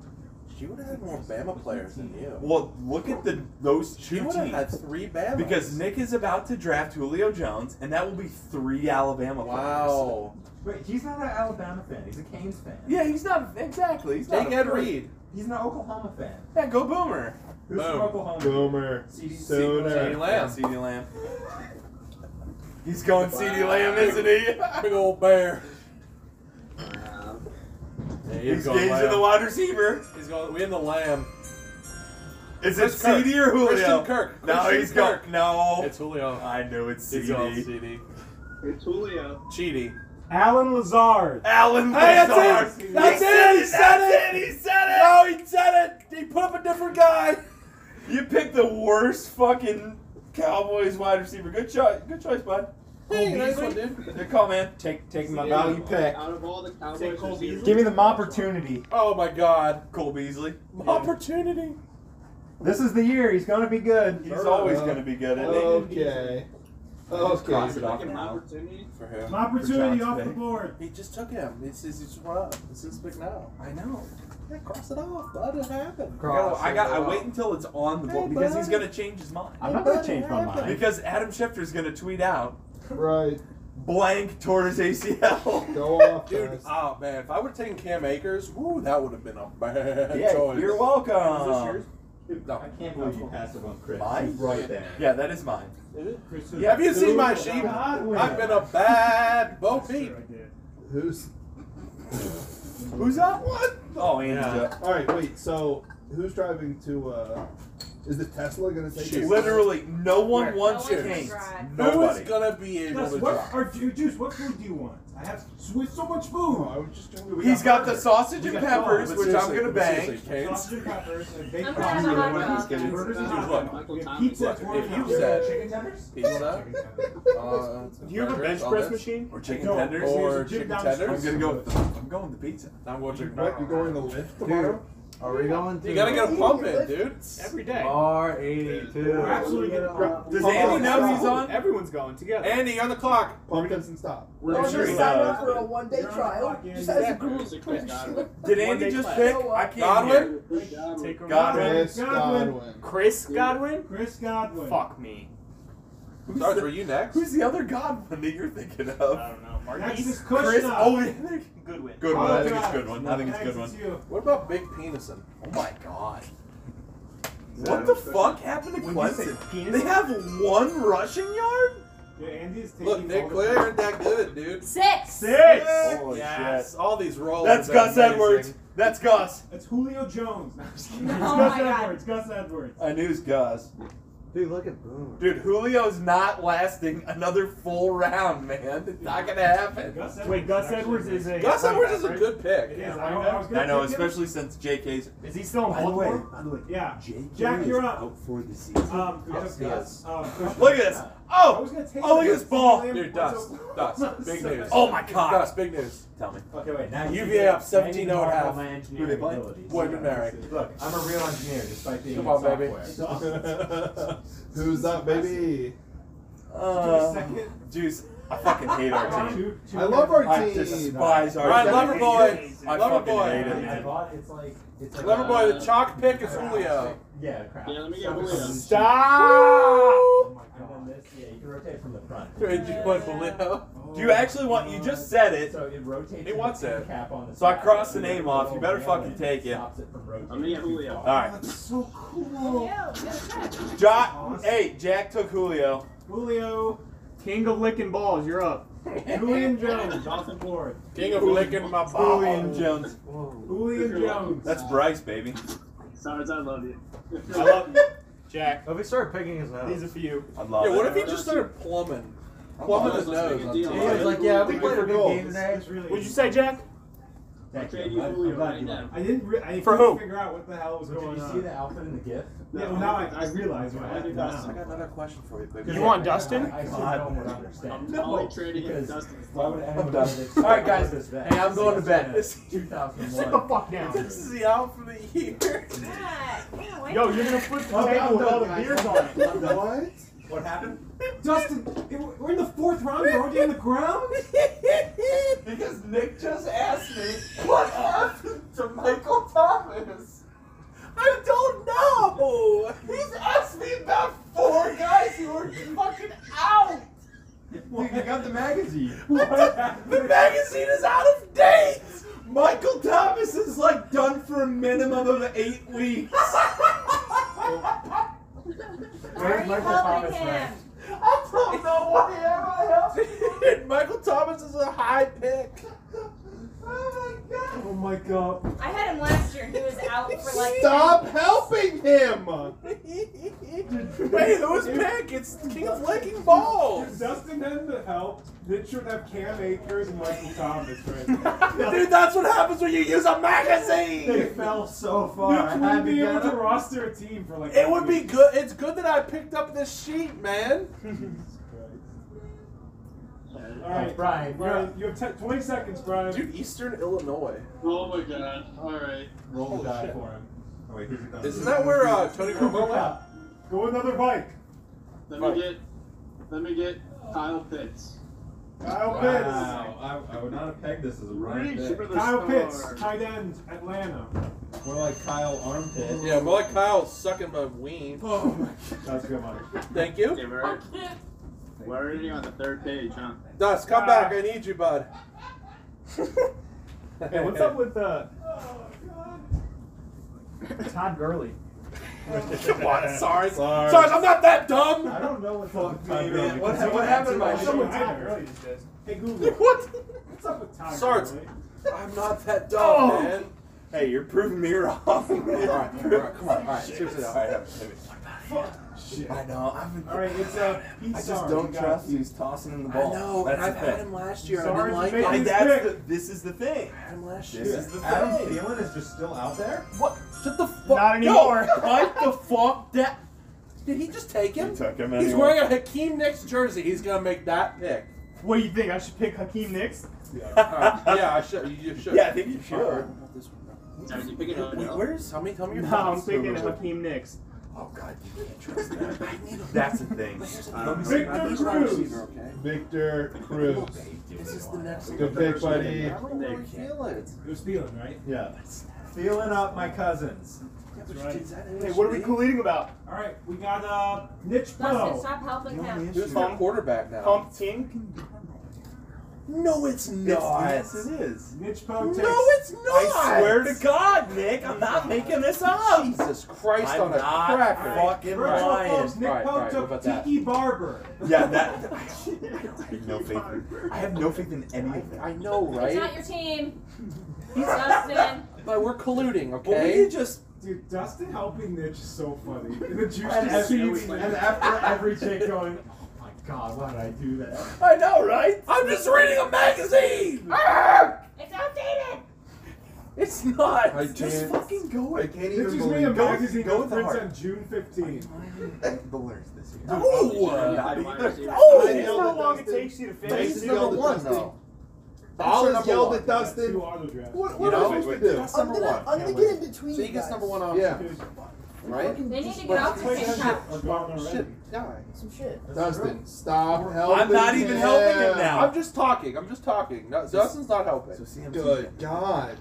S2: she would have had more Bama players than you.
S7: Well, look at the those
S2: She
S7: two
S2: would have had
S7: teams.
S2: three Bama.
S7: Because Nick is about to draft Julio Jones, and that will be three Alabama players.
S2: wow,
S5: Wait, he's not an Alabama fan. He's a Canes fan.
S7: Yeah, he's not exactly. He's
S2: take
S7: not a
S2: Ed
S7: fool.
S2: Reed.
S5: He's an Oklahoma fan.
S7: Yeah, go Boomer.
S5: Who's
S2: Boom.
S5: from Oklahoma?
S4: Boomer.
S5: CD
S2: CD
S4: Sooner.
S7: Yeah,
S2: Lamb,
S7: CD Lamb. He's going CD Lamb, isn't he?
S2: big old bear.
S3: Wow.
S2: Yeah,
S7: He's engaged in the wide receiver.
S2: He's going. We in the Lamb.
S7: Is it
S2: Chris Kirk.
S7: CD or Julio?
S2: Christian Kirk.
S7: No,
S2: Christian
S7: he's
S2: Kirk.
S7: going. No.
S2: It's Julio.
S7: Oh. I knew it's
S2: He's
S7: CD.
S2: going CD.
S3: It's Julio.
S2: Cheaty.
S1: Alan Lazard.
S7: Alan
S2: Hey, that's
S7: Lazard.
S2: it. That's
S7: he
S2: it. He
S7: Said
S2: said
S7: it.
S2: it.
S7: He said it.
S2: No, he said it. He put up a different guy.
S7: You picked the worst fucking Cowboys wide receiver. Good choice. Good choice, bud.
S2: Hey, nice one, dude.
S7: Good call, man. Take take my
S3: Out
S7: value
S3: of-
S7: pick.
S3: Out of all the Cowboys,
S2: Cole
S3: receivers-
S2: Beasley.
S1: Give me the opportunity.
S2: Oh my God.
S7: Cole Beasley.
S2: Opportunity.
S1: This is the year. He's gonna be good.
S7: He's always going to be good at it.
S4: Okay.
S2: Just cross it
S4: Okay.
S2: off
S3: Like an
S2: now.
S3: opportunity.
S2: For him.
S32: An opportunity
S7: For John's
S32: off the
S7: pick.
S32: board.
S2: He just took him. This is his run. This is big now.
S7: I know.
S2: Yeah, cross it off. Let it happen.
S7: I gotta- I got. I wait until it's on the
S2: Hey,
S7: board because he's
S2: bud.
S7: going to change his mind.
S1: I'm not gonna change my mind.
S7: Because Adam Schefter's going to tweet out
S4: Right.
S7: blank tore his ACL.
S4: Go off,
S2: Dude,
S4: guys.
S2: oh man, if I would have taken Cam Akers, woo, that would have been a bad
S7: yeah,
S2: choice.
S7: you're welcome.
S2: No.
S5: I can't believe you passed up on Chris.
S7: Mine?
S5: He's right there.
S7: Yeah, that is mine.
S2: Yeah, have you seen my
S32: Dude,
S2: sheep?
S32: Godwin.
S2: I've been a bad Bo
S32: That's
S2: Peep.
S32: true, I did.
S4: Who's?
S7: Who's that? What? Oh, Andrew.
S4: All right. Wait. So who's driving to? uh Is the Tesla gonna take?
S2: Shoot.
S4: us?
S7: Literally, no one
S2: Where?
S7: wants
S2: No one
S7: Kings.
S34: can
S2: Who is
S7: Nobody.
S2: gonna be able
S32: Gus,
S2: to
S32: what
S2: drive?
S32: are Ju- juice? What food do you want? I have so, so much
S4: Oh, I
S32: food.
S4: was just doing.
S7: He's got the
S32: burgers.
S7: sausage
S32: We
S7: and
S32: got
S7: peppers,
S32: dogs.
S2: But
S7: which I'm
S2: seriously,
S7: gonna
S2: but
S7: bang.
S2: seriously, Canes,
S32: Sausage and peppers and baked
S34: I'm
S32: potatoes.
S34: gonna have a
S32: We
S34: hot
S32: have
S34: dog.
S32: burgers and hot
S2: Look,
S32: dogs.
S3: Michael
S32: We have
S3: Thomas
S32: pizza.
S3: looked
S32: We have
S2: if you
S32: chicken
S2: said-
S32: tenders.
S2: pizza. Uh,
S33: Do you have a bench
S2: all
S33: press
S2: this.
S33: machine?
S7: Or chicken
S32: No,
S7: tenders.
S32: there's a
S2: Or
S32: gym
S2: chicken
S32: downstairs.
S7: I'm
S2: tenders?
S7: gonna go. With the, I'm going the pizza.
S2: I'm watching.
S4: What? You're going to lift
S33: Dude,
S4: tomorrow?
S35: Are we going to?
S4: You gotta get a pump in, dude.
S35: Every day.
S2: Oh,
S4: R82.
S35: We're absolutely gonna.
S4: Does Andy know he's on?
S35: Everyone's going together.
S4: Andy, on the clock.
S36: Pump doesn't stop.
S5: We're
S4: We're
S5: going to
S4: sure-
S5: sign
S4: uh,
S5: up for a one day trial. Just as a group.
S2: Did Andy just pick? I can't
S4: Godwin?
S2: Hear.
S35: Godwin.
S2: Godwin.
S35: Chris Godwin. Chris Godwin? Chris Godwin. Fuck me.
S4: Sarge, were you next?
S2: Who's the other Godwin that you're thinking of? I don't know.
S7: Marquise is
S2: Chris.
S7: Kushner.
S2: Oh, Goodwin.
S7: Goodwin.
S2: Goodwin. I think it's
S7: Alright.
S2: Goodwin. I think it's
S7: Next
S2: Goodwin.
S7: is you.
S4: What about Big Penison?
S2: Oh my god. What the fuck happened to Clemson? They have one rushing yard?
S7: Yeah, Andy is taking
S4: Look, Nick
S7: all the-
S4: Clay aren't that good, dude.
S8: Six.
S7: Six.
S4: Holy
S7: Yes.
S4: shit. All these rolls.
S2: Oh, That's
S4: are
S2: Gus
S4: amazing.
S2: Edwards. That's Gus.
S7: That's Julio Jones. No, I'm just kidding.
S2: Oh
S7: it's
S2: my
S7: Gus
S2: God.
S7: Edwards. Gus Edwards.
S2: I knew it was Gus.
S35: Dude, look at Boom.
S2: Dude, Julio's not lasting another full round, man. It's not gonna happen.
S7: Gus Edwards
S1: Wait, Gus Edwards is a.
S2: Gus
S1: running
S2: Edwards
S1: back,
S2: is a
S1: right?
S2: good pick.
S1: It
S7: Yeah,
S1: is.
S7: I
S1: I
S7: know. I was
S1: know.
S7: gonna
S2: I know,
S7: pick him.
S2: especially since JK's.
S1: Is he still in
S2: By the way,
S1: Baltimore?
S2: by the way,
S7: Yeah.
S2: JK
S7: Jack,
S2: is
S7: you're up.
S2: out for the season.
S7: Um,
S2: Uh, yes,
S7: Kushner.
S2: yes.
S7: Um, Kushner.
S2: Look at this.
S7: I was
S2: Oh,
S7: gonna take
S2: oh, look at
S7: him.
S2: this ball.
S7: William,
S4: Dude,
S7: what's
S4: dust.
S7: up?
S4: Dust. Big news.
S2: Oh my god.
S4: Dust, big news.
S2: Tell me.
S5: Okay, wait. Now you
S4: UVA up
S5: now you
S4: 17
S5: can
S4: and a
S5: talk about
S4: half.
S5: My
S2: Who they
S5: engineering
S2: play?
S5: abilities.
S4: Boyden Merrick.
S5: Look, I'm a real engineer despite being
S4: Come
S5: in
S4: on, baby.
S5: software.
S36: Who's that, baby?
S2: Uh,
S7: Second.
S2: Juice, I fucking hate our team.
S7: Two- two-
S36: I love our
S2: I
S36: team.
S2: despise our
S4: Alright,
S2: team.
S4: Loverboy.
S2: I fucking hate it.
S4: Loverboy.
S5: I bought it's like it's like
S4: Loverboy,
S5: uh,
S4: the chalk pick is Julio.
S5: Yeah, crap.
S3: Yeah, let me get Julio.
S1: Stop!
S5: Oh my god. And then this, yeah, you can rotate from the front.
S4: Did you want Julio?
S2: Do you actually want? You just said it.
S5: So it rotates.
S4: He wants
S5: the
S4: it.
S5: cap on the
S2: So I
S5: side,
S2: crossed the
S5: and then
S2: name
S5: it
S2: off. You better
S5: rolls down
S2: fucking
S5: and
S2: take it.
S5: Stops it from rotating. Uh,
S3: Let me get Julio.
S2: All right,
S7: That's so cool.
S2: Jock. Hey, Jack took Julio.
S7: Julio.
S1: King of licking balls, you're up.
S7: Julian Jones. Austin Florida.
S4: King of licking my ball.
S2: Julian Jones.
S7: Julian Jones.
S2: That's Bryce, baby.
S3: Sarge, I love you.
S1: I love you. Jack,
S35: If we start picking his up.
S1: these are for you.
S2: I love
S4: Yeah,
S2: it.
S4: what if he just started plumbing? Plumbing his
S3: Let's make
S4: nose.
S3: a
S4: on
S3: deal.
S4: TV.
S35: He was like, yeah, we played a good game today.
S7: That's really
S1: What'd you say, Jack?
S3: I'll
S5: Thank
S3: trade
S5: you.
S3: you
S5: I'm-
S3: Julio
S5: I'm glad
S3: right
S5: you
S3: now.
S5: went.
S7: I didn't. Re- I
S1: For
S7: couldn't
S1: who?
S7: figure out what the hell was
S5: So
S7: going
S5: did you
S7: on.
S5: see the outfit in the gift?
S7: Yeah, well, now I, I realize what happened.
S2: I
S7: Now.
S2: got another question for you, quick.
S1: You want Dustin?
S5: I, I still don't understand.
S3: I'm only trading in
S5: because
S3: Dustin.
S5: why would anyone
S2: done.
S5: expect
S2: All right, guys.
S5: this back?
S2: Hey, I'm going to bed.
S5: This is 2001.
S1: Sit the fuck down.
S2: This is the out for the year.
S1: Yo, you're gonna flip the
S35: I'm
S1: table with all
S35: done,
S1: the
S35: guys.
S1: beers on it.
S36: What?
S2: What happened?
S7: Dustin, it- we're in the fourth round. You're already on the ground.
S2: because Nick just asked me what happened to Michael Thomas. I don't know. He's asked me about four guys who are fucking out.
S35: Dude, you got the magazine.
S2: The magazine is out of date. Michael Thomas is like done for a minimum of eight weeks.
S8: Where's Michael Thomas ranked?
S2: I don't know what happened. And Michael Thomas is a high pick. Oh my god.
S7: Oh my god.
S8: I had him last year. He was out for like.
S36: Stop helping him!
S2: Wait, who's pick? It's King of Licking Balls.
S7: If Dustin hadn't have helped, then should have Cam Akers and Michael Thomas right
S2: Dude, that's what happens when you use a
S7: They
S2: magazine.
S7: fell so
S36: far. I
S7: far.
S36: had
S7: We wouldn't
S36: to
S7: be
S36: get
S7: able to
S36: up.
S7: roster a team for like.
S4: It would be good. It's good that I picked up this sheet, man.
S7: All right,
S35: Brian,
S7: Brian, you have te- 20 seconds, Brian.
S4: Dude, Eastern Illinois.
S3: Oh my god. Alright.
S35: roll the die
S4: shit.
S35: for him. Oh, wait, here's a die.
S4: Isn't that where uh, Tony Romo went?
S7: Go another bike.
S3: Let
S4: Right.
S3: me get let me get Kyle Pitts.
S7: Kyle Pitts.
S35: Wow, I, I would not have pegged this as a running
S3: Reach
S35: pick.
S3: for the
S7: Kyle Pitts,
S3: stars.
S7: tight end, Atlanta.
S35: More like Kyle Armpit.
S4: Yeah, more like Kyle sucking my ween.
S35: Oh my god. That's a good one.
S4: Thank you.
S3: Okay, we're, we're already on the third page, huh?
S4: Dust, come back. I need you, bud.
S1: Hey, what's up with uh, Todd Gurley?
S4: Come on, sorry.
S35: Sarge.
S4: Sarge, I'm not that dumb.
S35: I don't know what's up with
S2: me,
S35: Todd
S2: man.
S35: Gurley.
S2: What- what happened to my
S7: What's up with
S2: shoe?
S7: Todd Gurley these days? Hey Google,
S4: What?
S7: what's up with Todd
S4: Sarge.
S7: Gurley?
S4: I'm not that dumb,
S1: Oh.
S4: man.
S2: Hey, you're proving me wrong. all
S4: All right, all right, come on, all right, seriously, now.
S2: all right, Shit. I know. I've been.
S7: All right, it's uh, Pete
S2: I just
S7: Sarge.
S2: don't
S7: You got
S2: trust who's tossing in the ball.
S4: I know,
S2: That's
S4: and I've
S2: the
S4: had
S2: thing.
S4: him last year. I
S7: Sarge
S4: didn't like
S7: made
S4: him.
S7: his
S2: And that's the, this is the thing.
S4: I had him last
S2: This
S4: year.
S2: is the thing.
S35: Adam Thielen is just still out there?
S4: What? Shut the fuck
S1: Not anymore.
S2: Yo, what the fuck? That
S4: Did he just take him?
S2: took him
S4: He's wearing a Hakeem Nicks jersey. He's gonna make that pick.
S1: What do you think? I should pick Hakeem Nicks?
S4: All right. yeah, I should. You should.
S2: Yeah, I think you should.
S4: All right, what about this one?
S3: Sorry, you picking up?
S2: Wait, where's how many? Tell me your
S1: No, I'm
S2: thoughts.
S1: thinking Hakeem Nicks.
S2: Oh God, you can't
S3: trust
S2: that.
S5: That's the thing.
S2: Um,
S1: Victor Cruz.
S4: Victor Cruz.
S2: This is the next.
S4: Good pick, buddy.
S7: You're stealing, right?
S4: Yeah.
S5: Feeling up my cousins.
S7: That's right.
S1: Hey, what are we colluding about?
S7: All right, we got uh, Niche
S8: Dustin,
S7: Pro.
S8: stop helping him.
S2: Who's the quarterback now?
S1: Pump King?
S2: No, it's not.
S5: yes, it is.
S7: Niche Pro takes.
S2: No, it's not.
S5: I swear to God, Nick, I'm not making this up.
S2: Jesus Christ
S5: I'm
S2: on a
S5: not
S2: cracker.
S5: fucking
S7: Virtual
S5: lying.
S7: folks, Nick
S2: Right,
S7: Poe
S2: right,
S7: took E
S2: what about
S7: Tiki Barber.
S5: Yeah, that. I have no faith. In, I have no faith in any of that.
S2: I know,
S8: It's not
S2: right?
S8: your team. Dustin.
S2: But we're colluding,
S5: Well, we
S2: okay?
S5: just
S7: Dude, Dustin helping Niche is so funny. And the juice
S5: And
S7: just
S5: every-
S7: seeps in.
S5: and
S7: after
S37: every chick going, oh my god, why did I do that?
S5: I know, right? I'm just reading a magazine.
S8: It's outdated.
S5: It's not.
S2: I
S5: just
S2: can't-
S5: fucking go.
S4: I
S5: it.
S4: can't
S7: Niche
S4: even
S7: just made a
S4: believe
S7: magazine
S5: go
S7: that
S5: with the
S7: prints
S5: heart.
S7: on June 15th.
S5: the lyrics this year.
S2: No!
S5: Oh,
S4: I
S1: This is
S4: yelled
S1: how
S4: at
S1: long it
S4: Dustin.
S1: takes you to
S4: I
S1: finish.
S4: just
S2: is
S4: yelled
S2: number
S4: at
S2: one,
S4: Dustin.
S2: though.
S4: I
S2: That's
S4: just
S2: number
S4: yelled
S2: one.
S4: at
S7: Two
S4: Dustin.
S7: auto drafts.
S6: What,
S2: You
S6: what
S2: know?
S6: am I supposed
S4: Wait,
S6: to do?
S4: that's
S6: I'm
S2: number
S6: gonna,
S2: one.
S6: I'm
S2: Can't
S6: gonna
S2: wait.
S6: get in between.
S2: So you get
S6: guys.
S2: number one option,
S4: Yeah.
S2: right?
S8: They need to get off the TikTok.
S7: I've gotten already.
S2: Shit, die.
S6: Some shit.
S4: Dustin, stop helping.
S5: I'm not even helping him now.
S2: I'm just talking. I'm just talking. No, Dustin's not helping.
S5: So CMC.
S4: Good God.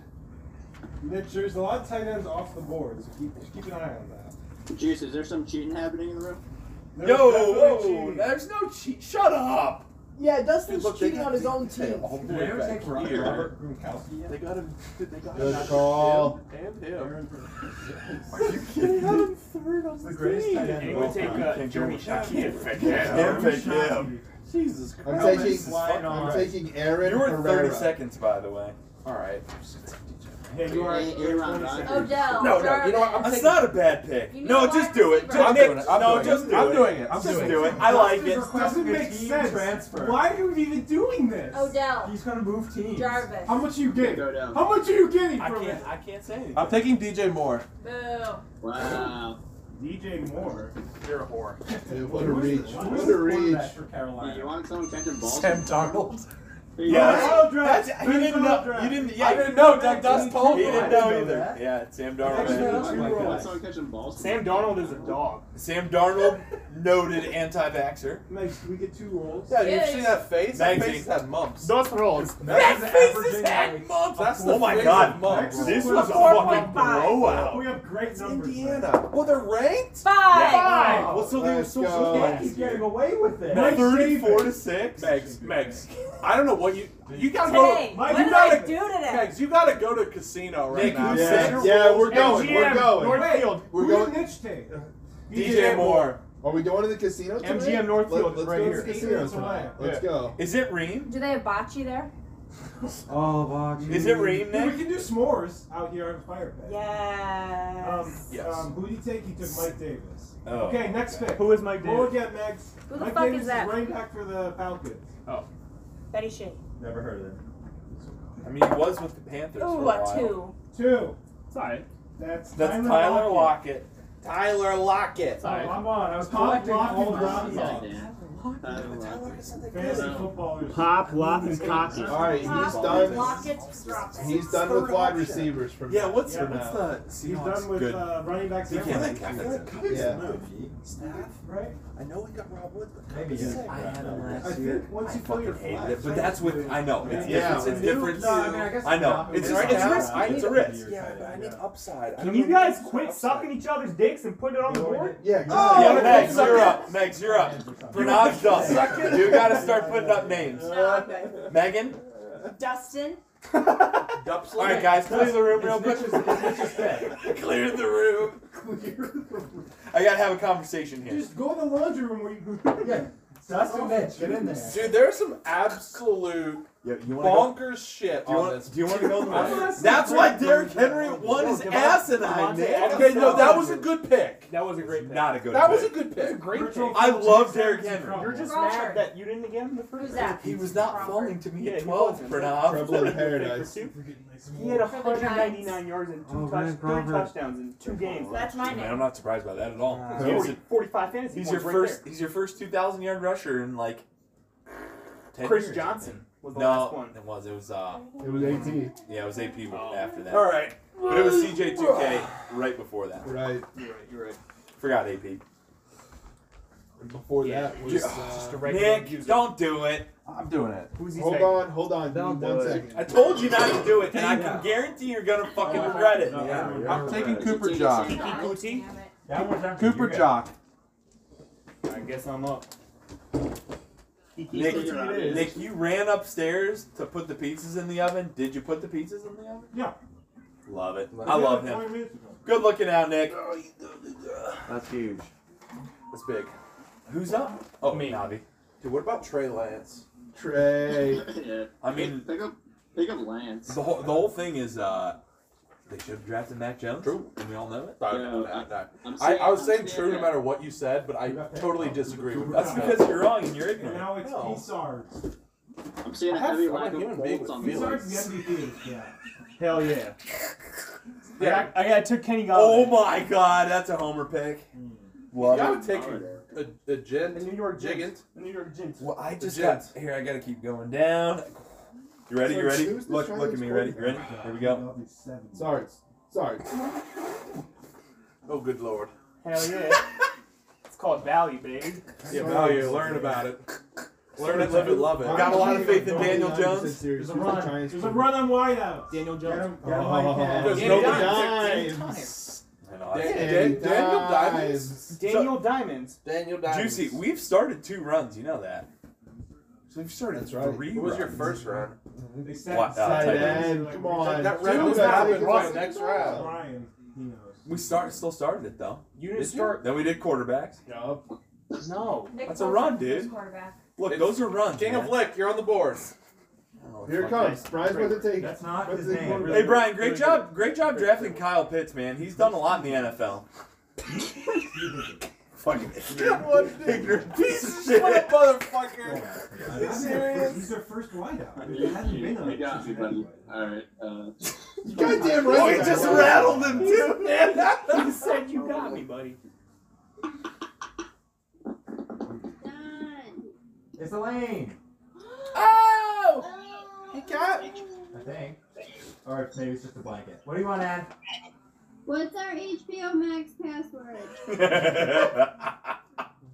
S7: Niche, there's a lot of tight ends off the board, so keep, just keep an eye on that.
S3: Juice, is there some cheating happening in the room?
S7: There's
S5: Yo,
S7: definitely
S5: whoa,
S7: cheating.
S5: there's no cheat. Shut up.
S6: Yeah,
S2: Dude,
S6: Dustin's
S2: look, they
S6: cheating
S2: got
S6: on his
S2: the-
S6: own
S2: they
S6: team.
S2: all the way back here.
S7: Gronkowski yet?
S2: They got him. Did they got
S4: Good
S2: him?
S4: call.
S2: And him.
S7: Aaron
S2: Are you kidding? They had him third on the
S5: greatest tight end.
S2: team.
S5: Hey,
S1: It
S5: we'll
S1: would
S5: take,
S1: take
S5: uh,
S1: uh,
S5: Jeremy
S1: Jeremy
S5: Shockey.
S1: Shockey.
S2: Jesus
S4: I'm
S2: Christ.
S4: taking,
S5: is
S4: I'm
S5: flying on.
S4: taking Aaron
S5: You were 30
S4: Herrera.
S5: seconds, by the way.
S2: All right.
S7: Yeah, you are.
S3: Hey,
S7: you're
S3: Aaron
S7: 20
S8: Oh,
S7: seconds.
S3: Rodgers.
S8: Odell.
S2: No, no, you know what? I'm
S5: That's
S2: taking-
S5: not a bad pick.
S8: You need
S5: No,
S8: a
S5: just
S8: wide
S5: do it.
S8: receiver.
S5: Just
S2: I'm
S5: Nick,
S2: doing it. I'm
S5: no,
S2: doing it.
S5: just do
S2: I'm
S5: it.
S2: doing it. I'm
S5: just
S2: doing
S5: do
S2: it.
S5: it. I like
S7: Dustin's
S5: it.
S7: request
S5: It's
S7: doesn't
S5: a
S7: make
S5: team
S7: sense.
S5: transfer.
S7: Why are we even doing this?
S8: Oh, Odell.
S5: He's gonna move teams.
S8: Jarvis.
S7: How much are you getting?
S3: Go down.
S7: How much are you getting
S5: I
S7: from it?
S5: can't. I can't say anything.
S2: I'm taking DJ Moore.
S8: Boo.
S3: Wow.
S7: DJ Moore.
S2: You're a whore.
S4: Dude, what a
S7: Who is
S4: reach.
S7: this?
S4: What a reach.
S5: for
S3: Hey, you
S5: Carolina.
S3: wanted someone catching balls?
S2: Sam Darnold.
S5: Yeah,
S7: First round
S5: that's,
S7: draft.
S5: that's, he
S7: First
S5: didn't
S7: round
S5: know.
S7: draft.
S5: You didn't. Yeah,
S2: I didn't know. Doug
S5: He
S2: Dust told me.
S5: didn't
S37: I
S5: know
S37: didn't know
S5: either.
S37: that.
S5: Yeah, Sam
S7: Actually,
S5: Darnold.
S7: that's
S3: Why-
S7: two
S3: why
S7: rolls.
S3: someone catching balls?
S1: Sam Darnold is a dog.
S5: Sam Darnold, noted anti-vaxer.
S7: Next, we get two rolls.
S2: Yeah, you
S8: Yes.
S2: see that face? That
S5: Thank
S2: face
S5: you.
S2: had mumps.
S1: Dos rolls.
S5: That
S7: is
S5: face is
S7: averaging
S5: hack
S7: like-
S5: mumps.
S2: That's the
S5: oh my
S2: face
S5: god,
S2: of mumps.
S5: This
S7: This
S5: was
S7: was
S5: a
S7: a
S5: fucking
S8: 4.5.
S7: We
S5: blowout.
S7: have great numbers. man.
S2: Indiana. Well, they're ranked.
S8: Five.
S1: Five. Well, so they were
S4: Let's
S1: so
S4: go.
S1: so
S37: He's getting away with it.
S7: Nice
S5: Thirty-four
S7: saving.
S5: to six.
S2: Megs, Megs. I don't know what you. You gotta
S8: Today.
S2: go.
S7: Mike,
S8: What
S7: you
S8: did I
S7: gotta-
S8: do today?
S2: Megs, you gotta go to casino right
S5: Nick,
S2: now.
S5: who's
S4: Yeah,
S5: Sanders
S4: yeah, we're
S5: Hey,
S4: going. We're
S1: MGM,
S4: going.
S1: Northfield.
S4: We're
S7: We're
S4: going-
S7: going niche take.
S5: DJ Moore.
S4: Are we going to the casino tonight?
S1: MGM Northfield
S4: Let-
S1: is
S4: Let's
S1: right
S4: go to
S1: here.
S4: the
S7: Eight
S4: casino
S7: minutes away.
S4: tonight. Let's go.
S5: Is it Reem?
S38: Do they have bocce there?
S2: Oh, Bocce.
S5: Is it Reem,
S7: Dude, we
S5: Nick?
S7: can do s'mores out here on the fire pit.
S38: Yes.
S7: Um,
S5: Yes.
S7: um, who do you take? You took Mike Davis.
S5: Oh.
S7: Okay, next pick.
S1: Who is Mike
S7: We'll
S1: Davis?
S7: get Megs.
S38: Who the
S7: Mike
S38: fuck
S7: Davis
S38: is that?
S7: running back for the Falcons.
S38: Betty Shea.
S5: Never heard of him. I mean, he was with the Panthers for a
S38: Ooh,
S5: while.
S38: a two.
S7: Two.
S1: It's alright.
S7: That's,
S5: That's Tyler Lockett.
S2: Tyler Lockett.
S1: Alright.
S7: Oh, I'm on. I was
S5: Pop
S7: collecting all round
S3: Lockett.
S7: thoughts.
S3: Fantasy
S7: Fantasy football.
S1: Pop, lop, and cocky.
S4: All right, he's
S8: Pop,
S4: done.
S8: lock it, drop it.
S4: He's done with wide receivers from
S5: Yeah, what's
S7: Yeah.
S5: what's the? See,
S7: He's done with
S5: good.
S7: uh, running backs.
S5: He can't
S7: everywhere.
S5: make offensive.
S4: Yeah.
S2: Staff.
S7: Right?
S2: I know we got Rob Wood, but
S5: Maybe
S2: Sick.
S5: I had him
S7: I
S5: last year.
S7: think once
S5: I
S7: you pull your
S5: fucking hated it,
S7: flags,
S5: but that's with I know it's
S4: Yeah.
S5: different. It's different.
S2: No, I mean,
S5: I,
S37: guess
S5: know it's
S2: It's
S5: just
S2: right
S5: it's
S2: now.
S5: risk.
S2: I need
S5: It's a
S2: to-
S5: risk.
S2: Yeah, but I need upside. I
S1: Can
S2: don't
S1: you
S2: really
S1: guys
S2: need
S1: quit
S2: upside.
S1: sucking each other's dicks and put it on the board?
S4: Yeah.
S5: Yeah,
S4: exactly.
S5: Megs, you're up. Megs, you're up. Pranav's done. You gotta start putting up names.
S8: No, I'm good.
S5: Megan.
S38: Dustin.
S2: Dubs
S5: All right,
S2: like-
S5: guys, clear the room real
S37: It's
S5: quick.
S37: Mitch's- it's Mitch's bed.
S5: Clear the room. I gotta have a conversation here.
S7: Just go in the laundry room where you.
S37: Yeah. Dustin Mitch, get in there.
S2: Dude, there's some absolute
S5: Yeah, you wanna
S2: bonkers shit
S5: Do you
S2: on
S5: want-
S2: this.
S5: do you wanna go in the
S2: Okay,
S5: back? That's why Derrick Henry won his asinine, Nick.
S1: Okay,
S2: no, that was a good pick.
S1: That was a great
S5: It's
S1: pick.
S5: Not a good
S2: That was a
S5: pick.
S2: good pick.
S1: Great pick.
S7: Virtual
S5: I
S7: field
S5: love
S7: takes
S5: Derrick
S7: Jackson's
S5: Henry.
S7: trouble.
S1: You're just
S8: Crawford.
S1: mad that you didn't get him the first
S8: Who's that?
S5: He was not falling to me
S1: Yeah,
S5: at
S1: he
S5: 12,
S1: wasn't.
S4: Trouble in
S5: Pranav.
S4: paradise.
S1: He had
S8: For the
S1: 199 yards and two touch, three touchdowns in two games.
S8: So that's my
S5: Man, I'm
S8: name.
S5: not surprised by that at all.
S1: That's
S5: He was
S1: 40, 45 fantasy
S5: He's your
S1: points right
S5: first. He's your first 2,000 yard rusher in like. 10
S1: there. Chris
S5: years, I
S1: Johnson
S5: think.
S1: was the
S5: No,
S1: last one. Oh.
S5: it was. It was. Uh,
S4: It was 18.
S5: yeah, it was AP after that.
S2: All right,
S5: But it was CJ2K right before that.
S4: Right.
S5: You're right. You're right. Forgot AP.
S4: Before that was
S5: Ju-
S4: uh,
S5: Nick, don't do it. I'm doing it.
S4: Who's he Hold taking? on, hold on, Don't one do it. second.
S5: I told you not to do it, and I can guarantee you're gonna fucking regret it.
S2: I'm taking Cooper Jock.
S5: Kiki Kuti?
S2: That one's after Cooper you guys. Jock.
S39: I guess I'm up.
S5: Nick, Nick, you ran upstairs to put the pizzas in the oven. Did you put the pizzas in the oven?
S7: Yeah.
S5: Love it.
S7: Yeah,
S5: I love
S7: twenty
S5: him.
S7: minutes ago.
S5: Good looking out, Nick.
S39: That's huge.
S5: That's big. Who's up? Oh, me, Javi.
S2: Dude, what about Trey Lance?
S4: Trey.
S3: yeah.
S5: I mean,
S3: pick up, pick up Lance.
S5: The whole, the whole thing is uh, they should have drafted Mac Jones. True. And we all know it.
S2: I,
S5: I'm
S2: I,
S5: saying-
S2: I was
S5: I'm
S2: saying
S5: saying
S2: true no
S5: that.
S2: matter what you said, but I totally disagree with
S5: That's
S2: that.
S5: because you're wrong and you're ignorant.
S7: And now it's
S2: No.
S7: Pissard.
S3: I'm seeing
S2: I
S3: a
S2: have
S3: heavy
S2: fun
S3: lack
S2: human
S3: of
S2: beings
S3: bolts on
S2: with
S3: this.
S7: Pissard's the MVP. Yeah.
S39: Hell yeah.
S2: Yeah.
S39: I, got, I took Kenny
S5: Oh
S39: Galladay.
S5: my God, that's a homer pick. Love
S2: I
S5: it.
S2: would take a, a gin. The New York Gigant.
S39: The New York Jets.
S5: Well, I
S2: The
S5: just got
S2: Jets.
S5: here. I gotta keep going down. You ready? You ready?
S4: Who's the
S5: Look, look at
S4: Giants
S5: me. Ready? You ready?
S4: quarterback?
S5: Here we go.
S4: Sorry. Sorry.
S2: Oh, good lord.
S39: Hell yeah. it's called value, baby.
S2: Yeah, value. Learn about it. Learn it, live it, love it.
S5: Got a lot of faith in Daniel Jones.
S7: There's a run. There's a run on Oh. wideouts.
S39: Daniel
S7: Jones.
S2: Because
S39: Danny
S2: nobody
S39: Dimes.
S5: I know, I-
S2: Dan- Dan- Daniel Diamonds.
S39: Daniel Diamonds.
S2: Daniel Diamonds.
S5: Juicy, we've started two runs. You know that. So we've started
S4: That's right.
S5: three.
S2: What was your
S5: runs.
S2: first run?
S7: They
S5: What, uh,
S4: Tight
S5: tight end?
S4: end. Come on.
S2: That
S4: Two
S2: red was
S4: guys
S2: happening
S4: against
S2: by the
S4: us.
S2: next round.
S7: Ryan, he knows.
S5: We start, still started it though.
S39: You didn't
S5: Did
S39: start-
S5: Then we did quarterbacks.
S4: No.
S39: No.
S12: Nick
S5: That's a
S12: Bosa,
S5: run,
S12: who's
S5: dude.
S12: quarterback.
S5: Look, those are runs.
S2: King
S5: man.
S2: of Lick, you're on the board.
S4: Here it comes. Brian's about to take.
S7: That's not
S4: about to
S7: his
S4: take
S7: name.
S4: quarterback.
S5: Hey Brian, great job, great job drafting Kyle Pitts, man. He's done a lot in the NFL. Fucking ignorant, ignorant piece of shit.
S2: What a motherfucker.
S7: He's our
S2: serious?
S7: first- He's their first wideout.
S3: You,
S7: He hasn't
S3: you-
S7: been on
S3: you
S7: it
S3: got
S7: since
S3: me,
S7: he got
S3: buddy.
S7: it.
S3: All right. Uh,
S4: You goddamn right.
S5: Oh, he
S4: that's
S5: just
S4: right.
S5: rattled him too, man.
S39: He said you got me, buddy.
S40: It's Elaine.
S5: Oh!
S40: He got. I think. Or maybe it's just a blanket. What do you want, Ann?
S41: What's our HBO Max password?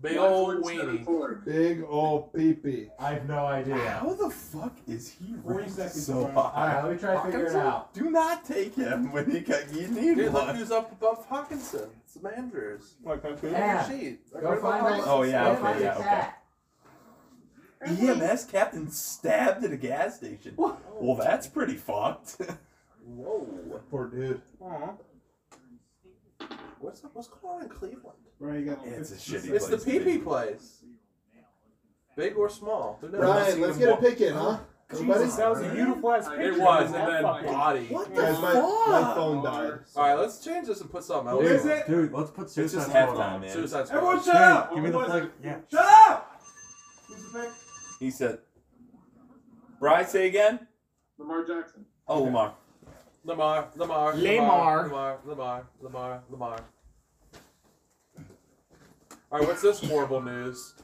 S2: Big old weenie.
S4: Big old peepee.
S40: I have no idea.
S5: How the fuck is he
S7: 40
S5: ranked
S7: seconds
S5: so
S7: in
S5: high?
S7: front.
S40: Alright, let me try to figure it
S5: Hawkinson?
S40: out.
S5: Do not take him when you, got, you need
S2: Dude, look
S5: one.
S2: who's up above Hawkinson. It's the Manders.
S40: Yeah. Go find my-
S5: Oh, yeah,
S40: go
S5: okay,
S40: find the
S5: yeah, okay.
S40: cat.
S5: EMS E captain stabbed at a gas station. Well, that's pretty fucked.
S2: Whoa.
S4: Poor dude.
S2: What's up? What's going on in Cleveland?
S7: Brian, you got
S5: It's a shitty
S2: It's the
S5: place to be.
S2: PP place. Big or small. Who knows?
S4: Brian, let's get a pick in, huh? Everybody?
S39: Jesus, that was a beautiful ass picture.
S2: It was,
S39: That
S2: and then
S39: fucking-
S2: body.
S5: What the
S4: Guys, my, my
S5: fuck?
S4: phone died.
S2: All right, let's change this and put something else.
S7: Is
S2: on.
S7: it?
S42: Dude, let's put
S5: It's
S42: Suicide
S5: just
S42: Squad
S5: halftime,
S42: on.
S5: man.
S2: Suicide Squad.
S7: Everyone shut
S42: Dude,
S7: up!
S42: give me the
S7: What was
S42: flag.
S7: it?
S42: Yeah.
S7: Shut up! Who's the pick?
S5: He said, Bry, say again?
S3: Lamar Jackson.
S5: Oh, Lamar.
S2: Lamar, Lamar,
S39: Lamar.
S2: Lamar, Lamar, Lamar, Lamar. All right, what's this horrible news?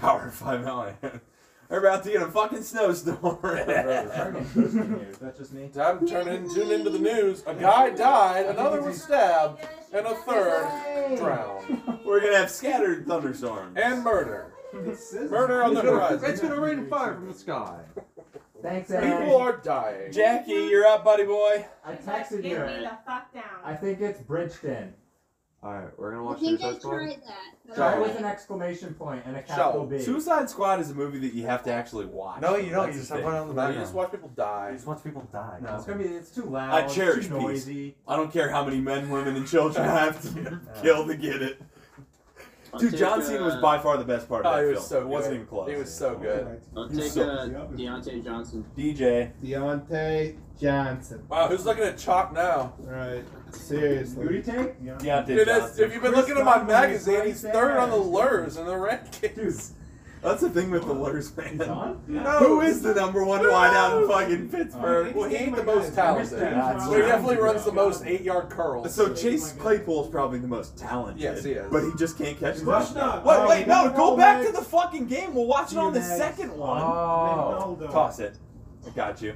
S5: Power 5 Mountain. We're about to get a fucking snowstorm.
S40: That's just me.
S2: I'm turning tuned into the news. A guy died, another was stabbed, and a third drowned.
S5: We're gonna have scattered thunderstorms.
S2: And murder.
S7: It says-
S2: Murder on the horizon.
S42: It's gonna rain fire from the sky.
S40: Thanks, Ed.
S2: People are dying.
S5: Jackie, you're up, buddy boy.
S40: I
S12: He's like,
S40: texted
S12: Get me
S40: you.
S12: the fuck down.
S40: I think it's Bridgeton.
S42: Alright, we're gonna
S41: I
S42: watch
S41: think I
S42: Suicide Squad.
S41: tried that. but
S40: Try
S41: I-
S40: with an exclamation point and a capital
S2: Shall
S40: B.
S5: Suicide Squad is a movie that you have to actually watch.
S42: No, you don't.
S5: That's
S42: You
S5: the
S42: just
S5: thing.
S42: have one on the
S2: No, you
S42: background.
S2: just watch people die.
S42: just watch people die.
S40: No, it's gonna be. It's too loud.
S5: I cherish
S40: it's
S5: peace.
S40: too noisy.
S5: I don't care how many men, women, and children I have to
S7: Uh,
S5: kill to get it.
S3: I'll
S5: Dude,
S3: take,
S5: John Cena was
S3: uh,
S5: by far the best part of
S2: Oh,
S5: that
S2: he
S5: film.
S2: was so
S5: it wasn't
S2: good.
S5: even close.
S2: He was so good.
S3: I'll take
S5: So-
S3: uh, Deontay Johnson.
S5: DJ.
S4: Deontay Johnson.
S2: Wow, who's looking at chalk now?
S4: Right.
S7: Who do you
S4: Seriously.
S7: take?
S5: Deontay
S2: Dude, that's,
S5: Johnson.
S2: if you've been
S40: Chris
S2: looking at my
S40: Godwin is
S2: magazine,
S40: right
S2: he's
S40: there.
S2: third on the lures and the rankings.
S5: That's the thing with the lures, man.
S40: He's on?
S2: No.
S5: Who is the number one wideout in fucking
S2: Well,
S5: Pittsburgh?
S2: he ain't the most talented.
S5: That's
S2: But he definitely runs the most eight-yard curls.
S5: So Chase Claypool is probably the most talened.
S2: Yes, he is.
S5: But he just can't catch the
S7: Rush
S5: Wait,
S7: not.
S5: wait, no, go back to
S7: Next.
S5: the fucking game. We'll watch it on the
S7: Next.
S5: second one.
S40: Oh.
S7: Ronaldo.
S5: Toss it. I got you.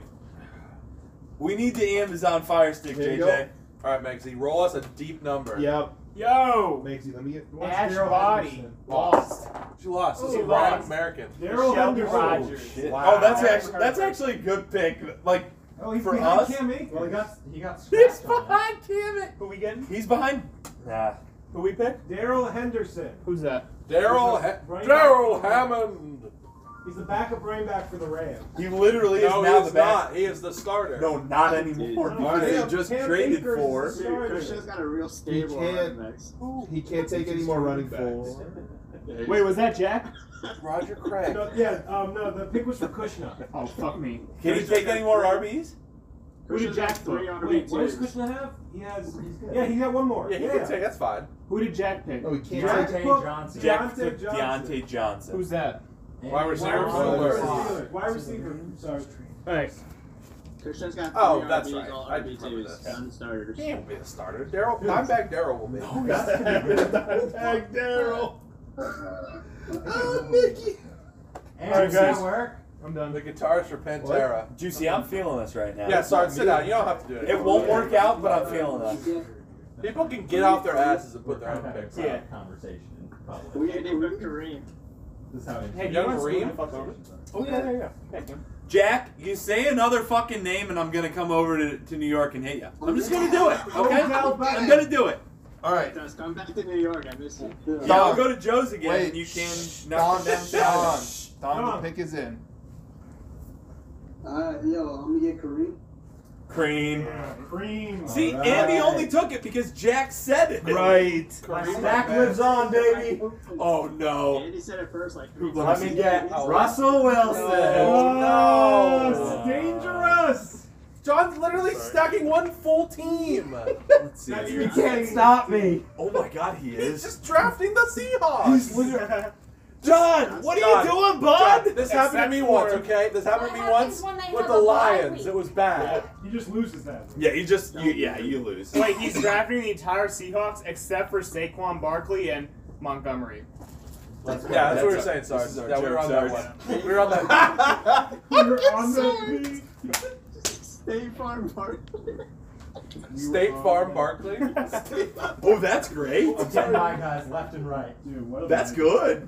S5: We need the Amazon Fire Stick,
S2: There you
S5: JJ.
S2: All right, Maxie, roll us a deep number.
S4: Yep.
S1: Yo.
S4: Maxie, let me get.
S1: Ash Body.
S2: Lost. She lost. This
S1: She
S2: is a round
S1: lost.
S2: American.
S1: Daryl
S5: Michelle
S1: Henderson.
S5: Rogers. Oh, that's actually that's actually a good pick. Like
S7: Oh, he's
S5: for
S7: behind
S5: us,
S7: Cam Akers.
S40: Well, he got he got
S5: He's
S40: scratched on
S5: behind Cam. Ak-
S1: Who we getting?
S5: He's behind. Nah.
S1: Who we pick?
S7: Daryl Henderson.
S1: Who's that?
S2: Daryl
S7: He's a
S2: ha-
S7: running back
S2: Daryl
S7: for the Rams.
S2: Hammond.
S7: He's the backup running back for the Rams.
S5: He literally
S2: no,
S5: is now
S2: he is
S5: the back.
S2: not. He is the starter.
S5: No, not anymore.
S4: All right,
S5: because
S4: Cam-
S5: he just
S7: Cam
S5: traded
S7: Akers
S5: for.
S7: is the starter.
S3: Christian's got a real
S4: He
S3: stable running
S4: can't.
S3: backs.
S4: He can't take any more running backs.
S1: Wait, was that Jack?
S2: Roger Craig.
S7: No, yeah, um, no, the pick was for Kushner.
S1: Oh fuck me.
S5: Can he take any more RBs?
S1: Who did
S3: Christian's
S1: Jack
S3: got three
S1: pick?
S3: on
S7: Wait, what does
S3: retainers.
S7: Kushner have? He has. Yeah, he got one more.
S2: Yeah, he can take. That's fine.
S1: Who did Jack pick?
S4: No, Oh, he can't
S7: Jack
S4: take.
S7: picked
S40: Deontay Johnson.
S5: Jack
S7: Deontay
S5: took
S7: Johnson.
S5: Deontay Johnson.
S1: Who's that?
S2: Wide receiver for the
S7: Wide
S4: Where?
S2: Bears.
S7: receiver. Wide receiver. Sorry.
S1: Alright.
S3: Christian's got three
S2: Oh, that's
S3: RBs,
S2: right.
S3: all
S2: I remember
S3: RB2s,
S2: this.
S3: none starters.
S2: He will be the starter. Daryl, Dimebag Daryl will be.
S4: Back Daryl. Oh, Mickey.
S7: And
S1: Alright,
S7: does that
S1: guys.
S7: work?
S1: I'm done.
S2: The guitarist for Pantera.
S5: Juicy, I'm feeling this right now.
S2: Yeah, sorry, sit down. You don't have to do it.
S5: It won't work out, but I'm feeling it.
S2: People can get off their asses and put their own picks.
S40: Yeah.
S2: out.
S40: Conversation in public.
S3: We had him Kareem.
S40: This is how it
S1: Hey, do you
S2: Young
S1: want to
S2: Kareem?
S1: screw the fuck over?
S5: Oh, yeah, there
S1: you go. Hey, Kim.
S5: Jack, you say another fucking name, and I'm gonna come over to, to New York and hit you. I'm just gonna do it, okay? I'm gonna do it.
S42: All right.
S3: Dust, come back to New York. I miss you.
S5: Yeah, I'll go to Joe's again,
S42: Wait,
S5: and you can
S42: shh,
S5: knock
S42: Don,
S5: them down.
S42: Don,
S5: Saturday.
S42: Don, Don,
S7: Don.
S42: the pick is in.
S43: Uh, yo, I'm gonna get Kareem.
S5: Cream.
S7: Yeah, cream.
S5: See,
S40: All
S5: Andy
S40: right.
S5: only took it because Jack said it.
S40: Right.
S2: Kareem
S40: My
S2: went
S40: stack
S2: back.
S40: lives on, baby.
S5: Oh no.
S3: Andy said it first, like
S40: Let me get
S2: Oh.
S40: Russell Wilson.
S2: Oh, no.
S7: It's dangerous.
S2: John's literally stacking one full team.
S5: Let's see.
S7: That's
S40: You
S7: your-
S40: can't stop me.
S5: Oh my God, he
S2: He's
S5: is.
S2: just drafting the Seahawks.
S5: John, what are
S2: John,
S5: you doing, bud?
S2: John, this happened to me once, okay? This happened to me
S8: What
S2: once
S8: happens when they
S2: with
S8: have
S2: the
S8: a bye
S2: Lions.
S8: week?
S2: It was bad.
S7: He just loses that.
S5: Yeah, you just. You, yeah, you lose.
S1: Wait, he's drafting the entire Seahawks except for Saquon Barkley and Montgomery.
S2: Yeah, that's what we were
S5: our-
S2: saying,
S5: this
S2: Sarge.
S5: is our
S2: Yeah, we were
S5: joke,
S2: on that
S5: Sarge.
S2: one. We were on that.
S7: You're on the beat.
S3: State Farm Park.
S2: State Farm Barkley.
S5: Oh, that's great.
S40: Ten by guys left and right.
S7: Dude, what a
S5: That's good.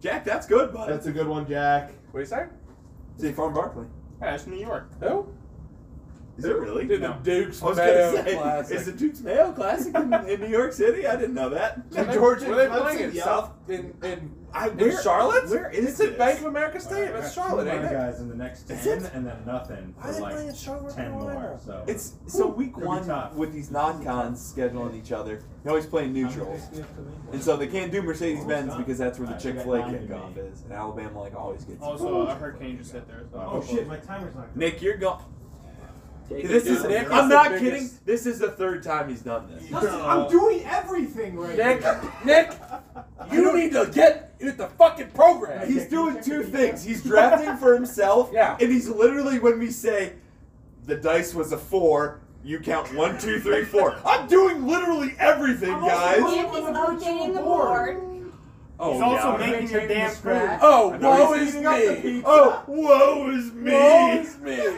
S5: Jack, that's good, bud.
S4: That's a good one, Jack.
S2: What do you say?
S5: State Farm Barkley.
S1: Yeah, that's New York.
S2: Who?
S5: Is it really?
S2: Dude, the Duke's
S5: I was
S2: Mayo
S5: gonna say,
S2: Classic.
S5: is the Duke's Mayo Classic in, in New York City? I didn't know that.
S2: Where they-
S4: Georgia
S2: where they
S4: Clemson,
S2: playing it?
S4: yeah.
S2: South in in,
S5: I-
S2: in
S5: where-
S2: Charlotte?
S5: where is Oh
S2: it's at
S5: this?
S2: Bank of
S40: All
S2: America
S40: right,
S2: Stadium.
S40: I
S2: It's
S40: got
S2: Charlotte,
S40: two
S2: ain't
S40: running
S2: it?
S40: guys in the next
S5: Is
S40: ten,
S5: it?
S40: and then nothing
S2: Why are
S40: for
S2: they playing
S40: like
S2: in Charlotte,
S40: ten more.
S2: Carolina?
S40: So
S5: It's so week
S40: Could be
S5: one
S40: tough.
S5: with these non-cons scheduling each other. They always play neutrals, and so they can't do Mercedes Benz because that's where the Chick Fil A kickoff is, and Alabama like always gets.
S1: Also, a hurricane just hit there. as well.
S7: Oh shit, my timer's not.
S5: Nick, you're gone.
S3: Take
S5: This
S3: it
S5: is.
S3: down.
S2: Nick is
S5: I'm
S2: the
S5: not
S2: biggest-
S5: kidding. This is the third time he's done this.
S7: Listen, I'm doing everything right
S2: Nick,
S7: now.
S2: Nick, you need to get with the fucking program.
S5: He's doing two things. He's drafting for himself,
S2: Yeah.
S5: and he's literally when we say the dice was a four, you count one, two, three, four. I'm doing literally everything, guys.
S8: And he's updating the board.
S5: Oh,
S1: He's
S5: yeah.
S1: also making your damn food.
S2: Oh,
S5: I know
S2: woe
S5: he's
S2: is
S5: eating up the
S2: me.
S5: pizza.
S2: Oh, woe is me. Woe is me.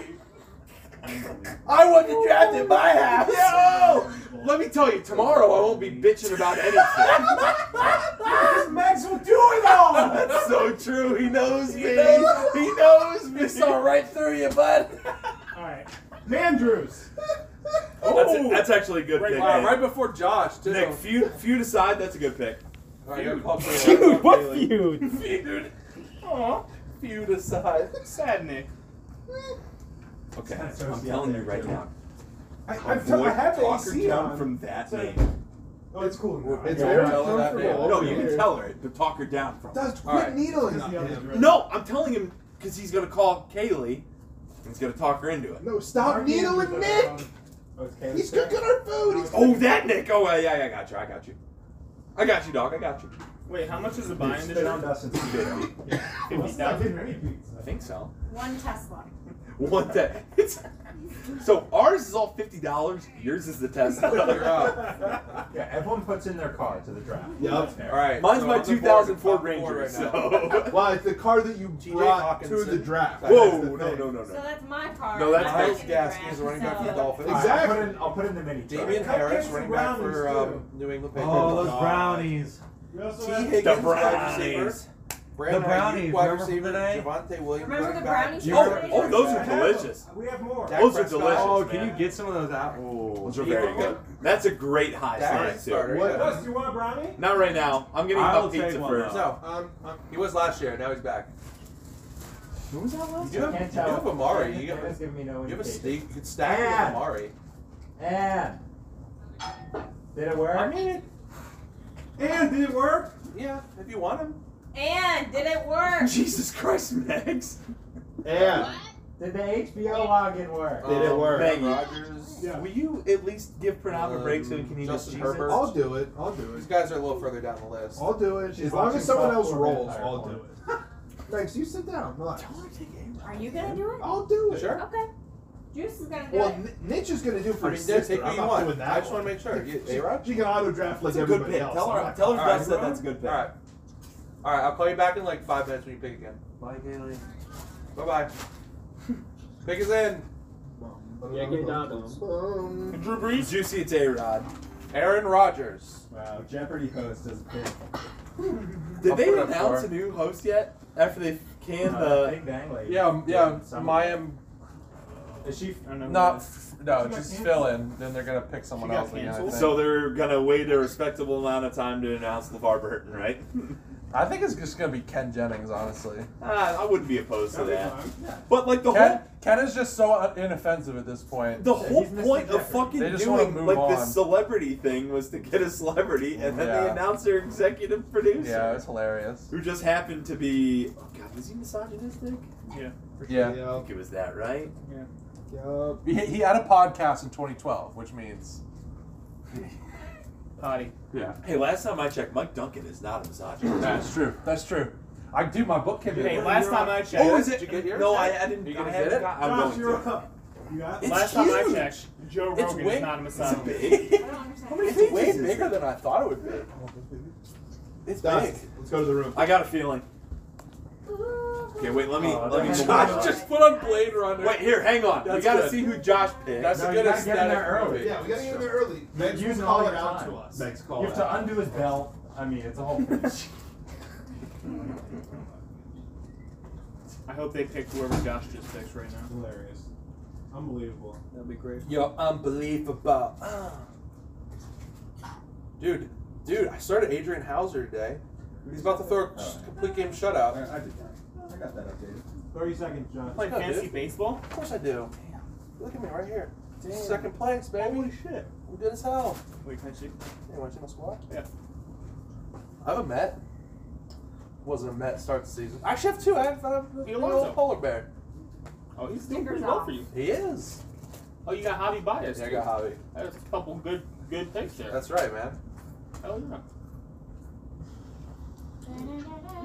S2: I wasn't drafted by half.
S5: Yo! Let me tell you, tomorrow I won't be bitching about anything.
S7: Because Max will do it all.
S5: That's so true. He knows me.
S2: He knows me. Saw right through you, bud.
S7: all right, Mandrews.
S5: That's, a- that's actually a good
S2: Right,
S5: pick.
S2: wow,
S5: Nick.
S2: right before Josh, too.
S5: Nick, feud, feud aside, that's a good pick.
S2: All right, I gotta pop it.
S1: Dude, what feud?
S2: Feud.
S1: Aw,
S2: Feud aside.
S1: sad Nick.
S5: Okay,
S40: That's
S5: I'm
S40: associated
S5: telling you
S40: there,
S5: right
S40: too.
S5: now.
S7: I, I've t- I
S5: Avoid
S7: have the
S5: Talker
S7: AC
S5: Town
S7: on.
S5: from that
S7: So-
S5: name.
S7: Oh, it's cool.
S4: It's
S2: Yeah,
S4: very
S2: tell her that, yeah.
S4: comfortable.
S5: No, you can tell her it, but talk her down from.
S10: Dust, quit
S2: All right.
S10: needling
S7: It's the other
S10: him.
S7: direction.
S5: No, I'm telling him because he's gonna call Kaylee. and He's gonna talk her into it.
S10: No, stop
S7: Mark Andrews
S10: needling
S7: is um,
S10: Nick.
S7: on-
S40: okay.
S10: He's cooking our food. He's
S5: Oh, that Nick. Oh, yeah, yeah, I got you. I got you. I got you, dog. I got you.
S1: Wait, how much is the
S42: Oh,
S1: buying this
S40: Spit on
S1: round?
S40: Dustin.
S1: Fifty
S7: Stop
S1: thousand.
S7: getting ready, pizza.
S5: I think so.
S8: One Tesla.
S5: What the? It's So ours is all fifty dollars. Yours is the test.
S2: Uh,
S40: yeah, everyone puts in their car to the draft. That's fair.
S5: Mine's
S40: So
S5: my
S40: on the board-
S5: 2004
S40: on the board
S5: Ranger.
S40: right now.
S5: so.
S4: Well, it's the car that you brought to
S5: Hawkinson.
S4: the draft.
S5: Whoa,
S4: That's the
S5: no,
S4: thing.
S5: no, no,
S8: So that's my card.
S5: No, that's
S8: I'm not
S5: Miles
S8: getting
S2: Gaskin is
S8: the
S2: running back for the
S8: draft,
S2: Dolphins.
S8: so-
S40: I'll
S2: Exactly.
S40: put in, I'll put in the mini.
S2: Damian Harris, running back for um, New England Patriots.
S42: Oh, those brownies.
S7: We also
S2: T.
S7: have-
S2: Higgins,
S7: The
S2: wide receiver.
S42: brownies.
S2: Brandon
S42: The
S2: Ayuk,
S42: brownies,
S2: wide
S42: remember
S2: receiver. Javante Williams.
S8: Remember
S2: running
S8: the
S2: back.
S8: brownies
S2: You
S8: from
S2: remember-
S8: Oh,
S5: those are delicious.
S7: We have more.
S2: Dak
S5: Those are
S2: Prescott.
S5: delicious.
S42: Oh, can you get some of those out? Oh,
S5: Those are very good. That's a great high
S2: That
S5: sign
S2: is
S5: too.
S2: starter.
S7: What? Wes, you want a brownie?
S5: Not right now. I'm getting
S2: I
S5: a
S2: will take
S5: pizza
S2: one,
S5: first.
S2: No, um, um, he was last year. Now he's back.
S5: Who was that last?
S2: You have,
S40: I can't
S2: you
S40: tell.
S2: have Amari. You
S40: Damon's
S2: have, a-
S40: giving me no
S2: you have a
S40: indication.
S2: steak. You could stack it
S40: Yeah.
S2: with Amari.
S40: And did it work?
S2: I mean, it-
S7: And did it work?
S2: yeah, if you want him.
S8: And did it work?
S5: Jesus Christ, Max.
S4: And
S40: Did the HBO login work?
S7: Oh,
S4: Did it work?
S5: Thank you.
S2: Um, Rodgers.
S7: Yeah.
S5: Will you at least give Pranam a break so we can eat his Oh,
S2: Justin
S5: cheese?
S2: Herbert.
S4: I'll do it. I'll do it.
S2: These guys are a little further down the list.
S4: I'll do it.
S40: She's
S4: As long
S40: watching
S4: as someone
S40: South
S4: else
S40: Florida
S4: rolls,
S40: Entire
S4: I'll
S40: Bowl.
S4: do it. Thanks. You sit down. Relax.
S8: Are you gonna do it?
S4: I'll do it.
S2: Sure.
S8: Okay. Juice is gonna do
S4: Well,
S8: it.
S4: N- Nitch is gonna do
S2: I
S4: for
S2: mean,
S4: his
S2: Nick,
S4: sister.
S2: take what
S4: I'm
S2: you
S4: not
S2: want.
S4: doing that.
S2: I just
S4: one.
S2: want to make sure. You,
S4: She-
S2: A-Rod?
S4: She can auto draft like
S5: That's a good
S4: everybody
S5: pick.
S4: else.
S5: Tell
S4: I'm
S5: her,
S4: not-
S5: tell her
S2: All right,
S5: Beth said
S2: bro.
S5: that's a good pick.
S2: All right. All right, I'll call you back in like five minutes when you pick again.
S42: Bye, Haley.
S2: Bye bye. pick is in.
S3: Yeah, get down to him.
S4: Um,
S5: Drew Brees. Juicy, it's A Rod.
S2: Aaron Rodgers.
S40: Wow, Jeopardy host is big.
S5: Did
S2: I'll
S5: they
S2: put it up
S5: announce
S2: for
S5: a new host yet? After they canned
S40: Uh,
S5: the.
S40: Big Bang Lady.
S2: Yeah, yeah.
S40: Some-
S2: Maya,
S40: Is she? I don't know who
S2: not
S40: it is.
S2: f- no,
S7: She got
S2: just
S7: canceled.
S2: fill in. Then they're gonna pick someone
S7: She got
S2: else again. I
S7: canceled?
S2: think.
S5: So they're gonna wait a respectable amount of time to announce LeVar Burton, right?
S2: I think it's just gonna be Ken Jennings, honestly.
S5: Ah, I wouldn't be opposed to
S7: That'd be
S5: that.
S7: fun.
S5: But like the
S2: Ken,
S5: whole
S2: Ken is just so un- inoffensive at this point.
S5: the whole
S40: he's Mr.
S5: point of
S40: Jeopardy.
S5: fucking
S2: They just wanna
S5: doing
S2: move
S5: like
S2: on.
S5: this celebrity thing was to get a celebrity and then they
S2: Yeah.
S5: announce their executive producer.
S2: yeah, it's hilarious.
S5: Who just happened to be oh god, was he misogynistic?
S2: Yeah.
S5: I
S4: yeah.
S5: think it was that, right?
S4: yeah.
S2: He, he had a podcast in 2012, which means
S1: Potty.
S2: yeah,
S5: Hey, last time I checked, Mike Duncan is not a misogynist.
S2: that's true. That's true. I do my book came
S1: Hey,
S2: in.
S1: last time I checked.
S5: Oh, is it?
S2: Did you get yours?
S5: No, I, I didn't.
S2: You gonna
S5: I
S2: get
S5: haven't
S2: it?
S5: got- I'm
S7: Josh,
S5: going
S7: you're
S5: to.
S7: up. You got
S5: It's
S7: it?
S1: Last time I
S5: huge.
S1: checked, Joe
S5: It's
S1: Rogan
S5: way-
S1: is not a
S5: It's a
S1: misogynist.
S5: big.
S8: I don't understand.
S5: How many
S8: It's
S5: pages
S2: way
S5: is
S2: bigger
S5: it?
S2: than I thought it would be.
S5: It's big.
S4: Dust, let's go to the room.
S5: I got a feeling. Okay, wait. Let me.
S40: Oh,
S5: let me.
S40: that's-
S5: Josh, just
S2: put on Blade Runner.
S5: wait here. Hang on. we
S2: That's
S5: gotta
S2: good.
S5: see who Josh picked.
S2: that's
S40: No,
S2: a
S40: you
S2: good
S40: gotta get in
S2: aesthetic.
S40: there early.
S2: movie.
S4: Yeah, we gotta get in there early. Meg's
S40: Using
S4: gonna
S40: all
S4: call it
S40: your
S4: out
S40: time.
S4: to us.
S40: Meg's
S4: call
S40: You have to undo his belt. I mean, it's a whole thing.
S1: I hope they picked whoever Josh just picked right now.
S7: Hilarious. Unbelievable.
S5: That'd be great.
S2: You're unbelievable. Dude, dude, I started Adrian Hauser today. He's about to throw a
S40: Oh.
S2: complete game shutout.
S40: I did that. I got that updated.
S7: 30 seconds, John.
S1: Playing
S2: Yeah,
S1: fantasy
S2: dude.
S1: baseball?
S2: Of course I do. Look at me right here. Second place, baby.
S1: Holy shit.
S2: I'm good as hell.
S1: Wait, can I see?
S2: Hey, you want to see my squad?
S1: Yeah.
S2: I have a Met. Wasn't a Met to start the season. I actually have two. I have, I have a
S1: Hey,
S2: little
S1: Alonso.
S2: polar bear.
S1: Oh, he's doing pretty well for you.
S2: He is.
S1: Oh, you got Javi Baez.
S2: Yeah, I
S1: too.
S2: got Javi.
S1: That's a couple good good picks there.
S2: That's right, man.
S1: Hell yeah.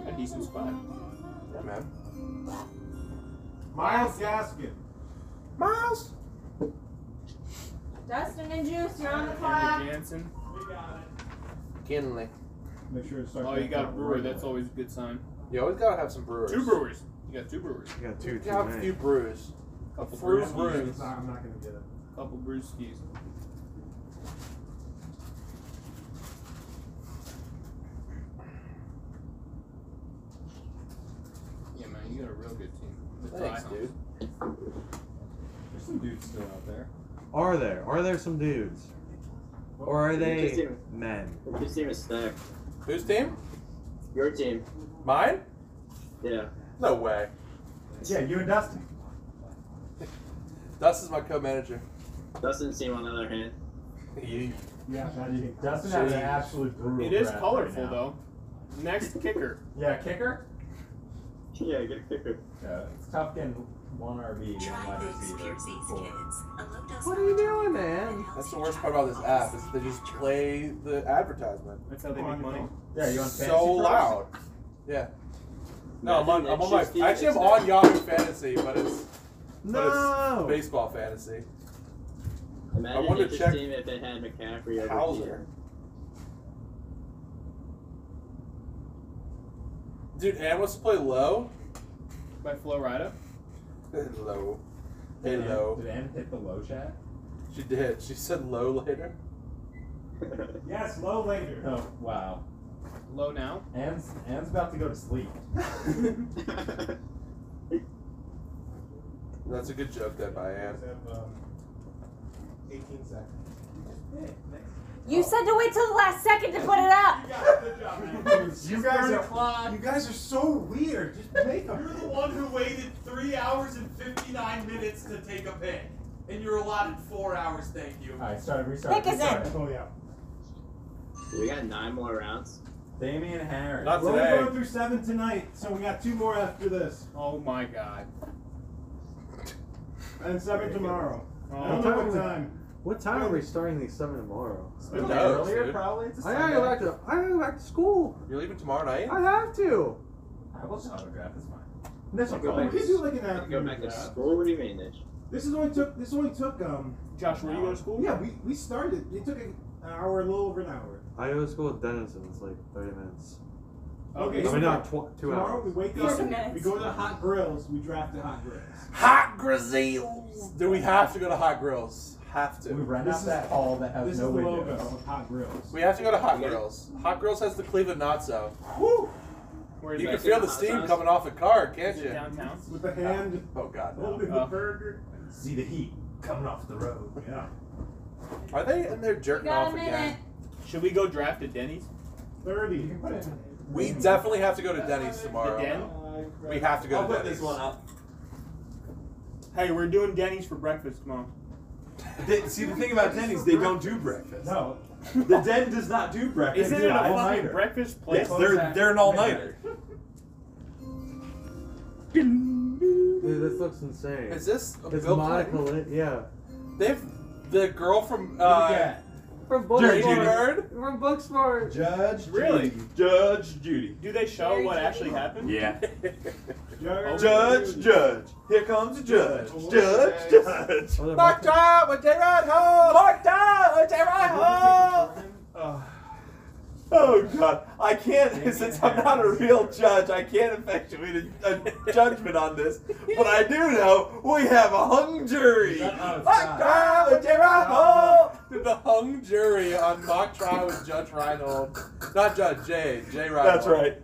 S1: A decent spot.
S2: Yeah, man.
S7: Miles Gaskin.
S2: Miles.
S8: Dustin and Juice, you're on the clock.
S1: Andrew Jansen.
S2: Kinley.
S7: Make sure it starts.
S1: Oh, you got a brewer. That's always a good sign.
S2: You always gotta have some brewers.
S1: Two brewers. You got two brewers.
S42: You got two
S2: You
S42: too
S2: gotta have a few
S42: many.
S2: brewers.
S1: Couple
S2: Fruit
S1: brewskis.
S2: brew.
S7: It's not, I'm not gonna get it.
S1: Couple brewskis. Yeah, man, you got a real good team. The
S2: Thanks,
S1: Dryhouse.
S2: dude.
S40: There's some dudes still out there.
S42: Are there? Are there some dudes? Or are they men?
S3: Your team is stacked.
S2: Whose team?
S3: Your team.
S2: Mine?
S3: Yeah.
S2: No way.
S40: Yeah, you and Dustin.
S2: Dust is my co-manager.
S3: Dustin's team, on the other hand.
S2: Yee.
S40: Yeah, Dustin has an absolute brutal.
S1: It is
S40: draft right
S1: colorful,
S40: now.
S1: though. Next kicker.
S40: Yeah, kicker.
S3: Yeah, good kicker.
S40: Yeah, it's tough getting one RB and wide receiver. Four.
S42: What are you doing, man?
S2: That's the worst part about this app is they just play the advertisement.
S1: That's how they make money.
S40: Yeah, you want fantasy
S2: so
S40: pros?
S2: loud. Yeah. No, I'm on.
S3: Imagine
S2: I'm on
S3: that
S2: my.
S3: shit's
S2: I actually
S3: defense
S2: am on
S3: now.
S2: Yahoo Fantasy, but it's No. But it's baseball fantasy.
S3: Imagine
S2: I wanna
S3: if this
S2: check-
S3: team if they had McCaffrey over
S2: Hauser.
S3: here.
S2: Dude, Ann wants to play low?
S39: By Flo Rida?
S2: Low. Hey,
S40: Did
S2: low.
S40: Ann, did Ann hit the low chat?
S2: She did. She said low later.
S7: Yes, low later.
S40: Oh, wow.
S39: Low now?
S40: Ann's, Ann's about to go to sleep.
S2: That's a good joke there by Ann.
S7: um,
S10: 18 seconds.
S8: You said to wait till the last second to put it up.
S10: You guys are you guys are so weird. Just make a
S9: You're the one who waited three hours and 59 minutes to take a pick. And you're allotted four hours, thank you.
S40: Alright, start, restart.
S8: Pick is
S40: restart.
S8: in.
S40: Oh, yeah.
S3: We got nine more rounds.
S40: Damian Harris.
S2: Not
S7: We're only
S2: today.
S7: going through seven tonight, so we got two more after this,
S39: Oh my god.
S7: and seven tomorrow. I
S39: Oh,
S7: don't know what time.
S42: What time are we starting these seven tomorrow?
S2: Who
S40: Okay,
S2: knows,
S40: earlier,
S2: dude?
S40: probably. It's a
S42: I gotta
S40: Sunday.
S42: go back to I gotta go back to school.
S2: You're leaving tomorrow night?
S42: I have to.
S40: I will just autograph. It's fine.
S7: This will
S3: Go
S7: Oh, We
S3: back
S7: could
S3: to-
S7: do like an
S3: Go
S7: afternoon.
S3: back to
S7: draft.
S3: school? What do you mean, Nish?
S7: This is only took. This only took. Um.
S39: Josh, were you going to school?
S7: Yeah, we we started. It took an hour, a little over an hour.
S42: I go to school with Dennis and it's like 30 minutes.
S7: Okay.
S42: I
S7: so
S42: mean, not tw- two
S7: tomorrow
S42: hours.
S7: we wake
S8: Forty
S7: up.
S8: minutes.
S7: We go to Hot Grills. We draft to Hot Grills.
S2: Hot Grizzles! Do we have to go to Hot Grills? Have to.
S40: We rent
S7: This
S40: out
S7: is-
S40: that hall that has
S7: This
S40: no
S7: is the
S40: windows.
S7: logo of Hot Grills.
S2: We have to go to Hot Grills. Hot Grills has the Cleveland Notso. Woo!
S39: Where's
S2: You can
S39: that?
S2: feel the steam coming off the car, can't
S39: Is it
S2: you?
S39: downtown?
S7: With the hand
S2: Oh god. no.
S7: holding the
S39: Oh.
S7: burger.
S40: See the heat coming off the road.
S7: Yeah.
S2: Are they in there jerking
S8: Got a
S2: off
S8: minute.
S2: again?
S39: Should we go draft at Denny's?
S7: Thirty.
S2: We definitely have to go to Denny's
S39: The
S2: tomorrow.
S39: Den?
S40: uh,
S2: We have to go
S9: I'll
S2: to
S9: put this
S2: Denny's.
S9: one up.
S39: Hey, we're doing Denny's for breakfast tomorrow.
S5: They, see, the thing about Denny's, they don't do breakfast.
S40: No.
S5: The Den does not do breakfast.
S39: Isn't
S40: do
S39: it a
S40: an
S39: fucking
S40: all-nighter.
S39: breakfast place?
S5: Yes, they're, they're an all nighter.
S42: Dude, this looks insane.
S2: Is this a
S42: It's
S2: Bill
S42: Monica
S2: Clinton?
S42: Lin- Yeah.
S2: They've the girl from uh
S42: From
S5: Dirty Judy.
S2: Bird?
S42: From Booksmart.
S40: Judge.
S39: Really?
S5: Judge Judy.
S39: Do they show
S8: Very
S39: what
S8: Judy.
S39: actually happened?
S5: Yeah. Oh.
S7: Judge.
S5: Judge, judge. Here comes the judge. Judge, judge.
S42: Oh, they're
S2: Mark
S42: both-
S2: down with J Rod Hall! Mark down with J Rod Hall!
S5: Oh god, I can't. Since I'm not a real judge, I can't effectuate a, a judgment on this. But I do know we have a hung jury.
S40: Uh-oh,
S5: Fuck
S40: God.
S5: trial with Gerard Hall.
S2: Did the hung jury on mock trial with Judge Reinhold. Not Judge J, J Reinhold.
S5: That's right.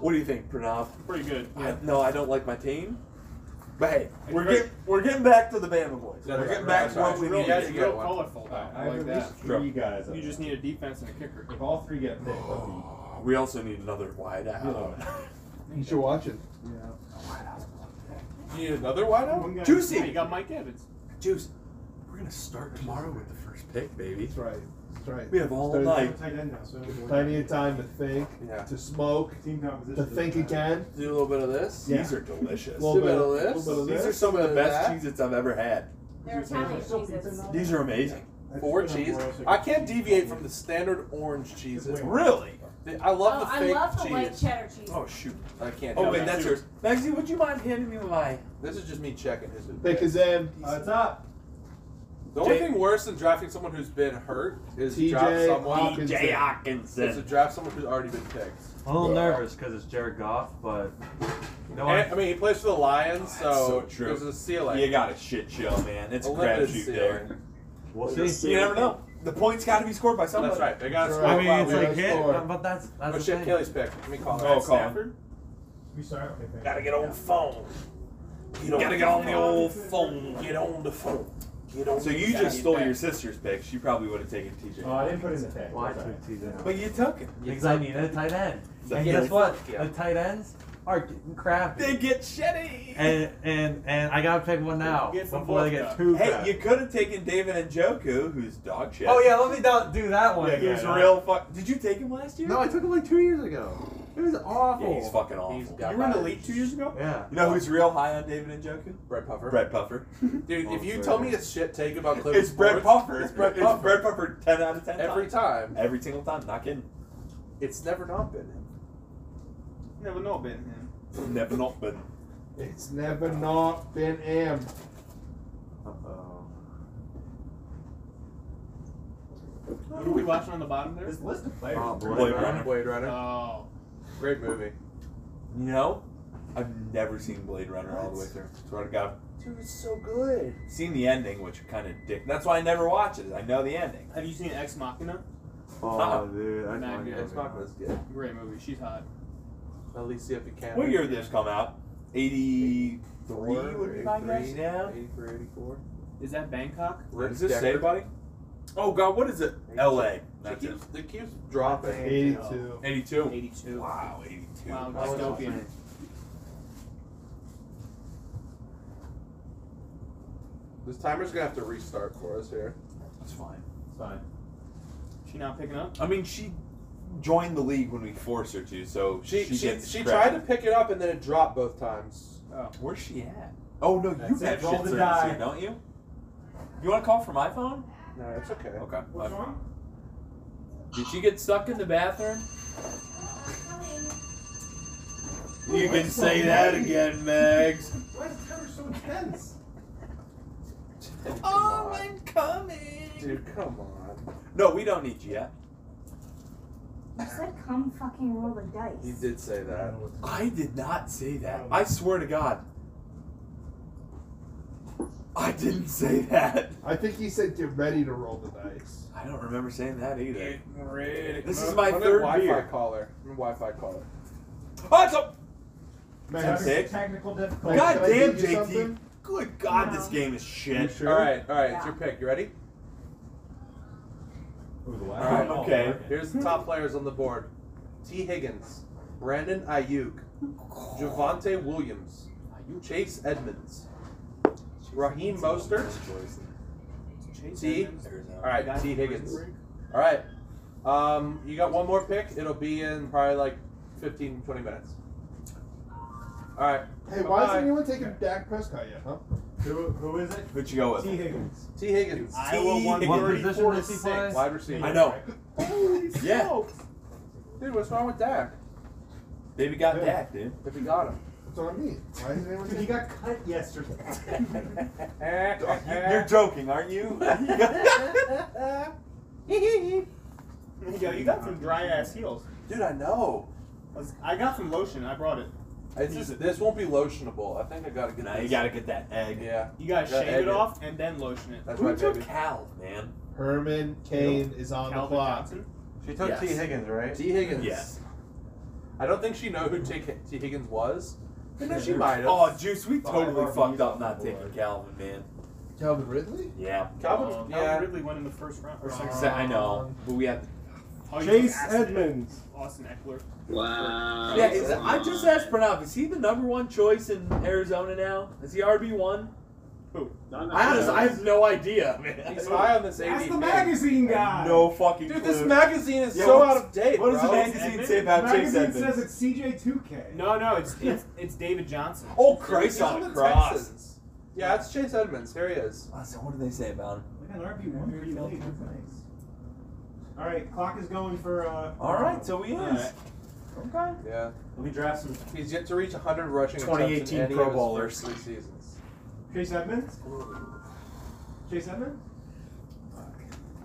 S5: What do you think, Pranav?
S39: Pretty good.
S5: I, no, I don't like my team. But hey, we're getting we're getting back to the Bama boys.
S2: That's
S5: we're
S2: right,
S5: getting back
S2: that's
S5: to what
S2: right.
S5: we
S39: Real,
S5: need.
S2: You guys
S39: real
S2: get one.
S39: colorful, though.
S40: I
S39: I
S40: have
S39: like
S40: at
S39: that.
S40: least three guys.
S39: You just need a defense and a kicker.
S40: If all three get picked, that'd
S5: We also need another wide out.
S4: You should watch it.
S2: You need another wideout?
S7: One guy-
S39: Yeah,
S5: Juicy,
S39: you got Mike Evans.
S5: juice. We're gonna start tomorrow with the first pick, baby.
S4: That's right. That's right.
S5: We have all
S4: Started
S5: night.
S7: Tight end now, so
S4: Plenty of time to think,
S2: Yeah.
S4: to smoke,
S7: team composition.
S4: to think again.
S2: Do a little bit of this.
S4: Yeah.
S5: These are delicious.
S4: Little bit
S2: of
S4: of-
S2: this.
S4: little bit of
S5: These are
S4: this.
S5: some of the
S2: Little bit of
S5: best
S2: uh, that.
S5: cheey's I've ever had.
S8: They're Italian cheeses.
S5: These are amazing.
S2: Four cheese. I can't deviate from the standard orange cheeses.
S5: Really?
S2: I love
S8: oh,
S2: the
S8: I
S2: fake
S8: love the
S2: cheese.
S8: white cheddar cheese.
S2: Oh shoot! I can't.
S5: Oh
S2: do
S5: wait,
S2: that.
S5: that's yours. Maxie, would you mind handing me my?
S2: This is just me checking. Is it
S4: Think is in.
S40: Uh, it's up.
S2: the only
S5: Jay-
S2: thing worse than drafting someone who's been hurt is to
S4: TJ
S2: draft someone.
S4: Hawkinson.
S5: J.
S2: Is to
S5: Hawkinson.
S2: draft someone who's already been picked.
S42: I'm a little nervous because it's Jared Goff, but you know
S1: Eh.
S2: And, I
S42: what?
S2: mean, he plays for the Lions, so,
S5: so true.
S2: there's a ceiling.
S5: You got a shit show, man. It's a
S2: limited
S5: crapshoot
S2: ceiling.
S5: there.
S42: We'll
S3: We'll
S42: see.
S3: see.
S5: You never know. The points got to be scored by somebody.
S2: That's right. They got a
S4: That's
S2: score.
S4: right.
S42: I mean, it's
S4: Yeah,
S42: like
S4: that's
S42: hit,
S4: four.
S42: but that's uh,
S2: oh
S42: that's the
S2: shit!
S42: thing.
S2: Kelly's pick. Let me call.
S5: Oh,
S2: it.
S5: call.
S7: We start. I think.
S2: Gotta get on the phone. Get on
S5: Gotta
S2: the
S5: get on the
S2: phone.
S5: old phone.
S2: Get on the phone. Get on.
S5: So
S2: the
S5: you just
S2: goddamn
S5: stole
S2: back.
S5: your sister's pick. She probably would have taken TJ.
S40: Oh, I didn't put in the pick.
S42: Why
S40: It's all right.
S42: took TJ?
S5: but you took it.
S42: Because I needed a tight end.
S5: So-
S42: And
S5: Yeah,
S42: guess what?
S2: yeah.
S42: The tight ends are getting crappy.
S5: They get shitty.
S42: and and and I gotta pick one now
S39: Get some
S42: before they get
S39: vodka.
S42: too
S5: Hey,
S42: crappy.
S5: you could have taken David and Joku, who's dog shit.
S42: Oh yeah, let me not do that one.
S5: Yeah, he
S42: again.
S5: was real fuck. Did you take him last year?
S42: No, I took him like two years ago. It was awful.
S5: Yeah, he's fucking awful.
S2: He's got
S39: You were in the
S2: by-
S39: league two years ago?
S42: Yeah.
S5: you know who's real high on David and Joku?
S2: Brett Puffer.
S5: Brett Puffer.
S2: Dude, if you tell me a shit take about Clemson,
S5: it's Brett Puffer.
S2: It's Brett Puffer.
S5: It's Brett Puffer. Ten out of ten.
S2: Every time,
S5: times. Every single time. Not kidding.
S2: it's never not been him.
S39: Never know about him.
S5: Never not been.
S4: It's never not been am.
S9: Uh-oh.
S39: What are we watching on the bottom there? This
S9: list of players.
S2: Oh,
S9: is pretty
S2: Blade
S9: good.
S2: Runner. Blade Runner.
S39: Oh.
S2: Great movie.
S5: You know, I've never seen Blade Runner all the way What? through. Swear to God.
S10: Dude, it's so good.
S5: Seen the ending, which kind of dick. That's why I never watch it. I know the ending.
S39: Have you seen Ex Machina?
S5: Oh,
S2: dude,
S39: Mad
S5: fucking
S39: Max.
S5: love it. That's good.
S39: Great movie. She's hot.
S2: At least if you can.
S5: What year did this come out? 83 would be my guess.
S2: 83,
S5: Yeah.
S2: 83, 84.
S39: Is that Bangkok?
S2: Rick
S5: Does this
S2: Decker.
S5: say anybody? Oh God, what is it? L.A.
S2: It
S5: That's it.
S2: keeps, it keeps dropping.
S4: 82.
S5: 82.
S39: 82.
S5: Wow, 82.
S39: Wow,
S5: That was
S39: uh, dystopian.
S5: awesome.
S2: This timer's gonna have to restart for us here.
S5: That's fine.
S9: It's fine.
S39: She not picking up?
S5: I mean, she joined the league when we forced her to, so
S2: She she, she,
S5: gets
S2: tried
S5: credit.
S2: to pick it up and then it dropped both times.
S39: Oh.
S5: Where's she at? Oh no,
S9: That's
S5: you
S9: it,
S5: have
S9: roll
S5: shit
S9: the
S5: service
S9: die.
S5: here, don't you? You want to call from my phone?
S2: No, it's okay.
S5: Okay.
S7: What's wrong?
S42: Did she get stuck in the bathroom?
S7: You can say that
S42: again, Mags.
S7: Why is the timer so intense?
S5: Oh,
S42: I'm coming.
S2: Dude, come on.
S5: No, we don't need you yet.
S8: You said come fucking roll the dice.
S2: You did say that.
S5: I did not say that. I swear to God. I didn't say that.
S4: I think he said get ready to roll the dice.
S5: I don't remember saying that either.
S39: Ready.
S5: This is my
S2: I'm a
S5: third
S2: Wi-Fi
S5: beer.
S2: caller. I'm a Wi-Fi caller.
S5: Oh, it's a-
S4: Max,
S5: Six.
S7: Technical difficulty.
S4: Max,
S5: God
S4: can I
S5: damn,
S4: give you
S5: JT.
S4: something?
S5: Good God, this game is shit.
S4: sure?
S2: All right, all right. It's
S8: Yeah.
S2: your pick. You ready?
S9: Ooh, the
S2: All
S9: last
S2: right.
S9: one.
S5: okay.
S2: Here's the top players on the board: T. Higgins, Brandon Ayuk, Javante Williams, Chase Edmonds, Raheem Mostert.
S39: Chase
S2: See?
S39: Edmonds.
S2: All right, T. Higgins. All right. Um, you got one more pick. It'll be in probably like 15, 20 minutes. All right.
S4: Hey, why
S2: Bye-bye.
S4: isn't anyone taking Dak Prescott yet, huh?
S7: Who, who is it?
S5: Who'd you go
S7: T.
S5: with?
S7: Higgins.
S2: T. Higgins,
S39: Iowa won
S5: What
S39: 34 to 6.
S2: wide receiver.
S5: I know.
S2: Holy
S5: Yeah.
S2: smokes. Dude, what's wrong with Dak?
S5: Baby got
S4: Yeah.
S5: that, dude.
S2: If he got him.
S4: That's what I mean. Why isn't anyone
S7: He
S4: taking
S7: got cut yesterday.
S5: You're joking, aren't you?
S39: Yo, you got some dry ass heels.
S5: Dude, I know.
S39: Let's- I got some lotion. I brought it.
S2: It's just, this won't be lotionable. I think I gotta get
S5: Nah,
S2: this.
S5: you gotta get that egg.
S2: Yeah.
S39: You gotta
S2: Gotta
S39: shave
S2: egg
S39: it
S2: it.
S39: off and then lotion it.
S2: That's
S5: Who
S2: my
S5: took
S2: baby.
S5: Cal, man?
S4: Herman Kane is on the
S39: Calvin
S4: clock.
S39: Johnson.
S2: She took
S5: Yes.
S2: T. Higgins, right? T. Higgins.
S5: Yes.
S2: I don't think she knew who T. Hi- T. Higgins was. But no, she might have.
S5: Oh, Juice, we totally
S4: RBs
S5: fucked up
S4: on
S5: not
S4: the
S5: taking
S4: board.
S5: Calvin, man.
S4: Calvin Ridley?
S5: Yeah.
S2: Calvin,
S39: Uh,
S2: yeah.
S39: Calvin Ridley won in the first round. Or second.
S5: Exa- I know, but we had.
S39: Oh, you
S7: Chase
S39: took Austin-
S7: Edmonds.
S39: Austin Eckler.
S3: Wow.
S42: Yeah, is,
S3: Come
S42: I just
S3: on.
S42: asked Pranav, is he the number one choice in Arizona now? Is he RB1?
S3: No, no,
S42: I honestly,
S3: no.
S42: I have no idea,
S2: He's
S42: man.
S2: high on this ADP.
S7: That's the magazine guy.
S5: No fucking
S2: Dude,
S5: clue.
S2: this magazine is
S5: Yeah,
S2: so
S5: what's-
S2: out of date,
S5: What does the
S2: bro.
S5: magazine
S39: Edmonds?
S5: say
S7: The
S5: about Chase
S7: magazine
S5: Edmonds?
S7: says it's CJ2K.
S39: No, no, it's it's, it's David Johnson.
S5: oh,
S2: He's
S5: Christ
S2: on
S5: on
S2: the
S5: cross.
S2: Texans. Yeah, it's Chase Edmonds. Here he is.
S5: I said, what do they say about him?
S7: We got an RB1 pretty late. That's nice. All right, clock is going for. Uh,
S5: All right, so he is.
S39: Alright.
S5: Okay.
S2: Yeah.
S9: Let me draft some.
S2: He's yet to reach 100 rushing attempts
S5: 2018
S2: in any
S5: Pro
S2: of his
S5: Bowlers.
S2: first three seasons.
S7: Chase Edmonds? Chase Edmonds?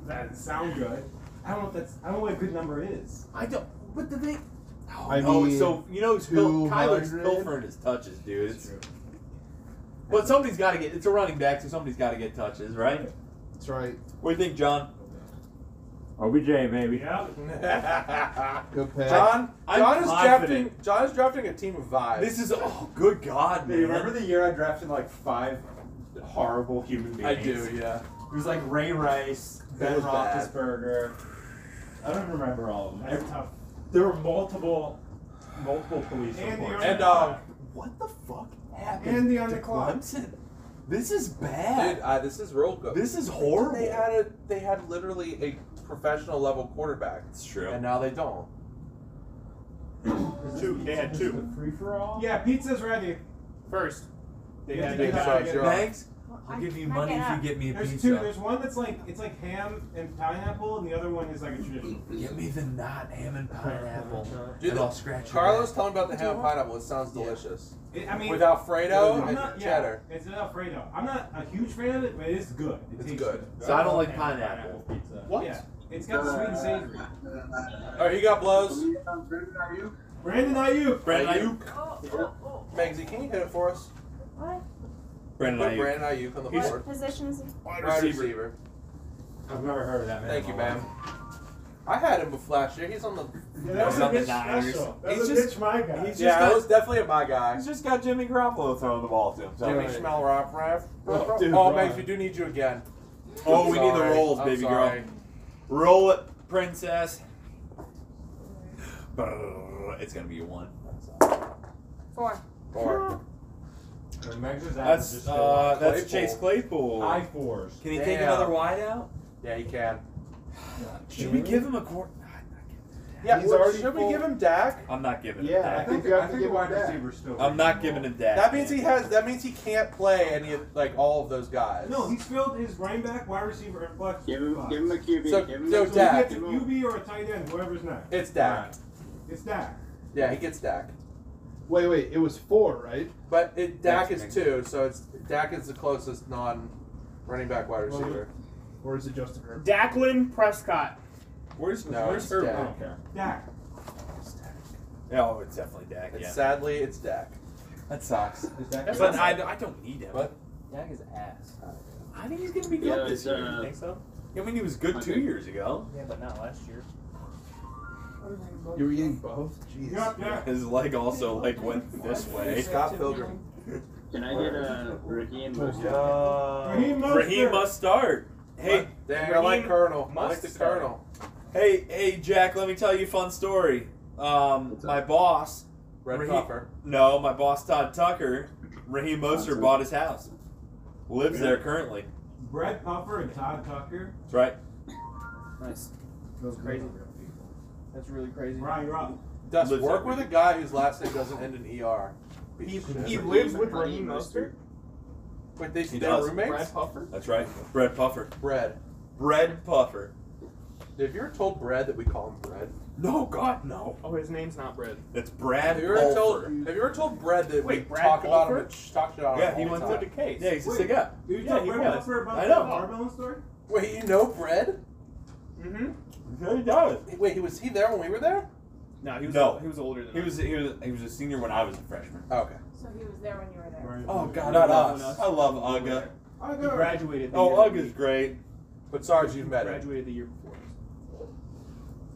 S7: That doesn't sound good. I don't know if that's. I don't know what a good number is.
S42: I don't. What the thing?
S5: Oh,
S4: I
S5: no,
S4: mean,
S5: so you know, it's Phil, Kyler's
S4: 200.
S5: pilfering his touches, dude. It's,
S9: True.
S42: But somebody's got to get. It's a running back, so somebody's got to get touches, right?
S4: That's right.
S5: what do you think, John?
S9: OBJ, baby.
S7: Yeah.
S2: John,
S4: Good pass.
S2: John
S9: I'm
S2: is
S9: confident.
S2: drafting. John is drafting a team of vibes.
S5: This is oh, good God,
S9: Do
S5: man!
S9: you remember the year I drafted like five horrible human beings?
S2: I do, yeah.
S9: It was like Ray Rice, Ben
S2: was bad.
S9: Roethlisberger. I don't remember all of them.
S7: That's
S9: I-
S7: tough.
S9: there were multiple, multiple police
S7: And the
S9: reports.
S7: Aaron-
S2: And um,
S5: What the fuck happened?
S7: And the on
S5: to
S7: the clock.
S5: Clemson? This is bad.
S2: dude, uh, this is real good.
S5: this is horrible.
S2: They had a. They had literally a professional level quarterback,
S5: it's true.
S2: and now they don't.
S39: Two. They had two.
S9: Free for all.
S7: Yeah, pizza's ready.
S39: First, they
S7: Yeah,
S39: had
S7: they
S39: a
S7: got
S39: guy.
S7: it.
S2: you're on.
S42: Mags,
S5: I'll give you money if you get me a
S7: there's
S5: pizza.
S7: Two, there's one that's like it's like ham and pineapple, and the other one is like a traditional.
S5: Give me the not ham and pineapple.
S2: Dude,
S5: and I'll scratch your
S2: Carlos,
S5: back.
S2: tell him about the ham and pineapple. It sounds delicious.
S7: It, I mean,
S2: with Alfredo
S7: I'm
S2: and
S7: not- yeah,
S2: cheddar.
S7: it's an Alfredo. I'm not a huge fan of it, but it is good. It
S2: It's
S7: tastes
S2: good.
S40: So I don't like
S7: ham and
S40: pineapple.
S7: pizza.
S2: What?
S7: Yeah, it's got sweet and savory.
S5: Uh,
S2: All right, you got blows.
S7: Brandon Ayuk.
S2: Brandon
S7: Ayuk.
S2: Ayuk.
S8: Oh,
S2: Megsy, can you hit it for us?
S43: What?
S5: Brandon
S2: Put
S5: Ayuk.
S2: Brandon Ayuk on the
S43: What
S2: board.
S43: positions?
S2: Wide
S5: receiver.
S40: I've never heard of that man.
S2: Thank you,
S40: in my
S2: ma'am. I had him before last year. He's on the.
S7: Yeah, that was a bitch special. That was
S2: He's
S7: a
S2: just-
S7: bitch my guy.
S2: He's
S5: Yeah,
S2: just
S5: that
S2: that was definitely my guy.
S5: He's just got Jimmy Garoppolo throwing the ball to him. so-
S2: Jimmy Schmell Rob Raff.
S5: Oh,
S2: Oh,
S5: dude, Ryan.
S2: Megs, we do need you again.
S5: Oh,
S2: I'm
S5: we need the
S2: sorry.
S5: rolls,
S2: I'm
S5: baby
S2: sorry.
S5: girl. Roll it, princess. It's gonna be a one.
S43: Four.
S2: Four.
S40: life. And Meg's is out,
S5: That's
S40: just
S5: uh,
S40: go
S5: that's
S40: Claypool.
S5: Chase Claypool.
S40: High fours.
S5: Can he take
S2: Damn.
S5: another wideout?
S2: Yeah, he can.
S5: Should we give him a quarter?
S2: Yeah,
S5: He's
S2: well,
S5: already
S2: should
S5: full.
S2: we give him Dak?
S5: I'm not giving him
S40: Yeah,
S5: that.
S40: I think you have to give wide receiver still.
S5: I'm not giving him that.
S2: That means he
S5: man.
S2: has. That means he can't play any of like all of those guys.
S7: No, he's filled his running back, wide receiver, and flex.
S3: Give him,
S7: spots.
S3: give him a QB.
S2: So-
S3: give him
S2: so
S3: a
S7: So
S2: Dak.
S7: he gets a UB or a tight end, whoever's next.
S2: It's Dak.
S7: It's Dak.
S2: Yeah, he gets Dak.
S4: Wait, wait. It was four, right?
S2: But it, Dak
S5: That's
S2: is two, so it's Dak is the closest non-running back wide
S4: Well,
S2: receiver.
S4: Or is it Justin Herbert?
S1: Daklin Prescott.
S5: Where's
S2: No,
S5: where's
S2: it's
S5: Herbert?
S2: Dak.
S7: Dak.
S5: Oh, it's definitely Dak.
S2: It's
S5: Yeah.
S2: sadly, it's Dak.
S5: That sucks.
S40: Dak
S5: But I, I don't need him.
S2: But
S40: Dak is ass.
S5: I think he's gonna be good
S3: Yeah, it's,
S5: this year.
S3: uh,
S5: you think so? I mean, he was good
S3: I
S5: two
S3: think-
S5: years ago.
S40: Yeah, but not last year.
S5: You were eating both. Jeez.
S7: Yep, yeah.
S5: His leg also like went this way.
S2: Scott Pilgrim.
S3: Can I get a Raheem Mostert?
S5: Raheem,
S7: Raheem Mostert.
S5: Uh, Raheem must start. Hey,
S2: Dang, I like
S5: Raheem
S2: Colonel. I
S5: must
S2: like the
S5: start.
S2: Colonel.
S5: Hey, hey, Jack. Let me tell you a fun story. Um,
S3: What's up?
S5: my boss,
S2: Red
S5: Raheem-
S2: Puffer.
S5: No, my boss Todd Tucker, Raheem Moser bought his house. Lives there currently.
S7: Brett Puffer and Todd Tucker.
S5: That's right.
S40: Nice.
S11: Those crazy. That's really crazy.
S7: Ryan Rob.
S2: Does
S5: Lives
S2: work
S5: there.
S2: with a guy whose last name doesn't end in er.
S40: He,
S2: Piece of
S40: he
S2: shit.
S40: lives with Raheem Mostert.
S2: Wait, they,
S5: He
S2: they're
S5: does.
S2: roommates.
S40: Brad Puffer.
S5: That's right. Bread puffer.
S2: Bread.
S5: Bread puffer.
S2: Dude, If you were told Bread that we call him Bread,
S5: No, God, no.
S39: Oh, his name's not Brad.
S5: It's
S2: have
S5: Brad
S2: you ever told?
S5: Pulver.
S2: Have you ever told Bread that we
S39: Wait, Brad
S2: talk about him?
S39: Pulver?
S2: and sh- Talk shit on
S5: Yeah,
S2: him.
S5: he
S2: all the
S5: went to
S2: time.
S5: the case. Yeah, he's a
S7: Wait.
S5: cigar.
S7: Dude,
S5: Yeah,
S7: yeah,
S5: he
S7: Brett
S5: was.
S7: Puffer about
S5: I
S7: the
S5: know.
S7: barbell story?
S2: Wait, you know Bread?
S39: Mm-hmm.
S5: Yeah, he does.
S2: Wait, he was he there when we were there?
S39: No, he was
S5: No.
S39: he was older than
S5: He
S39: I
S5: was he was he was a senior when I was a freshman.
S2: Oh, okay.
S12: So he was there when you were there.
S7: Right.
S5: Oh God,
S39: Not
S5: not us.
S39: us.
S5: I love Uga.
S7: I
S39: He graduated. The
S5: Oh,
S39: year
S5: Uga's great.
S2: But Sarge,
S39: He
S2: you've met him.
S39: graduated the year before.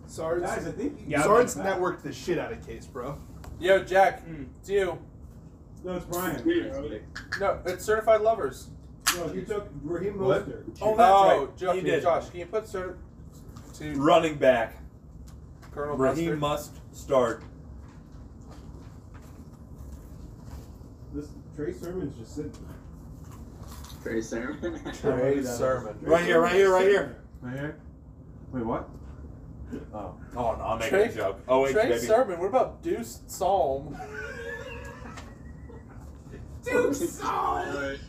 S4: Sarge.
S7: Guys, I think you
S39: Yeah,
S4: Sarge networked the shit out of Case, bro.
S2: Yo, Jack,
S39: Mm.
S2: it's you.
S7: No, it's Brian.
S3: Yeah.
S2: No, it's certified lovers.
S7: No, you took Raheem
S4: What?
S7: Mostert.
S5: Oh, that's
S2: oh,
S5: right.
S2: Josh,
S5: You did.
S2: Josh, can you put cert to
S5: Running back.
S2: Colonel
S5: Raheem
S2: Mustard?
S5: must start.
S7: This Trey Sermon's just sitting there.
S3: Trey Sermon.
S2: Trey Sermon.
S5: Right here, right here, right here.
S7: Right here? Wait, what?
S5: Oh, oh no, I'm making
S2: Trey-
S5: a joke. Oh wait,
S2: Trey
S5: baby.
S2: Sermon. What about Deuce Psalm?
S7: Deuce!
S3: Alright.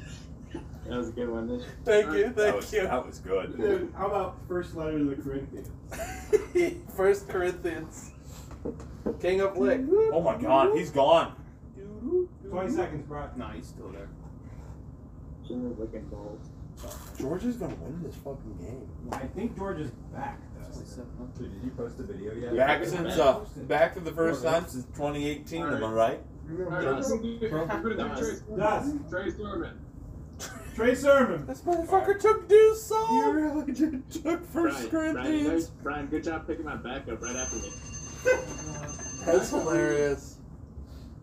S3: That was a good one.
S2: Thank you,
S5: That
S2: thank
S5: was,
S2: you.
S5: that was good.
S7: Dude, how about first letter to the Corinthians?
S2: First Corinthians. King of Lick.
S5: Oh my God, he's gone.
S7: 20 seconds, bro.
S39: No, he's still there.
S3: Jimmy looking bold.
S5: Georgia's gonna win this fucking game.
S7: I think George is back, though.
S40: Dude, did you post a video yet?
S5: Back since uh, back for the first time since 2018. Am I right?
S7: Yes.
S3: Trey Sermon.
S7: Trey Sermon.
S2: This motherfucker took Deuce Psalm.
S5: really did took
S3: Brian, Brian, you guys- Brian, good job picking my backup right after me.
S2: That's hilarious.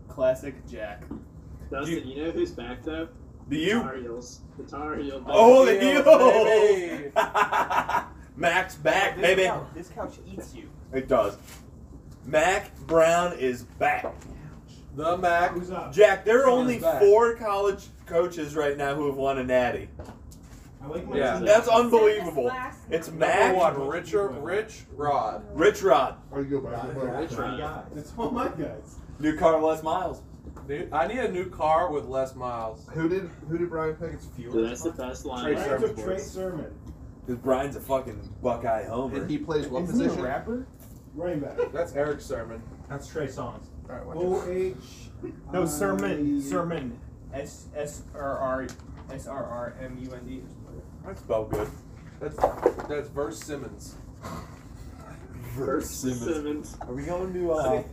S39: Classic Jack.
S3: Dustin, you know who's back though?
S5: Do
S3: The
S5: you?
S3: Tar Heels. The Tar Heels.
S5: Oh, the
S2: Heel,
S5: heel. Max back,
S39: this
S5: baby.
S39: Couch, this couch eats you.
S5: It does. Mac Brown is back.
S2: The Mac.
S7: Who's up?
S5: Jack, there are
S2: Brown's
S5: only
S2: back.
S5: four college coaches right now who have won a natty.
S7: I like my
S2: Yeah.
S5: That's
S12: He said this
S5: unbelievable.
S12: last
S5: It's
S12: night.
S2: Number
S5: Mac,
S2: one, Richard Rich Rod.
S5: Rich Rod,
S4: Or you go back.
S7: It's all my guys.
S5: new Carlos Miles.
S2: Dude, I need a new car with less miles.
S4: Who did who did Brian pick? It's fuel.
S3: Dude, that's the best line.
S2: Trey
S7: I took
S2: Sermon.
S7: Trey Sermon.
S5: Because Brian's a fucking Buckeye homer.
S4: And he plays what
S7: Isn't he a
S4: position?
S7: rapper? Running back.
S2: That's Eric Sermon.
S40: That's Trey Songs.
S7: O H.
S1: No, sermon. Sermon. S S R R S R R M U N D.
S2: That's about good. That's that's Verse Simmons.
S5: Verse Simmons.
S3: Simmons.
S5: Are we going to uh,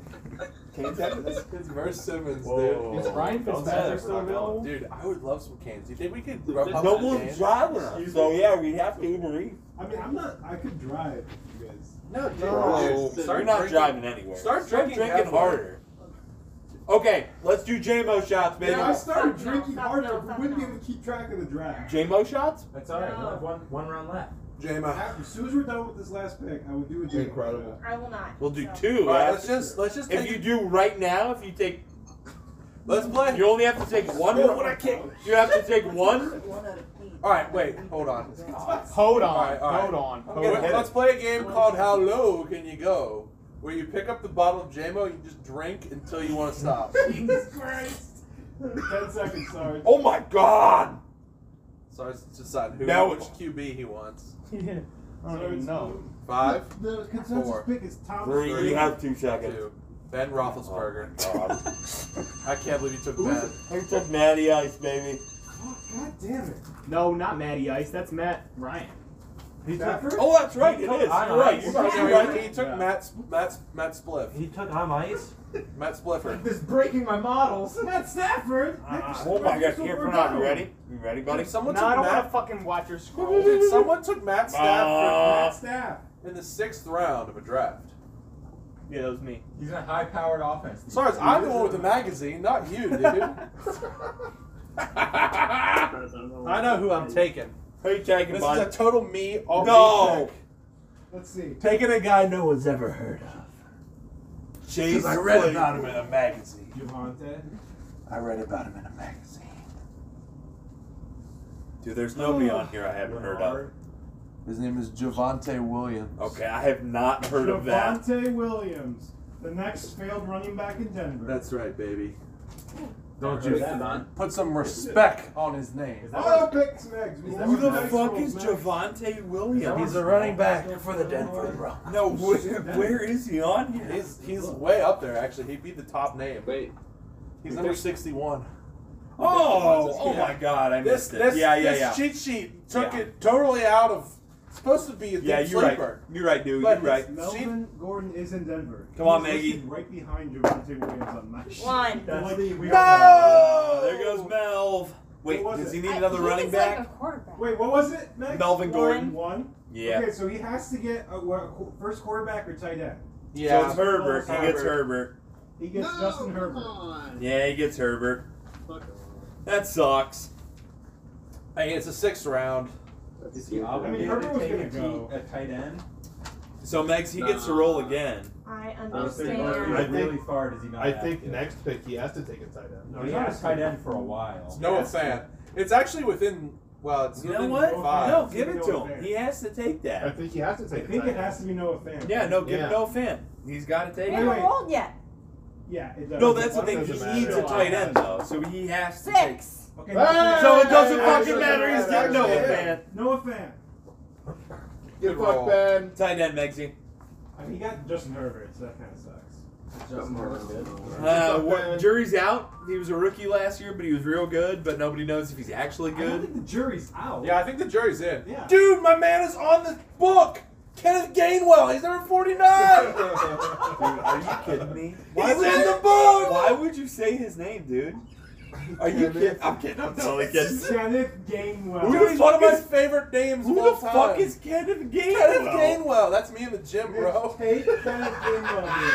S5: Kane's after this?
S2: It's Verse Simmons,
S5: Whoa.
S2: dude.
S5: Is Brian
S2: Don't say
S5: Fitzpatrick
S2: that,
S5: still
S2: we're not going.
S5: available?
S2: Dude, I would love some cans. You think we could
S5: Dude,
S2: rub
S5: there's
S2: up
S5: no
S2: some
S5: one's
S2: cans?
S5: driving us,
S7: Excuse
S5: so
S7: me?
S5: yeah, we have to Uber Eats.
S7: I mean, I'm not. I could drive, you guys.
S2: No, dude.
S5: No,
S2: dude,
S5: you're not
S2: drinking-
S5: driving anywhere.
S2: Start drinking,
S5: drinking
S2: heavily.
S5: harder. Okay, let's do JMO shots, baby.
S7: Yeah, I started
S12: Fuck no,
S7: drinking
S12: fuck
S7: harder.
S12: no,
S7: we
S12: fuck
S7: wouldn't be
S12: no.
S7: able to keep track of the draft.
S5: JMO shots?
S40: That's all right.
S12: No.
S40: One, one, one round left.
S2: JMO.
S7: After, as soon as we're done with this last pick, I would do a deal.
S4: Incredible.
S8: I will not.
S5: We'll do
S8: so.
S5: two.
S2: All right,
S5: after.
S2: let's just let's just
S5: if
S2: take
S5: you do right now, if you take,
S2: let's play.
S5: you only have to take one.
S2: Roll what I can.
S5: You have to take one.
S2: All right, wait, hold on.
S1: Hold on.
S2: All right, all right.
S1: Hold on.
S2: Well,
S1: Hold on.
S2: Let's play a game called How Low Can You Go, where you pick up the bottle of JMO and you just drink until you want to stop.
S7: Jesus Christ. Ten seconds, sorry.
S5: Oh my God!
S2: So I just decide who
S5: Now
S2: which
S5: it's-
S2: QB he wants.
S1: Yeah. I don't even know.
S2: Five,
S7: The consensus
S2: Four.
S7: pick is top
S5: Three. You have two seconds. Oh
S2: two. Ben Roethlisberger.
S5: God.
S2: I can't believe you took
S5: Who is
S2: Ben.
S5: it? Who took Natty Ice, baby?
S7: Oh, God damn it.
S1: No, not Matty Ice. That's Matt Ryan.
S9: He took,
S7: Stafford?
S5: Oh, that's right. It is.
S9: Come
S5: You're
S9: on,
S5: right.
S9: Ice.
S5: You're
S2: He
S5: right.
S2: took-
S5: You're right.
S2: He took
S7: Yeah.
S2: Matt Matt Matt Spliff.
S9: he took on ice.
S2: Matt Splifford.
S40: This is breaking my models.
S7: Matt Stafford.
S4: Uh-uh.
S1: Ah.
S5: Oh my God!
S7: So
S5: Here,
S7: we're
S5: put on.
S7: done.
S5: You ready? You ready, buddy?
S2: Someone
S1: No,
S2: took
S1: I don't want to
S2: Matt.
S1: fucking watch your scroll.
S2: Dude, someone took Matt Stafford
S7: Matt Staff.
S2: in the sixth round of a draft.
S1: Yeah, that was me.
S40: He's in a high-powered offense.
S2: Sorry, I'm the one with the magazine, not you, dude. I know who I'm taking.
S5: Who you taking,
S2: This is
S5: buddy?
S2: a total me. all me
S5: no.
S2: pick.
S7: Let's see.
S5: Taking a guy no one's ever heard of. Jesus. Blake.
S2: him in a magazine.
S7: Javante.
S5: I read about him in a magazine. Dude, there's nobody on here I haven't heard of.
S2: His name is Javante Williams.
S5: Okay, I have not heard of that.
S7: Javonte Williams, the next failed running back in Denver.
S2: That's right, baby.
S40: Don't
S3: Heard that, man.
S2: Put some respect on his name.
S40: Is that
S7: Oh,
S40: what-
S7: pick Smegs. We
S5: Who
S7: love
S5: the
S7: Smegs
S5: fuck is
S7: rules, man.
S5: Javante Williams?
S40: He's a
S5: running
S40: back for the Denver
S5: No, where, where is he on here?
S2: He's he's way up there actually. He'd be the top name.
S3: Wait.
S2: He's number sixty one.
S5: Oh, oh my God! I
S2: This
S5: missed
S2: this,
S5: it. Yeah, yeah,
S2: this
S5: yeah.
S2: cheat sheet took
S5: Yeah.
S2: it totally out of supposed to be a
S5: Yeah,
S2: deep
S5: you're right.
S2: sleeper.
S5: You're right, dude. You're
S2: But
S5: right.
S7: Melvin Gordon is in Denver.
S5: Come on,
S7: He's listed
S5: Maggie.
S7: Right behind Javante Williams on my sheet.
S8: One.
S40: That's the we
S5: No! Oh, There goes Melv. Wait,
S7: Who was
S5: does he
S7: it?
S5: need
S8: I-
S5: another
S8: he
S5: running
S8: is
S5: back?
S8: Like a quarterback.
S7: Wait, what was it? Max?
S5: Melvin Gordon.
S7: One.
S5: Yeah.
S7: Okay, so he has to get a, wha- qu- first quarterback or tight end.
S5: So it's Herbert. He gets Herbert.
S7: He gets
S3: no,
S7: Justin
S3: come
S7: Herbert.
S3: on.
S5: Yeah, he gets Herbert.
S3: Fuck
S5: That sucks.
S2: Hey, it's a sixth round.
S3: off.
S40: Is he
S7: I
S40: obligated
S7: mean, Herbert
S40: to
S7: was
S40: take
S7: gonna
S40: a,
S7: go.
S40: T- a tight end?
S5: So Megs, he gets to roll again.
S8: I
S40: I was thinking,
S8: understand.
S40: like,
S4: I
S40: really
S4: think-
S40: far does he not
S4: I
S40: have
S4: think
S40: to?
S4: next pick he has to take a tight end.
S40: No, he's not a tight end for a while.
S2: No offense. It's actually within. Well, it's
S5: You know
S2: within
S5: what?
S2: Five.
S5: No, give it to him. He has to take
S4: I
S5: that.
S4: think he has to
S7: I
S4: take a
S7: think
S4: tight
S7: it
S4: end.
S7: has to be Noah Fan.
S5: Yeah, no, give
S4: Yeah.
S5: no fan. He's got to
S8: We
S5: take
S7: Yeah.
S5: it.
S8: haven't rolled yet.
S7: Yeah, it does.
S5: No, that's the
S4: It
S5: thing. He
S4: doesn't
S5: needs a
S4: matter.
S5: tight end though, so he has to take.
S8: Six.
S7: Okay,
S4: Hey!
S5: So it doesn't fucking
S4: Hey!
S5: matter. He's got no
S4: Hey!
S5: fan.
S7: Noah Fan.
S4: Get
S2: Good roll.
S4: fucked, Ben.
S5: Tight end, Megsy.
S7: I mean, he got Justin Herbert, so that kind of sucks.
S40: Justin Herbert.
S5: Uh, what, jury's out. He was a rookie last year, but he was real good. But nobody knows if he's actually
S7: I don't
S5: good.
S7: think the jury's out.
S2: Yeah, I think the jury's in.
S7: Yeah.
S2: Dude, my man is on the book. Kenneth Gainwell. He's number forty nine.
S5: Are you kidding me?
S2: He's
S5: would
S2: in
S5: you-
S2: the book!
S5: Why would you say his name, dude? Are you
S4: Kenneth.
S5: kidding? I'm kidding. I'm totally kidding.
S7: Kenneth Gainwell.
S5: Who
S2: Dude,
S5: the
S2: he's one of
S5: fuck
S2: my
S5: is-
S2: favorite names
S5: Who
S2: of all
S5: the fuck
S2: time.
S5: is Kenneth Gainwell?
S2: Kenneth Gainwell? That's me in the gym, bro.
S7: Take Kenneth Gainwell. Dude.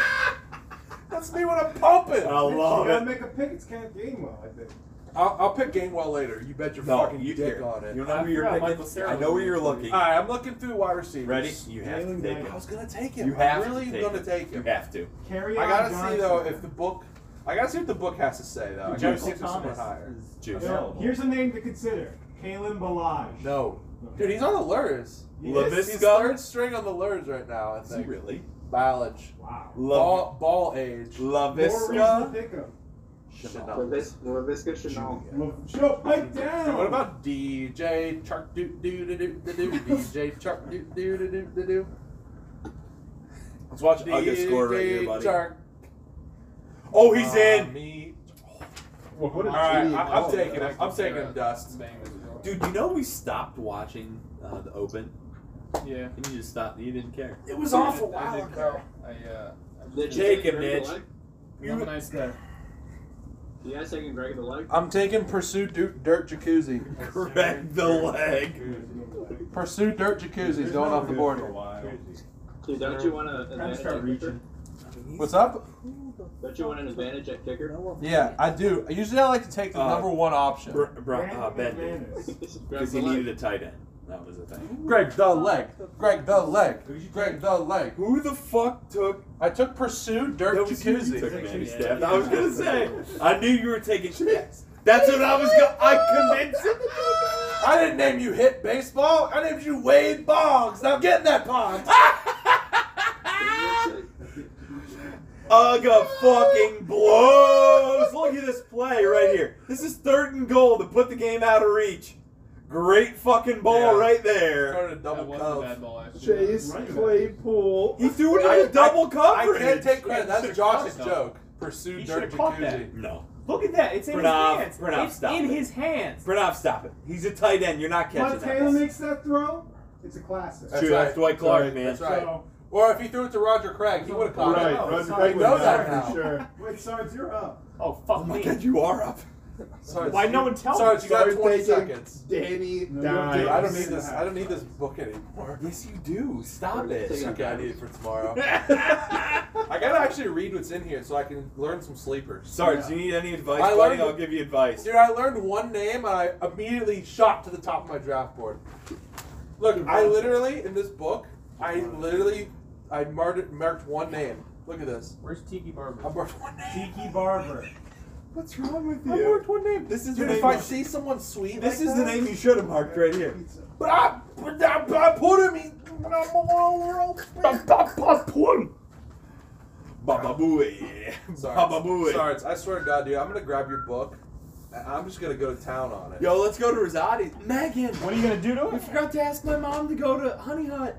S2: That's me when I'm pumping.
S5: I
S7: Mitch,
S5: love
S7: you gotta
S5: it.
S7: make a pick. It's Kenneth Gainwell, I think.
S2: I'll, I'll pick Gainwell later. You bet your
S5: No,
S2: fucking
S5: you
S2: dick
S5: here.
S2: on it.
S5: You know where you're
S1: forgot
S5: picking.
S1: Michael Sarah
S5: I know where you're looking.
S2: All right, I'm looking through wide receivers.
S5: Ready? You have to
S7: Jalen
S5: take
S7: Ramsey.
S5: him.
S2: I was gonna take him.
S5: You have
S2: I'm really
S5: to take
S2: gonna
S5: him.
S2: take
S5: You
S2: him.
S5: have to.
S7: Carry
S2: I gotta see though if the book. I gotta see what the book has to say though. I gotta see
S40: Michael
S2: if there's someone
S40: Thomas
S2: higher.
S40: is
S5: Juice.
S40: available.
S7: Here's a name to consider: Kalen Balaj.
S2: No, dude, he's on the Lurs.
S7: He
S5: Love
S7: is-
S5: this
S2: He's
S5: guy?
S2: third string on the Lurs right now. I
S5: Is he
S2: think.
S5: really?
S2: Ballage.
S7: Wow.
S5: Love,
S2: Ball, ball age.
S5: love
S7: More
S5: this
S7: reason
S5: guy.
S7: to pick him.
S2: Chenault.
S3: LaVisca Chenault.
S2: Show pipe down. What about DJ Chark doo doo doo doo doo doo DJ Chark doo doo doo doo doo doo?
S5: Let's watch Ugga score right here,
S2: DJ
S5: buddy.
S2: Chark.
S5: Oh, he's in.
S2: Me. oh,
S5: All right, I, I'm taking him. I'm taking him, Dust. Dude, you know we stopped watching uh, the Open.
S39: Yeah.
S5: And you just stopped. You didn't care.
S39: It was off a while ago. I, uh,
S3: The
S5: Jacob, Mitch.
S39: I'm a nice guy.
S3: You guys taking Greg the leg?
S2: I'm taking Pursue Dirt, dirt Jacuzzi.
S5: Greg the leg.
S2: Pursue Dirt Jacuzzi's going off the board.
S3: Dude, don't you want an
S2: Trying to
S3: advantage
S2: start
S3: at kicker?
S2: What's up?
S3: Don't you want an advantage at kicker?
S2: Yeah, I do. Usually I like to take the
S5: Uh,
S2: number one option.
S5: Br- br- uh, ben. Because he needed a tight end. That was the thing.
S2: Greg the leg. Greg the leg. Greg the leg. Who the fuck took? I took Pursue Dirt
S5: That was you
S2: Jacuzzi.
S5: took, Manny Steph. I was gonna say. I knew you were taking steps. That's what I was going. I convinced him.
S2: I didn't name you Hit Baseball. I named you Wade Boggs. Now get in that pond.
S5: Ugga fucking blows. Look at this play right here. This is third and goal to put the game out of reach. Great fucking ball
S2: Yeah.
S5: right there.
S2: Throwing a double cove.
S4: Chase Claypool.
S5: He threw it in a double coverage.
S2: I can't take credit.
S5: Yeah,
S2: That's
S5: should've caught
S2: Josh's
S5: that.
S2: joke. Pursue
S5: You
S2: Dirt
S5: should've caught that.
S2: Jacuzzi.
S5: No.
S39: Look at that. It's in
S5: Pranav,
S39: his hands.
S5: Pranav,
S39: it's
S5: stop
S39: in
S5: it.
S39: his hands.
S5: Pranav, stop it. He's a tight end. You're not catching
S7: Montana
S5: that.
S7: makes that throw. It's a classic.
S5: That's Dude, that's Dwight Clark, man.
S2: That's right.
S7: So-
S2: Or if he threw it to Roger Craig, he would have caught
S4: Right,
S2: it.
S4: Roger
S2: We
S4: Craig
S2: know
S4: would've
S2: that
S4: caught it
S2: now.
S4: for sure.
S7: Wait, Sarge, you're up.
S39: Oh fuck
S5: Oh my
S39: me.
S5: god, you are up.
S2: Sarge,
S39: Why no one tell
S2: Sarge,
S39: me?
S2: you got
S4: Sarge
S2: 20
S4: taking
S2: seconds.
S4: Danny
S7: No,
S4: died.
S2: I don't need this. I don't need this book anymore.
S5: Yes, you do. Stop
S2: It's
S5: it.
S2: okay, I need it for tomorrow. I gotta actually read what's in here so I can learn some sleepers.
S5: Sarge, do you need any advice,
S2: I
S5: buddy?
S2: learned-
S5: I'll give you advice.
S2: Dude, I learned one name and I immediately shot to the top of my draft board. Look, I literally in this book, I literally I marked, marked one name. Look at this.
S39: Where's Tiki Barber?
S2: I marked one name.
S7: Tiki Barber.
S5: What's wrong with
S2: I marked one name.
S5: This is the
S2: Dude,
S5: name.
S2: if I
S5: you-
S2: see someone sweet,
S5: This
S2: like
S5: is
S2: that,
S5: the name you should have marked right here.
S2: But I, but I, but I put him. in- but I'm a world-
S5: Baba Booey.
S2: Sarge,
S5: Baba Booey.
S2: Sarge, I swear to God, dude, I'm gonna grab your book. and I'm just gonna go to town on it.
S5: Yo, let's go to Rosati's. Megan,
S39: What are you gonna do to
S5: I
S39: it?
S5: forgot to ask my mom to go to Honey Hut.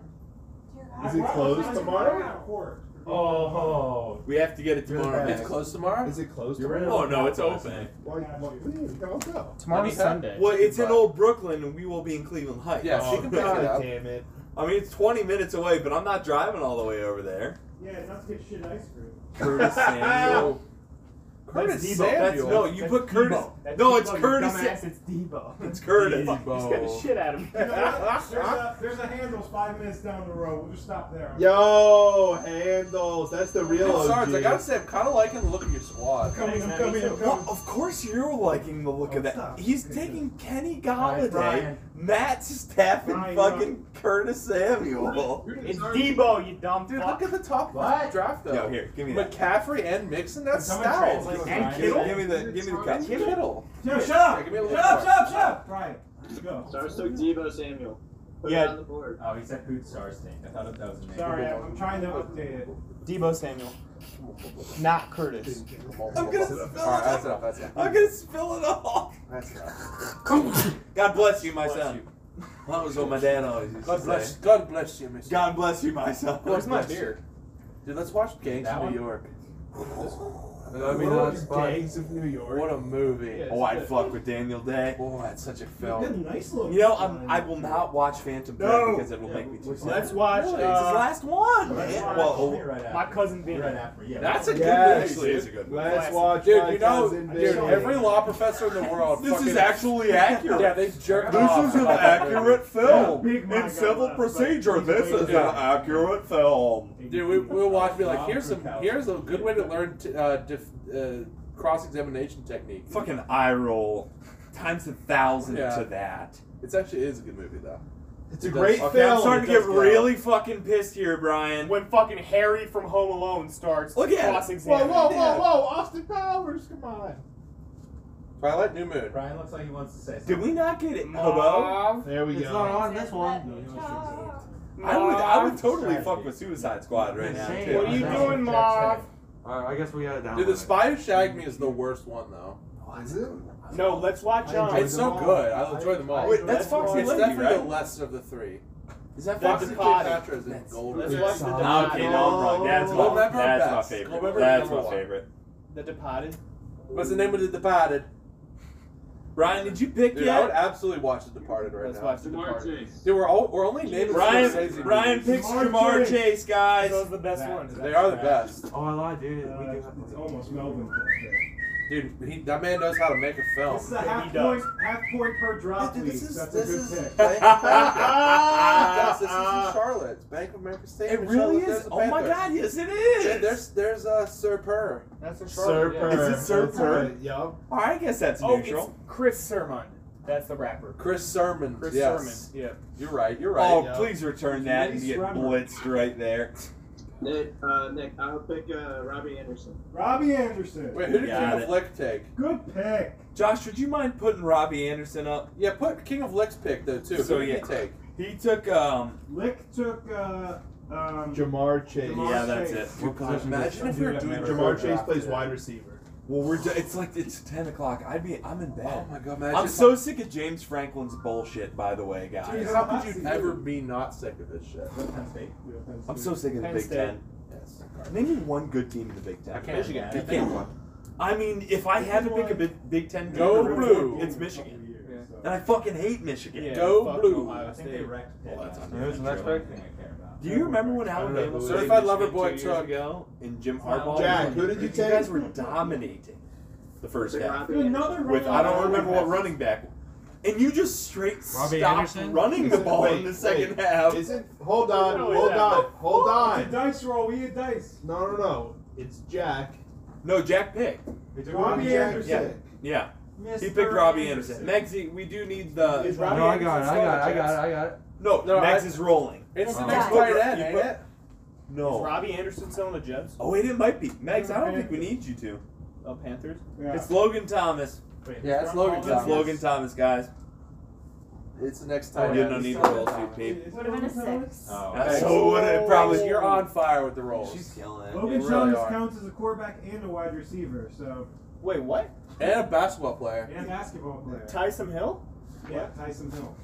S4: Is it closed tomorrow?
S39: Oh.
S5: We have to get it tomorrow.
S4: Really bad.
S2: It's closed tomorrow.
S4: Is it closed
S39: You're
S4: tomorrow?
S39: right.
S5: Oh no, it's open.
S4: Why, why, what do you mean? I'll go.
S39: Tomorrow's Sunday.
S5: Well, it's in Old Brooklyn, and we will be in Cleveland Heights.
S2: Yeah, she
S5: Oh,
S2: can pick it
S5: God.
S2: up.
S4: Damn it.
S5: I mean, it's 20 minutes away, but I'm not driving all the way over there.
S7: Yeah, not to get shit ice cream.
S5: Curtis Samuel.
S2: Curtis
S39: Debo.
S5: That's,
S2: Samuel.
S5: no, you
S39: That's
S5: put Curtis.
S39: Debo. That's
S5: No,
S39: Debo,
S5: it's
S39: you
S5: Curtis.
S39: Dumbass, it's Debo.
S5: It's Curtis.
S39: Just get the shit out of me.
S7: You know what? There's a, there's a handle five minutes down the road. We'll just stop there.
S4: Yo, handles. That's the real
S2: Dude,
S4: OG.
S2: Sarge, I gotta say, I'm kind of liking the look of your squad.
S7: I'm coming, I'm coming, I'm
S5: Well,
S7: coming.
S5: of course you're liking the look
S7: Oh,
S5: of that.
S7: stop.
S5: He's
S7: Okay,
S5: taking Kenny
S39: Brian,
S5: Galladay,
S39: Brian.
S5: Matt Stafford,
S7: Brian,
S5: fucking Curtis Samuel.
S39: It's Debo, you dumb
S2: Dude,
S39: fuck.
S2: look at the top
S39: What?
S2: draft though.
S5: Yo, here, give me that.
S2: McCaffrey and Mixon. That's
S7: Someone
S2: stout. Like,
S7: translate that.
S39: And
S5: Give
S39: Kittle.
S5: me the, give me the
S2: And
S5: cup.
S2: Kittle.
S7: Yo, shut
S2: Yeah,
S7: up!
S2: give me a little
S7: Shut up,
S2: more.
S7: shut up, shut up! Right. Let's go.
S3: Stars took Debo Samuel. Put
S40: Yeah.
S3: it on the board.
S40: Oh, he said who stars think. I thought that was a name.
S7: Sorry, I'm I'm trying to update it.
S39: Debo Samuel. Not Curtis.
S5: I'm gonna spill
S2: All
S5: it.
S2: right, that's enough. That's enough.
S5: I'm gonna spill it all.
S2: That's enough.
S5: God bless you, my
S2: Bless
S5: son.
S2: you.
S5: That was what my dad always used
S2: God
S5: to
S2: bless.
S5: say.
S2: God bless you, Mr.
S5: God bless you, my son.
S2: Where's my beard? Dude, let's watch Gangs
S40: That
S2: of
S40: one?
S2: New York. I mean,
S4: Little
S2: that's fun.
S4: Gangs of New York.
S2: What a movie.
S5: Oh, I'd fuck with Daniel Day.
S2: Boy, that's such a
S7: Good,
S2: film.
S7: nice little.
S5: You know, I'm, I will not watch Phantom Thread
S4: No.
S5: because it will make me too sad.
S39: Let's watch
S2: Really?
S5: It's his
S39: uh,
S5: last one.
S7: Let's
S5: man.
S7: watch-
S5: Well,
S40: Be right after.
S39: my cousin
S40: Be
S39: Vinny.
S40: right after. Yeah.
S2: That's a good
S4: Yes.
S2: movie.
S5: actually is a good one.
S4: Let's watch
S2: Dude,
S4: my
S2: you know,
S4: cousin
S2: dude,
S4: Vinny.
S2: every law professor in the world.
S5: This
S2: fucking-
S5: is actually accurate.
S2: Yeah, they jerked
S5: This
S2: off
S5: is an
S2: about that movie.
S5: accurate film.
S7: Yeah, big
S5: In
S7: mind
S5: civil
S7: got left,
S5: procedure,
S7: but-
S5: this is an
S2: Yeah.
S5: accurate film.
S2: Dude, we, we'll watch. Be like, here's some. Here's a good way to learn t- uh, dif- uh, cross examination technique.
S5: Fucking eye roll. Times a thousand
S2: Yeah.
S5: to that.
S2: It's actually is a good movie though.
S4: It's a
S2: It
S4: great
S2: does-
S5: Okay, I'm
S4: film.
S5: starting to
S2: does
S5: get
S2: go.
S5: really fucking pissed here, Brian.
S39: When fucking Harry from Home Alone starts
S5: Look at it.
S39: cross-examining.
S4: Whoa, whoa, whoa, whoa! Austin Powers, come on.
S2: Twilight, New Moon.
S40: Brian looks like he wants to say something.
S5: Did we not get it, Hobo?
S4: There we go.
S12: on this one.
S5: I would, I would totally
S40: Strategy.
S5: fuck with Suicide Squad right now.
S40: Insane.
S5: Too.
S39: What are you
S40: That's
S39: doing,
S40: Jack's
S39: Mom?
S40: head.
S42: All right, I guess we gotta download
S2: Dude, the
S42: it.
S2: Spy Who Shagged Me is the worst one though.
S40: Is it?
S39: No, let's watch
S2: John.
S39: on.
S2: It's so good. I enjoy them all.
S39: Wait, that's Foxy
S2: It's
S39: Lady,
S2: definitely
S39: right?
S2: the lesser of the three. Is
S39: that
S2: that
S39: That's
S2: Foxy
S39: Foxy Depati.
S2: Cleopatra is in gold?
S39: Let's watch The
S5: Okay, no, I'm wrong. That's my,
S2: Remember
S5: that's my
S2: best.
S5: favorite.
S2: Remember
S5: that's
S2: number
S5: my
S2: one.
S5: favorite.
S39: The Departed.
S2: What's the name of The Departed?
S39: Ryan, did you pick
S2: Dude, I would
S39: yet?
S2: absolutely watch The Departed right
S39: Let's
S2: now.
S39: watch The Departed.
S2: Dude, we're all we're only naming
S5: Ryan-
S2: Scorsese
S5: Ryan
S2: movies.
S5: picks Jamar Chase. Chase, guys.
S39: Those are the best ones.
S2: They are the best.
S42: Oh, I lied, dude.
S7: Uh,
S42: we do
S7: it's,
S42: have
S7: it's almost Melvin.
S2: Dude, he, that man knows how to make a film.
S7: This is a half point, half point per drop,
S2: Dude,
S7: please.
S2: this is-
S7: That's
S2: this
S7: a good
S2: is-
S7: pick.
S2: Bank of America. Yes, this is in Charlotte. It's Bank of America State.
S39: It
S2: in
S39: really
S2: Charlotte.
S39: is.
S2: There's a
S39: Oh my
S2: Panther.
S39: God, yes, it is.
S2: Yeah, there's there's uh, Sir Purr.
S39: That's a
S5: Sir Purr. Is it Sir Purr?
S4: Yo.
S5: Oh, I guess that's
S39: Oh, it's
S5: neutral.
S39: Chris Sermon. That's the rapper.
S2: Chris Sermon.
S39: Chris
S2: yes.
S39: Sermon. Yeah.
S2: You're right. You're right.
S5: oh,
S2: Yeah.
S5: please return that and
S7: Nice
S5: get
S7: rubber.
S5: blitzed right there.
S3: Nick, uh, Nick, I'll pick uh, Robbie Anderson.
S7: Robbie Anderson.
S2: Wait, who did
S5: Got
S2: King
S5: it.
S2: of Lick take?
S7: Good pick.
S5: Josh, would you mind putting Robbie Anderson up?
S2: Yeah, put King of Lick's pick though too.
S5: So,
S2: who did
S5: yeah.
S2: he take?
S5: He took um.
S7: Lick took uh, um,
S4: Jamar Chase.
S7: Jamar
S5: yeah, that's
S7: Chase.
S5: it.
S42: What position was
S2: Imagine if we were doing
S4: Jamar Chase plays wide receiver.
S5: Well, we're do- it's like it's ten o'clock. I'd be I'm in
S2: Oh
S5: bed.
S2: my god, imagine.
S5: I'm
S2: if-
S5: so sick of James Franklin's bullshit. By the way, guys,
S7: Dude,
S2: How could you ever be not sick of this shit?
S5: I'm so sick of the
S39: Penn
S5: Big
S39: State.
S5: Ten.
S2: Yes.
S5: Name me one good team in the Big Ten.
S2: I can't.
S39: Michigan.
S2: I
S5: You
S2: can't.
S5: can't. I mean, if I had to pick a Big, Big Ten team,
S2: Go
S5: to root
S2: blue.
S5: for, it's Michigan, and I fucking hate Michigan.
S39: Yeah,
S2: Go
S39: fuck
S2: blue.
S39: Ohio
S40: I think they
S39: State.
S40: wrecked
S5: Well, that's
S40: Pitt.
S5: on Who's
S42: the next pick?
S40: thing I care about.
S5: Do you remember when Alabama was
S2: Certified
S5: in
S2: Lover
S5: Michigan
S2: Boy
S5: two years
S2: took-
S5: ago and Jim Harbaugh?
S4: Jack,
S5: was like,
S4: who did you
S5: You
S4: take?
S5: guys were dominating the first
S3: Pick
S5: half
S3: Robbie Anderson.
S7: Another
S5: with I
S7: round.
S5: don't remember what running back, and you just straight
S40: Robbie
S5: stopped
S40: Anderson?
S5: running the ball in the second half.
S4: Isn't hold on,
S7: No,
S4: hold
S7: yeah.
S4: on, hold
S7: It's a
S4: on.
S7: dice roll. We had dice.
S4: No, no, no. It's Jack.
S5: No, Jack picked.
S7: Robbie
S4: Jack
S7: Anderson.
S4: Pitt.
S5: Yeah, he
S7: Mr.
S5: picked Robbie Anderson. Megzy, we do need the
S39: Is
S42: No,
S39: Robbie
S42: I got it. I got it. I got it. I got it.
S5: no.
S2: No,
S5: Megs
S2: I-
S5: is rolling.
S2: It's the
S42: Oh.
S2: next
S42: You
S5: put-
S2: tight end,
S5: you
S2: ain't
S5: put-
S2: it?
S39: Is
S5: No.
S39: Robbie Anderson still on the Jets?
S5: oh wait, it might be Megs. I don't think we need you to.
S39: Uh, Panthers?
S7: Yeah.
S5: It's Logan Thomas.
S39: Wait,
S2: Yeah, it's Logan
S5: It's
S2: Thomas.
S5: Logan Thomas, guys.
S2: It's the next
S5: I
S2: tight
S5: did
S2: end.
S5: not need to
S7: Thomas.
S5: roll two people.
S7: Is it
S8: Would have been a
S7: Logan
S8: six.
S40: Oh,
S5: That's
S40: okay.
S5: so what it probably-
S2: You're on fire with the rolls.
S5: She's killing it.
S7: Logan
S2: They really
S7: Thomas
S2: are.
S7: counts as a quarterback and a wide receiver, so
S39: Wait, what?
S2: and a basketball player.
S7: and basketball player.
S39: Tyson Hill?
S7: Yeah, Tyson Hill.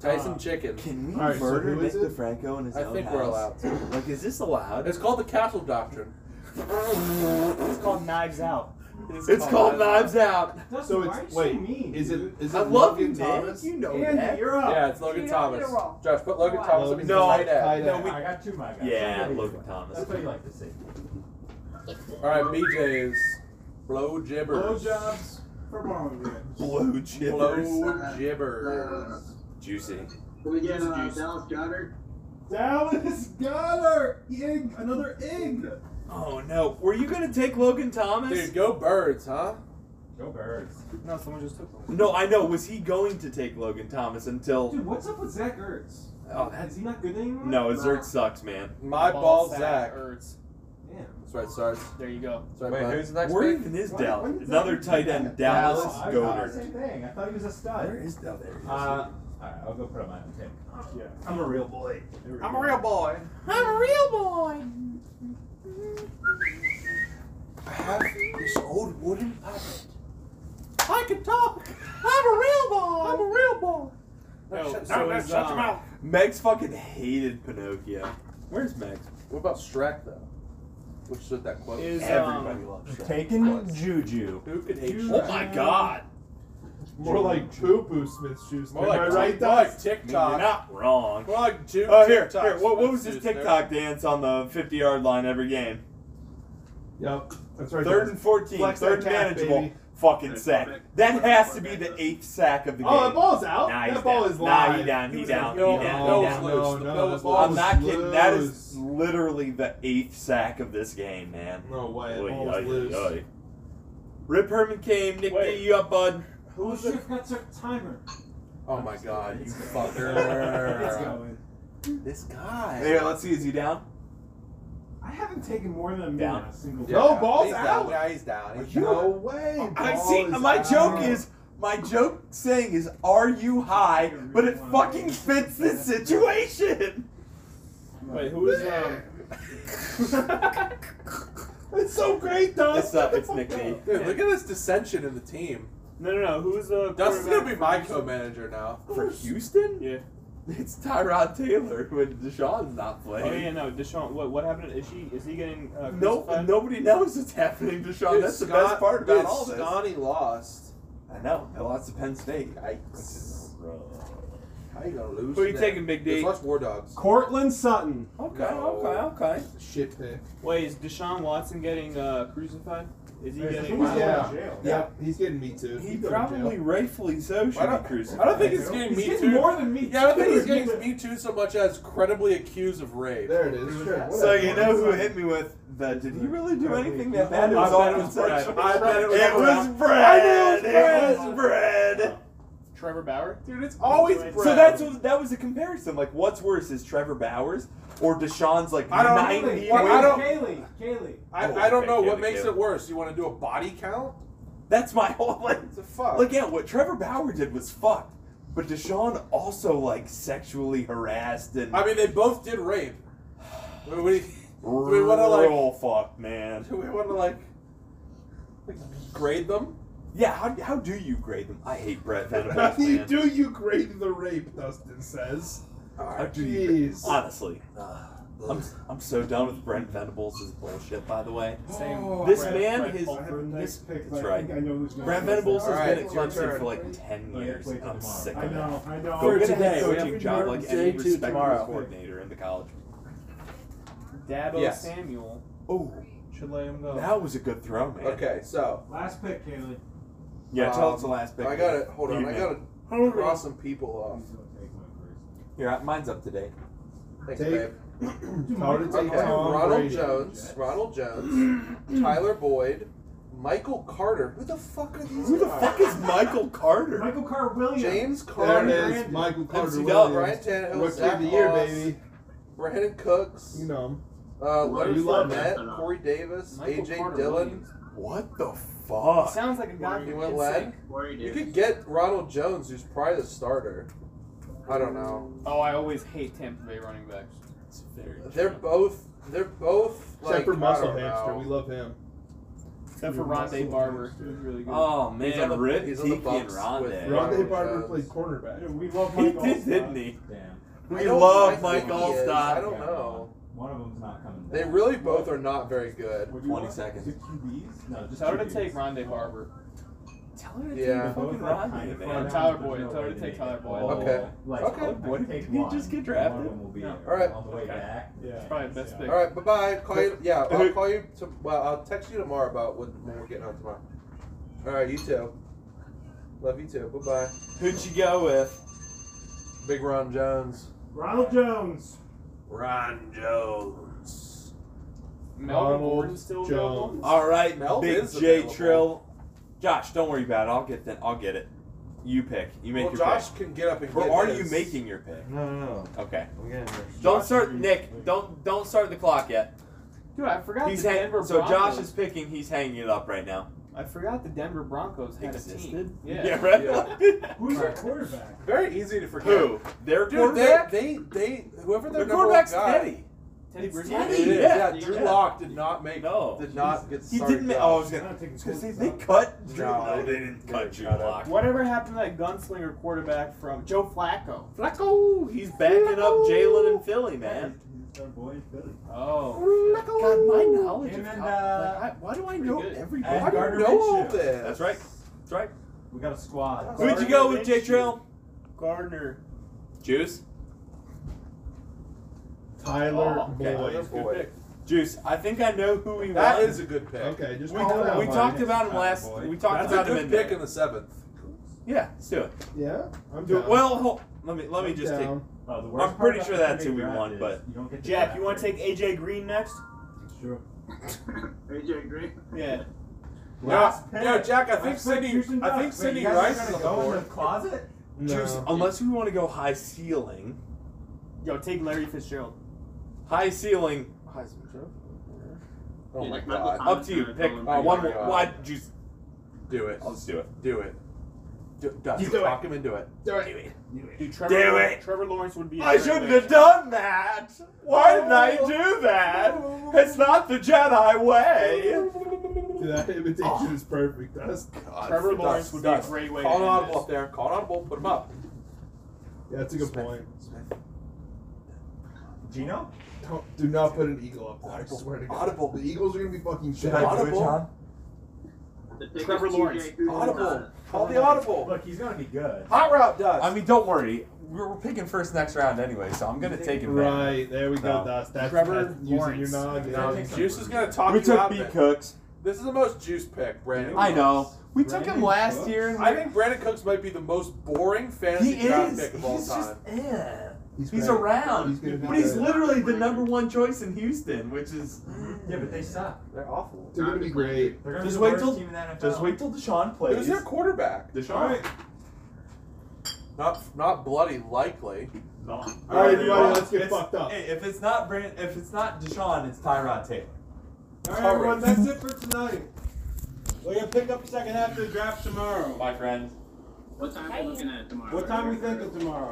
S2: Tyson
S39: Uh,
S2: Chicken.
S5: Can we
S4: All right, so
S5: murder
S4: who is
S5: Nick
S4: it?
S5: DeFranco in Ah. his
S2: I
S5: own
S2: think
S5: house?
S2: we're allowed to.
S5: Like, is this allowed?
S2: It's called the Castle Doctrine.
S39: It's called Knives Out.
S5: It's, called Knives Out.
S7: Dustin,
S4: So
S7: why are you
S4: it's
S7: so
S4: wait.
S7: mean?
S4: Is it is it
S5: I love you,
S4: Logan
S5: Nick.
S4: Thomas?
S5: You know
S7: Andy,
S5: that.
S7: you're up.
S2: Yeah, it's Logan
S8: You don't need to
S2: Thomas.
S8: roll.
S2: Josh, put Logan
S8: Wow.
S2: Thomas up as the
S5: No,
S2: tight
S4: tight
S2: end.
S4: end.
S5: No, we-
S40: I got two, my guys.
S5: Yeah, Logan Thomas.
S40: That's what you like to see.
S2: All right, BJ's blow gibbers.
S7: Blowjobs for Bollinger.
S5: Blue chippers.
S2: Blow gibbers.
S5: Juicy.
S3: Can we get uh, Dallas Goddard?
S7: Dallas Goddard. Egg, another egg.
S5: Oh no. Were you gonna take Logan Thomas?
S2: Dude, go birds, huh?
S40: Go birds.
S39: No, someone just took one.
S5: No, I know. Was he going to take Logan Thomas until?
S7: Dude, what's up with Zach Ertz?
S5: Oh,
S7: Is he not good anymore?
S5: No, Zerk sucks, man.
S2: My ball,
S39: sack,
S2: Zach.
S39: Ertz.
S7: Damn.
S2: That's right, Sarge.
S39: There you go.
S2: That's right,
S42: Wait,
S2: bud.
S42: who's the next
S5: Where
S42: pick?
S5: even is
S7: Why-
S5: Dallas?
S7: why is
S5: Another
S7: that-
S5: tight end, Dallas
S4: Dallas,
S40: I thought the
S5: Goddard.
S40: same thing. I thought he was a
S5: Where
S40: stud.
S5: is Dallas? There he
S40: Uh,
S5: is.
S40: all right, I'll go put up my own pick.
S7: Yeah.
S40: I'm a real boy.
S39: I'm a real boy.
S8: I'm a real boy.
S2: I have this old wooden puppet.
S39: I can talk. I'm a real boy. I'm a real boy. No,
S2: Shut-
S39: so
S2: no,
S39: is,
S2: shut your
S39: um,
S2: mouth.
S5: Meg's fucking hated Pinocchio. Where's Meg's?
S2: What about Shrek though? Which is that quote?
S39: Is,
S5: Everybody
S39: um,
S5: loves Shrek.
S40: Taking Juju.
S2: Who could hate
S7: Dude.
S5: Oh
S2: Shrek?
S5: my god.
S4: More like poo poo Smith shoes.
S2: More
S4: Oh Am I
S2: like,
S4: right?
S2: more like
S4: Dust?
S5: You're
S2: TikTok.
S5: not wrong.
S2: More like two
S5: Oh, here,
S2: TikToks.
S5: here. What, what was this
S2: Dude, there-
S5: TikTok dance on the 50 yard line every game?
S4: Yep. That's right.
S5: Third
S4: Dust.
S5: and 14,
S4: Flex
S5: third
S4: that
S5: and
S4: calf,
S5: manageable.
S4: baby.
S5: Fucking sack. That has to be the eighth sack of the game.
S4: Oh, that ball's out.
S5: Nah, he's
S4: that ball
S5: down.
S4: is
S5: Nah,
S4: live.
S5: he down, he
S4: was
S5: down,
S4: like, no,
S5: he down,
S4: no,
S5: he down.
S4: no,
S2: The
S4: no,
S2: ball
S4: the
S2: was
S4: ball
S5: I'm
S4: was
S5: not kidding. That
S4: loose.
S5: is literally the eighth sack of this game, man.
S4: No way. That
S5: Oy,
S4: ball was
S5: oy,
S4: loose.
S5: oy. Rip Herman came. Nick
S39: Wait.
S5: D, you up, bud?
S7: Who was it? That's a timer.
S2: Oh my god, you
S7: It's
S2: fucker.
S7: going.
S2: this guy.
S5: Here, let's see. Is he down?
S7: I haven't taken more than a minute.
S5: Down.
S7: on A single.
S2: Yeah,
S4: No,
S2: yeah,
S4: ball's
S2: he's
S4: out.
S2: Down. Yeah, he's down. He's
S4: No
S2: down.
S4: way.
S5: I
S4: ball
S5: see.
S4: is
S5: My
S4: out.
S5: joke is. My joke saying is, "Are you high?" But it fucking fits this situation.
S2: Wait, who is um?
S39: It's so great, though.
S5: What's up? It's Nick D.
S2: Dude, look at this dissension in the team.
S39: No, no, no. Who's uh?
S2: Dustin's gonna be
S39: quarterback
S2: my
S39: for-
S2: co-manager now.
S5: For Houston?
S39: Yeah.
S5: It's Tyrod Taylor when Deshaun's not playing.
S39: Oh yeah, no. Deshaun, what what happened? Is she is he getting? Uh,
S5: No,
S39: crucified?
S5: nobody knows it's happening to Sean.
S2: Dude,
S5: That's the
S2: Scott-
S5: best part
S2: dude,
S5: about all this.
S2: Scotty lost.
S5: I know. I lost to Penn State. Yikes.
S2: How you gonna lose?
S5: Who
S2: to
S5: you
S2: that?
S5: taking, Big D?
S2: There's lots of War Dogs.
S1: Cortland Sutton.
S5: Okay, okay, okay.
S4: Shit pick.
S39: Wait, is Deshaun Watson getting uh, crucified? Is he
S1: Wait,
S39: getting?
S1: who's
S39: Wow.
S1: that?
S4: Yeah.
S1: jail.
S4: yeah. He's getting me too.
S5: He
S4: He's going to
S5: probably
S4: jail.
S5: rightfully so should
S2: I don't-
S5: be crucified.
S2: I don't think it's getting
S1: He's
S2: me
S1: getting
S2: too.
S1: more than me.
S2: Yeah, I don't think
S1: too.
S2: he's getting me too so much as credibly accused of rape.
S4: There it is. Sure.
S5: So you know who hit me with the? Did he really do anything that bad?
S2: I bet it was Brad. I bet it was
S5: It was
S2: Brad.
S5: Brad.
S2: I
S5: It was Brad.
S1: Trevor Bauer.
S2: Dude, it's always Brad.
S5: So that's what, that was a comparison. Like, what's worse, is Trevor Bowers or Deshaun's like
S2: I don't-
S5: ninety?
S2: Well, I don't-
S1: Kaylee. Kaylee.
S2: I,
S5: Oh,
S2: I don't
S5: okay,
S2: know what
S5: Kaylee
S2: makes
S5: Kaylee.
S2: it worse. You want to do a body count?
S5: That's my whole like.
S2: It's a fuck.
S5: Look at what Trevor Bauer did was fucked, but Deshaun also like sexually harassed and
S2: I mean, they both did rape. I mean, what do you-
S5: real
S2: we wanna, like-
S5: fucked, man.
S2: Do we want to like, like grade them?
S5: Yeah, how, how do you grade them? I hate Brett
S4: How
S5: Venables,
S4: do you
S5: man.
S4: do you grade the rape? Dustin says.
S5: How do you?
S4: Jeez.
S5: Honestly, I'm, I'm so done with Brent Venables' bullshit. By the way,
S1: Same.
S5: Oh, this
S1: Brett-
S5: man
S1: Brett
S7: Oh,
S5: his
S1: Favre
S5: this,
S1: next pick,
S5: that's
S1: but I
S5: right.
S1: think I know who's going
S5: Brent
S1: first.
S5: Venables has
S2: Alright,
S5: been at
S2: it's your
S5: Clemson
S2: turn.
S5: for like ten
S40: Wait,
S5: years.
S40: wait till
S5: I'm
S40: tomorrow.
S5: sick
S1: I
S5: of
S1: know.
S5: that.
S1: I know.
S5: Go
S11: For
S5: get a
S11: today,
S5: head
S11: we have
S5: coaching job like
S11: day
S5: any
S11: two
S5: respectable
S11: tomorrow.
S5: coordinator in the college.
S39: Dabo
S2: Yes.
S39: Samuel
S5: Oh,
S39: should let him go.
S5: that was a good throw, man.
S2: Okay, so
S1: Last pick, Kaylee.
S5: Yeah, tell us the
S2: Um,
S5: last pick.
S2: I got to hold on.
S5: You,
S2: I
S5: man.
S2: got to cross some people off.
S1: Please don't take my
S5: Here, mine's up to date.
S2: Thanks,
S4: Take-
S2: babe.
S1: first.
S4: How did it
S2: Okay,
S4: take Tom
S2: Ronald
S4: Brady?
S2: Jones, Ronald Jones, Tyler Boyd, Michael Carter. Who the fuck are these
S5: Who the
S2: guys?
S5: fuck is Michael Carter?
S1: Michael Carr Williams.
S2: James
S4: There
S2: Carter,
S4: it is. Michael Carter
S5: MC Dub,
S4: Williams.
S2: Brian Tannehill,
S4: Rookie
S2: Zach
S4: of the year,
S2: Moss,
S4: baby.
S2: Brandon Cooks,
S4: You know him.
S2: uh, Leonard
S4: you love
S2: Fournette,
S3: that.
S2: Corey Davis,
S39: Michael
S2: AJ
S39: Carter
S2: Dillon.
S39: Williams.
S5: What the fuck?
S39: Sounds like a guy
S2: You
S39: from
S2: went
S39: NSYNC.
S3: Corey
S2: You
S3: Davis.
S2: could get Ronald Jones, who's probably the starter. I don't know.
S39: Oh, I always hate Tampa Bay running backs.
S5: It's very
S2: They're both. They're both like.
S4: Except for Muscle
S2: I don't
S4: Hamster.
S2: know.
S4: We love him.
S39: Except for Rondé Barber, who's really good.
S2: Uh,
S5: Oh
S2: He's on
S5: man,
S2: the-
S5: Rip
S2: he's on the
S5: Tiki and
S2: Bucks with
S5: Rondé.
S2: Ron-
S4: Rondé Barber
S2: Jones.
S4: played cornerback.
S1: We love
S5: he
S1: Mike
S5: did,
S1: Allstott.
S5: didn't he?
S40: Damn.
S2: I
S5: We
S2: don't
S5: love
S2: think
S5: Mike
S2: he is. I
S5: Allstott.
S2: don't know.
S40: One of them's not coming.
S2: They
S40: back.
S2: really both are not very good.
S1: Would you
S5: 20
S1: want-
S5: seconds.
S40: Is it QBs? No, just
S39: Tell her to
S40: QBs.
S39: take Rondé Barber.
S5: Tell her to
S2: Yeah.
S5: take fucking Rondé, man.
S39: Or Tyler Boyd. Tell her to take Tyler Boyd.
S2: Okay.
S40: Like,
S2: Okay.
S40: Boyd,
S5: Did he just get drafted?
S40: One of them will be
S39: No.
S40: there.
S2: Alright.
S40: On the way back.
S1: Yeah.
S39: It's probably the best
S1: Yeah.
S39: pick.
S2: All right, bye bye. Call you. Yeah, I'll call you. To, well, I'll text you tomorrow about when, when we're getting on tomorrow. All right, you too. Love you too. Bye bye.
S5: Who'd you go with?
S2: Big Ron Jones.
S1: Ronald Jones.
S2: Ron Jones.
S39: Melvin
S4: Ronald
S39: Gordon still
S4: Jones.
S39: available?
S5: All right,
S2: Mel
S5: Big
S2: is
S5: J
S2: available.
S5: Trill. Josh, don't worry about it. I'll get that. I'll get it. You pick. You make
S2: Well,
S5: your
S2: Josh can get up and
S5: pick. Or
S2: get
S5: are
S2: his.
S5: you making your pick?
S42: No, no, no.
S5: Okay.
S42: I'm getting there.
S5: Don't start, Nick. Don't don't start the clock yet.
S39: Dude, I forgot
S5: He's
S39: the
S5: hang-
S39: Denver
S5: so
S39: Broncos.
S5: Josh is picking. He's hanging it up right now.
S39: I forgot the Denver Broncos had a
S5: Existed?
S39: team. Yeah.
S5: right.
S1: Who's your quarterback?
S2: Very easy to forget.
S5: Who? Their
S2: Dude, they,
S5: quarterback.
S2: they, they, whoever their
S5: Their
S2: number one
S5: quarterback's
S2: guy.
S5: Teddy.
S39: Teddy
S5: It's
S39: Bridgewater.
S2: It
S5: Teddy,
S2: is,
S5: yeah.
S2: yeah, Drew Lock did not make.
S5: No.
S2: Did not get
S5: He
S2: started.
S5: didn't. Ma- oh, I was gonna.
S1: I'm not taking
S5: Because they,
S1: quarterbacks
S5: they
S1: out.
S5: cut Drew.
S2: No,
S5: No,
S2: they
S5: they didn't cut Drew
S2: cut him.
S5: Lock.
S39: Whatever happened to that gunslinger quarterback from Joe Flacco?
S5: Flacco, he's backing up Jalen and Philly, man.
S1: It's our boy in Philly.
S39: Oh.
S5: God, my knowledge
S1: Him
S5: of
S1: and,
S5: how-
S1: uh,
S5: like, I- why do I know
S39: pretty good.
S5: everybody?
S40: And
S2: How do you
S40: Gardner
S2: know all
S40: Minshew.
S2: this?
S5: That's right. That's right.
S40: We got a squad.
S5: Who'd you go with, J Trail?
S39: Gardner.
S5: Juice.
S4: Tyler
S5: Oh, okay.
S4: Boyd.
S2: Tyler Boyd.
S5: Juice. I think I know who he
S2: That
S5: was.
S2: is a good pick.
S4: Okay, just
S5: we,
S4: call it out,
S5: we
S4: Mike.
S5: talked about him
S40: Tyler
S5: last.
S40: Boyd.
S5: We talked
S2: That's
S5: about
S2: a
S5: him
S2: good
S5: in
S2: pick
S5: there.
S2: in the seventh.
S5: Yeah, let's do it.
S4: Yeah, I'm
S5: Do
S4: down.
S5: it. Well, hold, let me let me
S4: I'm
S5: just take.
S4: down.
S40: Oh, the worst
S5: I'm pretty
S40: part
S5: sure
S40: about
S5: that's who we
S40: getting
S5: want,
S40: drafted is
S5: but-
S40: you don't get to
S39: Jack,
S40: draft
S39: you want to
S40: it.
S39: take AJ Green next?
S40: It's true.
S3: AJ Green.
S39: Yeah.
S2: Yeah,
S1: Last pick.
S2: yeah, Jack. I think
S1: Last pick,
S2: Cindy.
S1: Houston
S2: I think
S1: Ducks. Wait,
S2: Cindy
S1: you guys are
S2: Rice
S1: gonna
S2: is on the
S1: go in
S2: board.
S1: the closet.
S5: Juice. Unless we want to go high ceiling.
S39: Yo, take Larry Fitzgerald.
S5: High ceiling. Uh,
S39: Heisman Trophy.
S2: Oh
S3: Yeah,
S2: my
S3: Michael
S2: god.
S3: Thomas
S5: Up to you.
S3: and
S5: Pick
S3: Colin
S5: uh,
S2: Oh
S5: one
S2: my
S5: more.
S2: God.
S5: Why, Juice?
S2: Do it.
S5: I'll just do it.
S2: Do it. D- Dust,
S39: You do it.
S2: talk him into it.
S39: Do it. Do it.
S2: Dude, Trevor,
S39: Do
S2: Law-
S39: it.
S2: Trevor Lawrence would be.
S39: I shouldn't have done that. Why did I do that? It's not the Jedi way.
S4: Dude, that imitation is perfect. That's
S2: God,
S4: Trevor
S2: Dust,
S4: Lawrence would be a
S2: Dust.
S4: great way.
S2: Call an
S4: to end
S2: audible
S4: this.
S2: up there. Call an audible. Put him up.
S4: Yeah, that's a good
S2: Smith.
S4: point.
S2: Smith.
S40: Gino?
S4: Don't, do not put an eagle up there. I swear to God.
S2: Audible.
S4: The eagles are gonna be fucking shit.
S5: Should I do it, John?
S3: The biggest
S2: Trevor
S3: TJ
S2: Lawrence.
S3: Cooper
S2: Audible.
S3: time.
S2: Call the audible.
S40: Look, he's gonna be good.
S2: Hot route does.
S5: I mean, don't worry. We're, we're picking first next round anyway, so I'm gonna take it.
S4: Right there we go.
S5: No.
S4: That's that's,
S2: Trevor
S4: that's using your
S2: Lawrence.
S4: nod.
S2: No,
S4: Yeah.
S2: Juice is gonna talk
S5: We
S2: you
S5: took
S2: out
S5: B
S2: of it.
S5: Cooks.
S2: This is the most Juice pick, Brandon.
S5: I know. We took
S40: Brandon
S5: him last
S40: Cooks?
S5: year. And
S2: I think Brandon Cooks might be the most boring
S5: he
S2: fantasy draft
S5: is.
S2: pick of all
S5: He's
S2: time.
S5: just. eh. He's,
S4: great.
S5: around,
S4: He's gonna be
S5: but he's
S4: good.
S5: literally the number one choice in Houston, which is.
S40: Yeah, but they suck.
S2: They're awful.
S4: They're gonna be great.
S40: They're gonna
S5: Just
S40: be the
S5: wait
S40: worst
S5: till-
S40: team in the
S3: Mm.
S40: NFL.
S5: Just wait till Deshaun plays.
S2: Who's their quarterback?
S5: Deshaun.
S7: All right.
S2: Not not bloody likely.
S4: All right,
S40: If-
S4: everybody, let's get
S40: it's-
S4: fucked up.
S40: hey, If it's not Brand, if it's not Deshaun, it's Tyrod Taylor.
S7: All right, everyone, that's it for tonight. We're gonna pick up the second half of the draft tomorrow.
S40: My friend.
S3: What time are we looking at tomorrow?
S7: What time are we thinking tomorrow?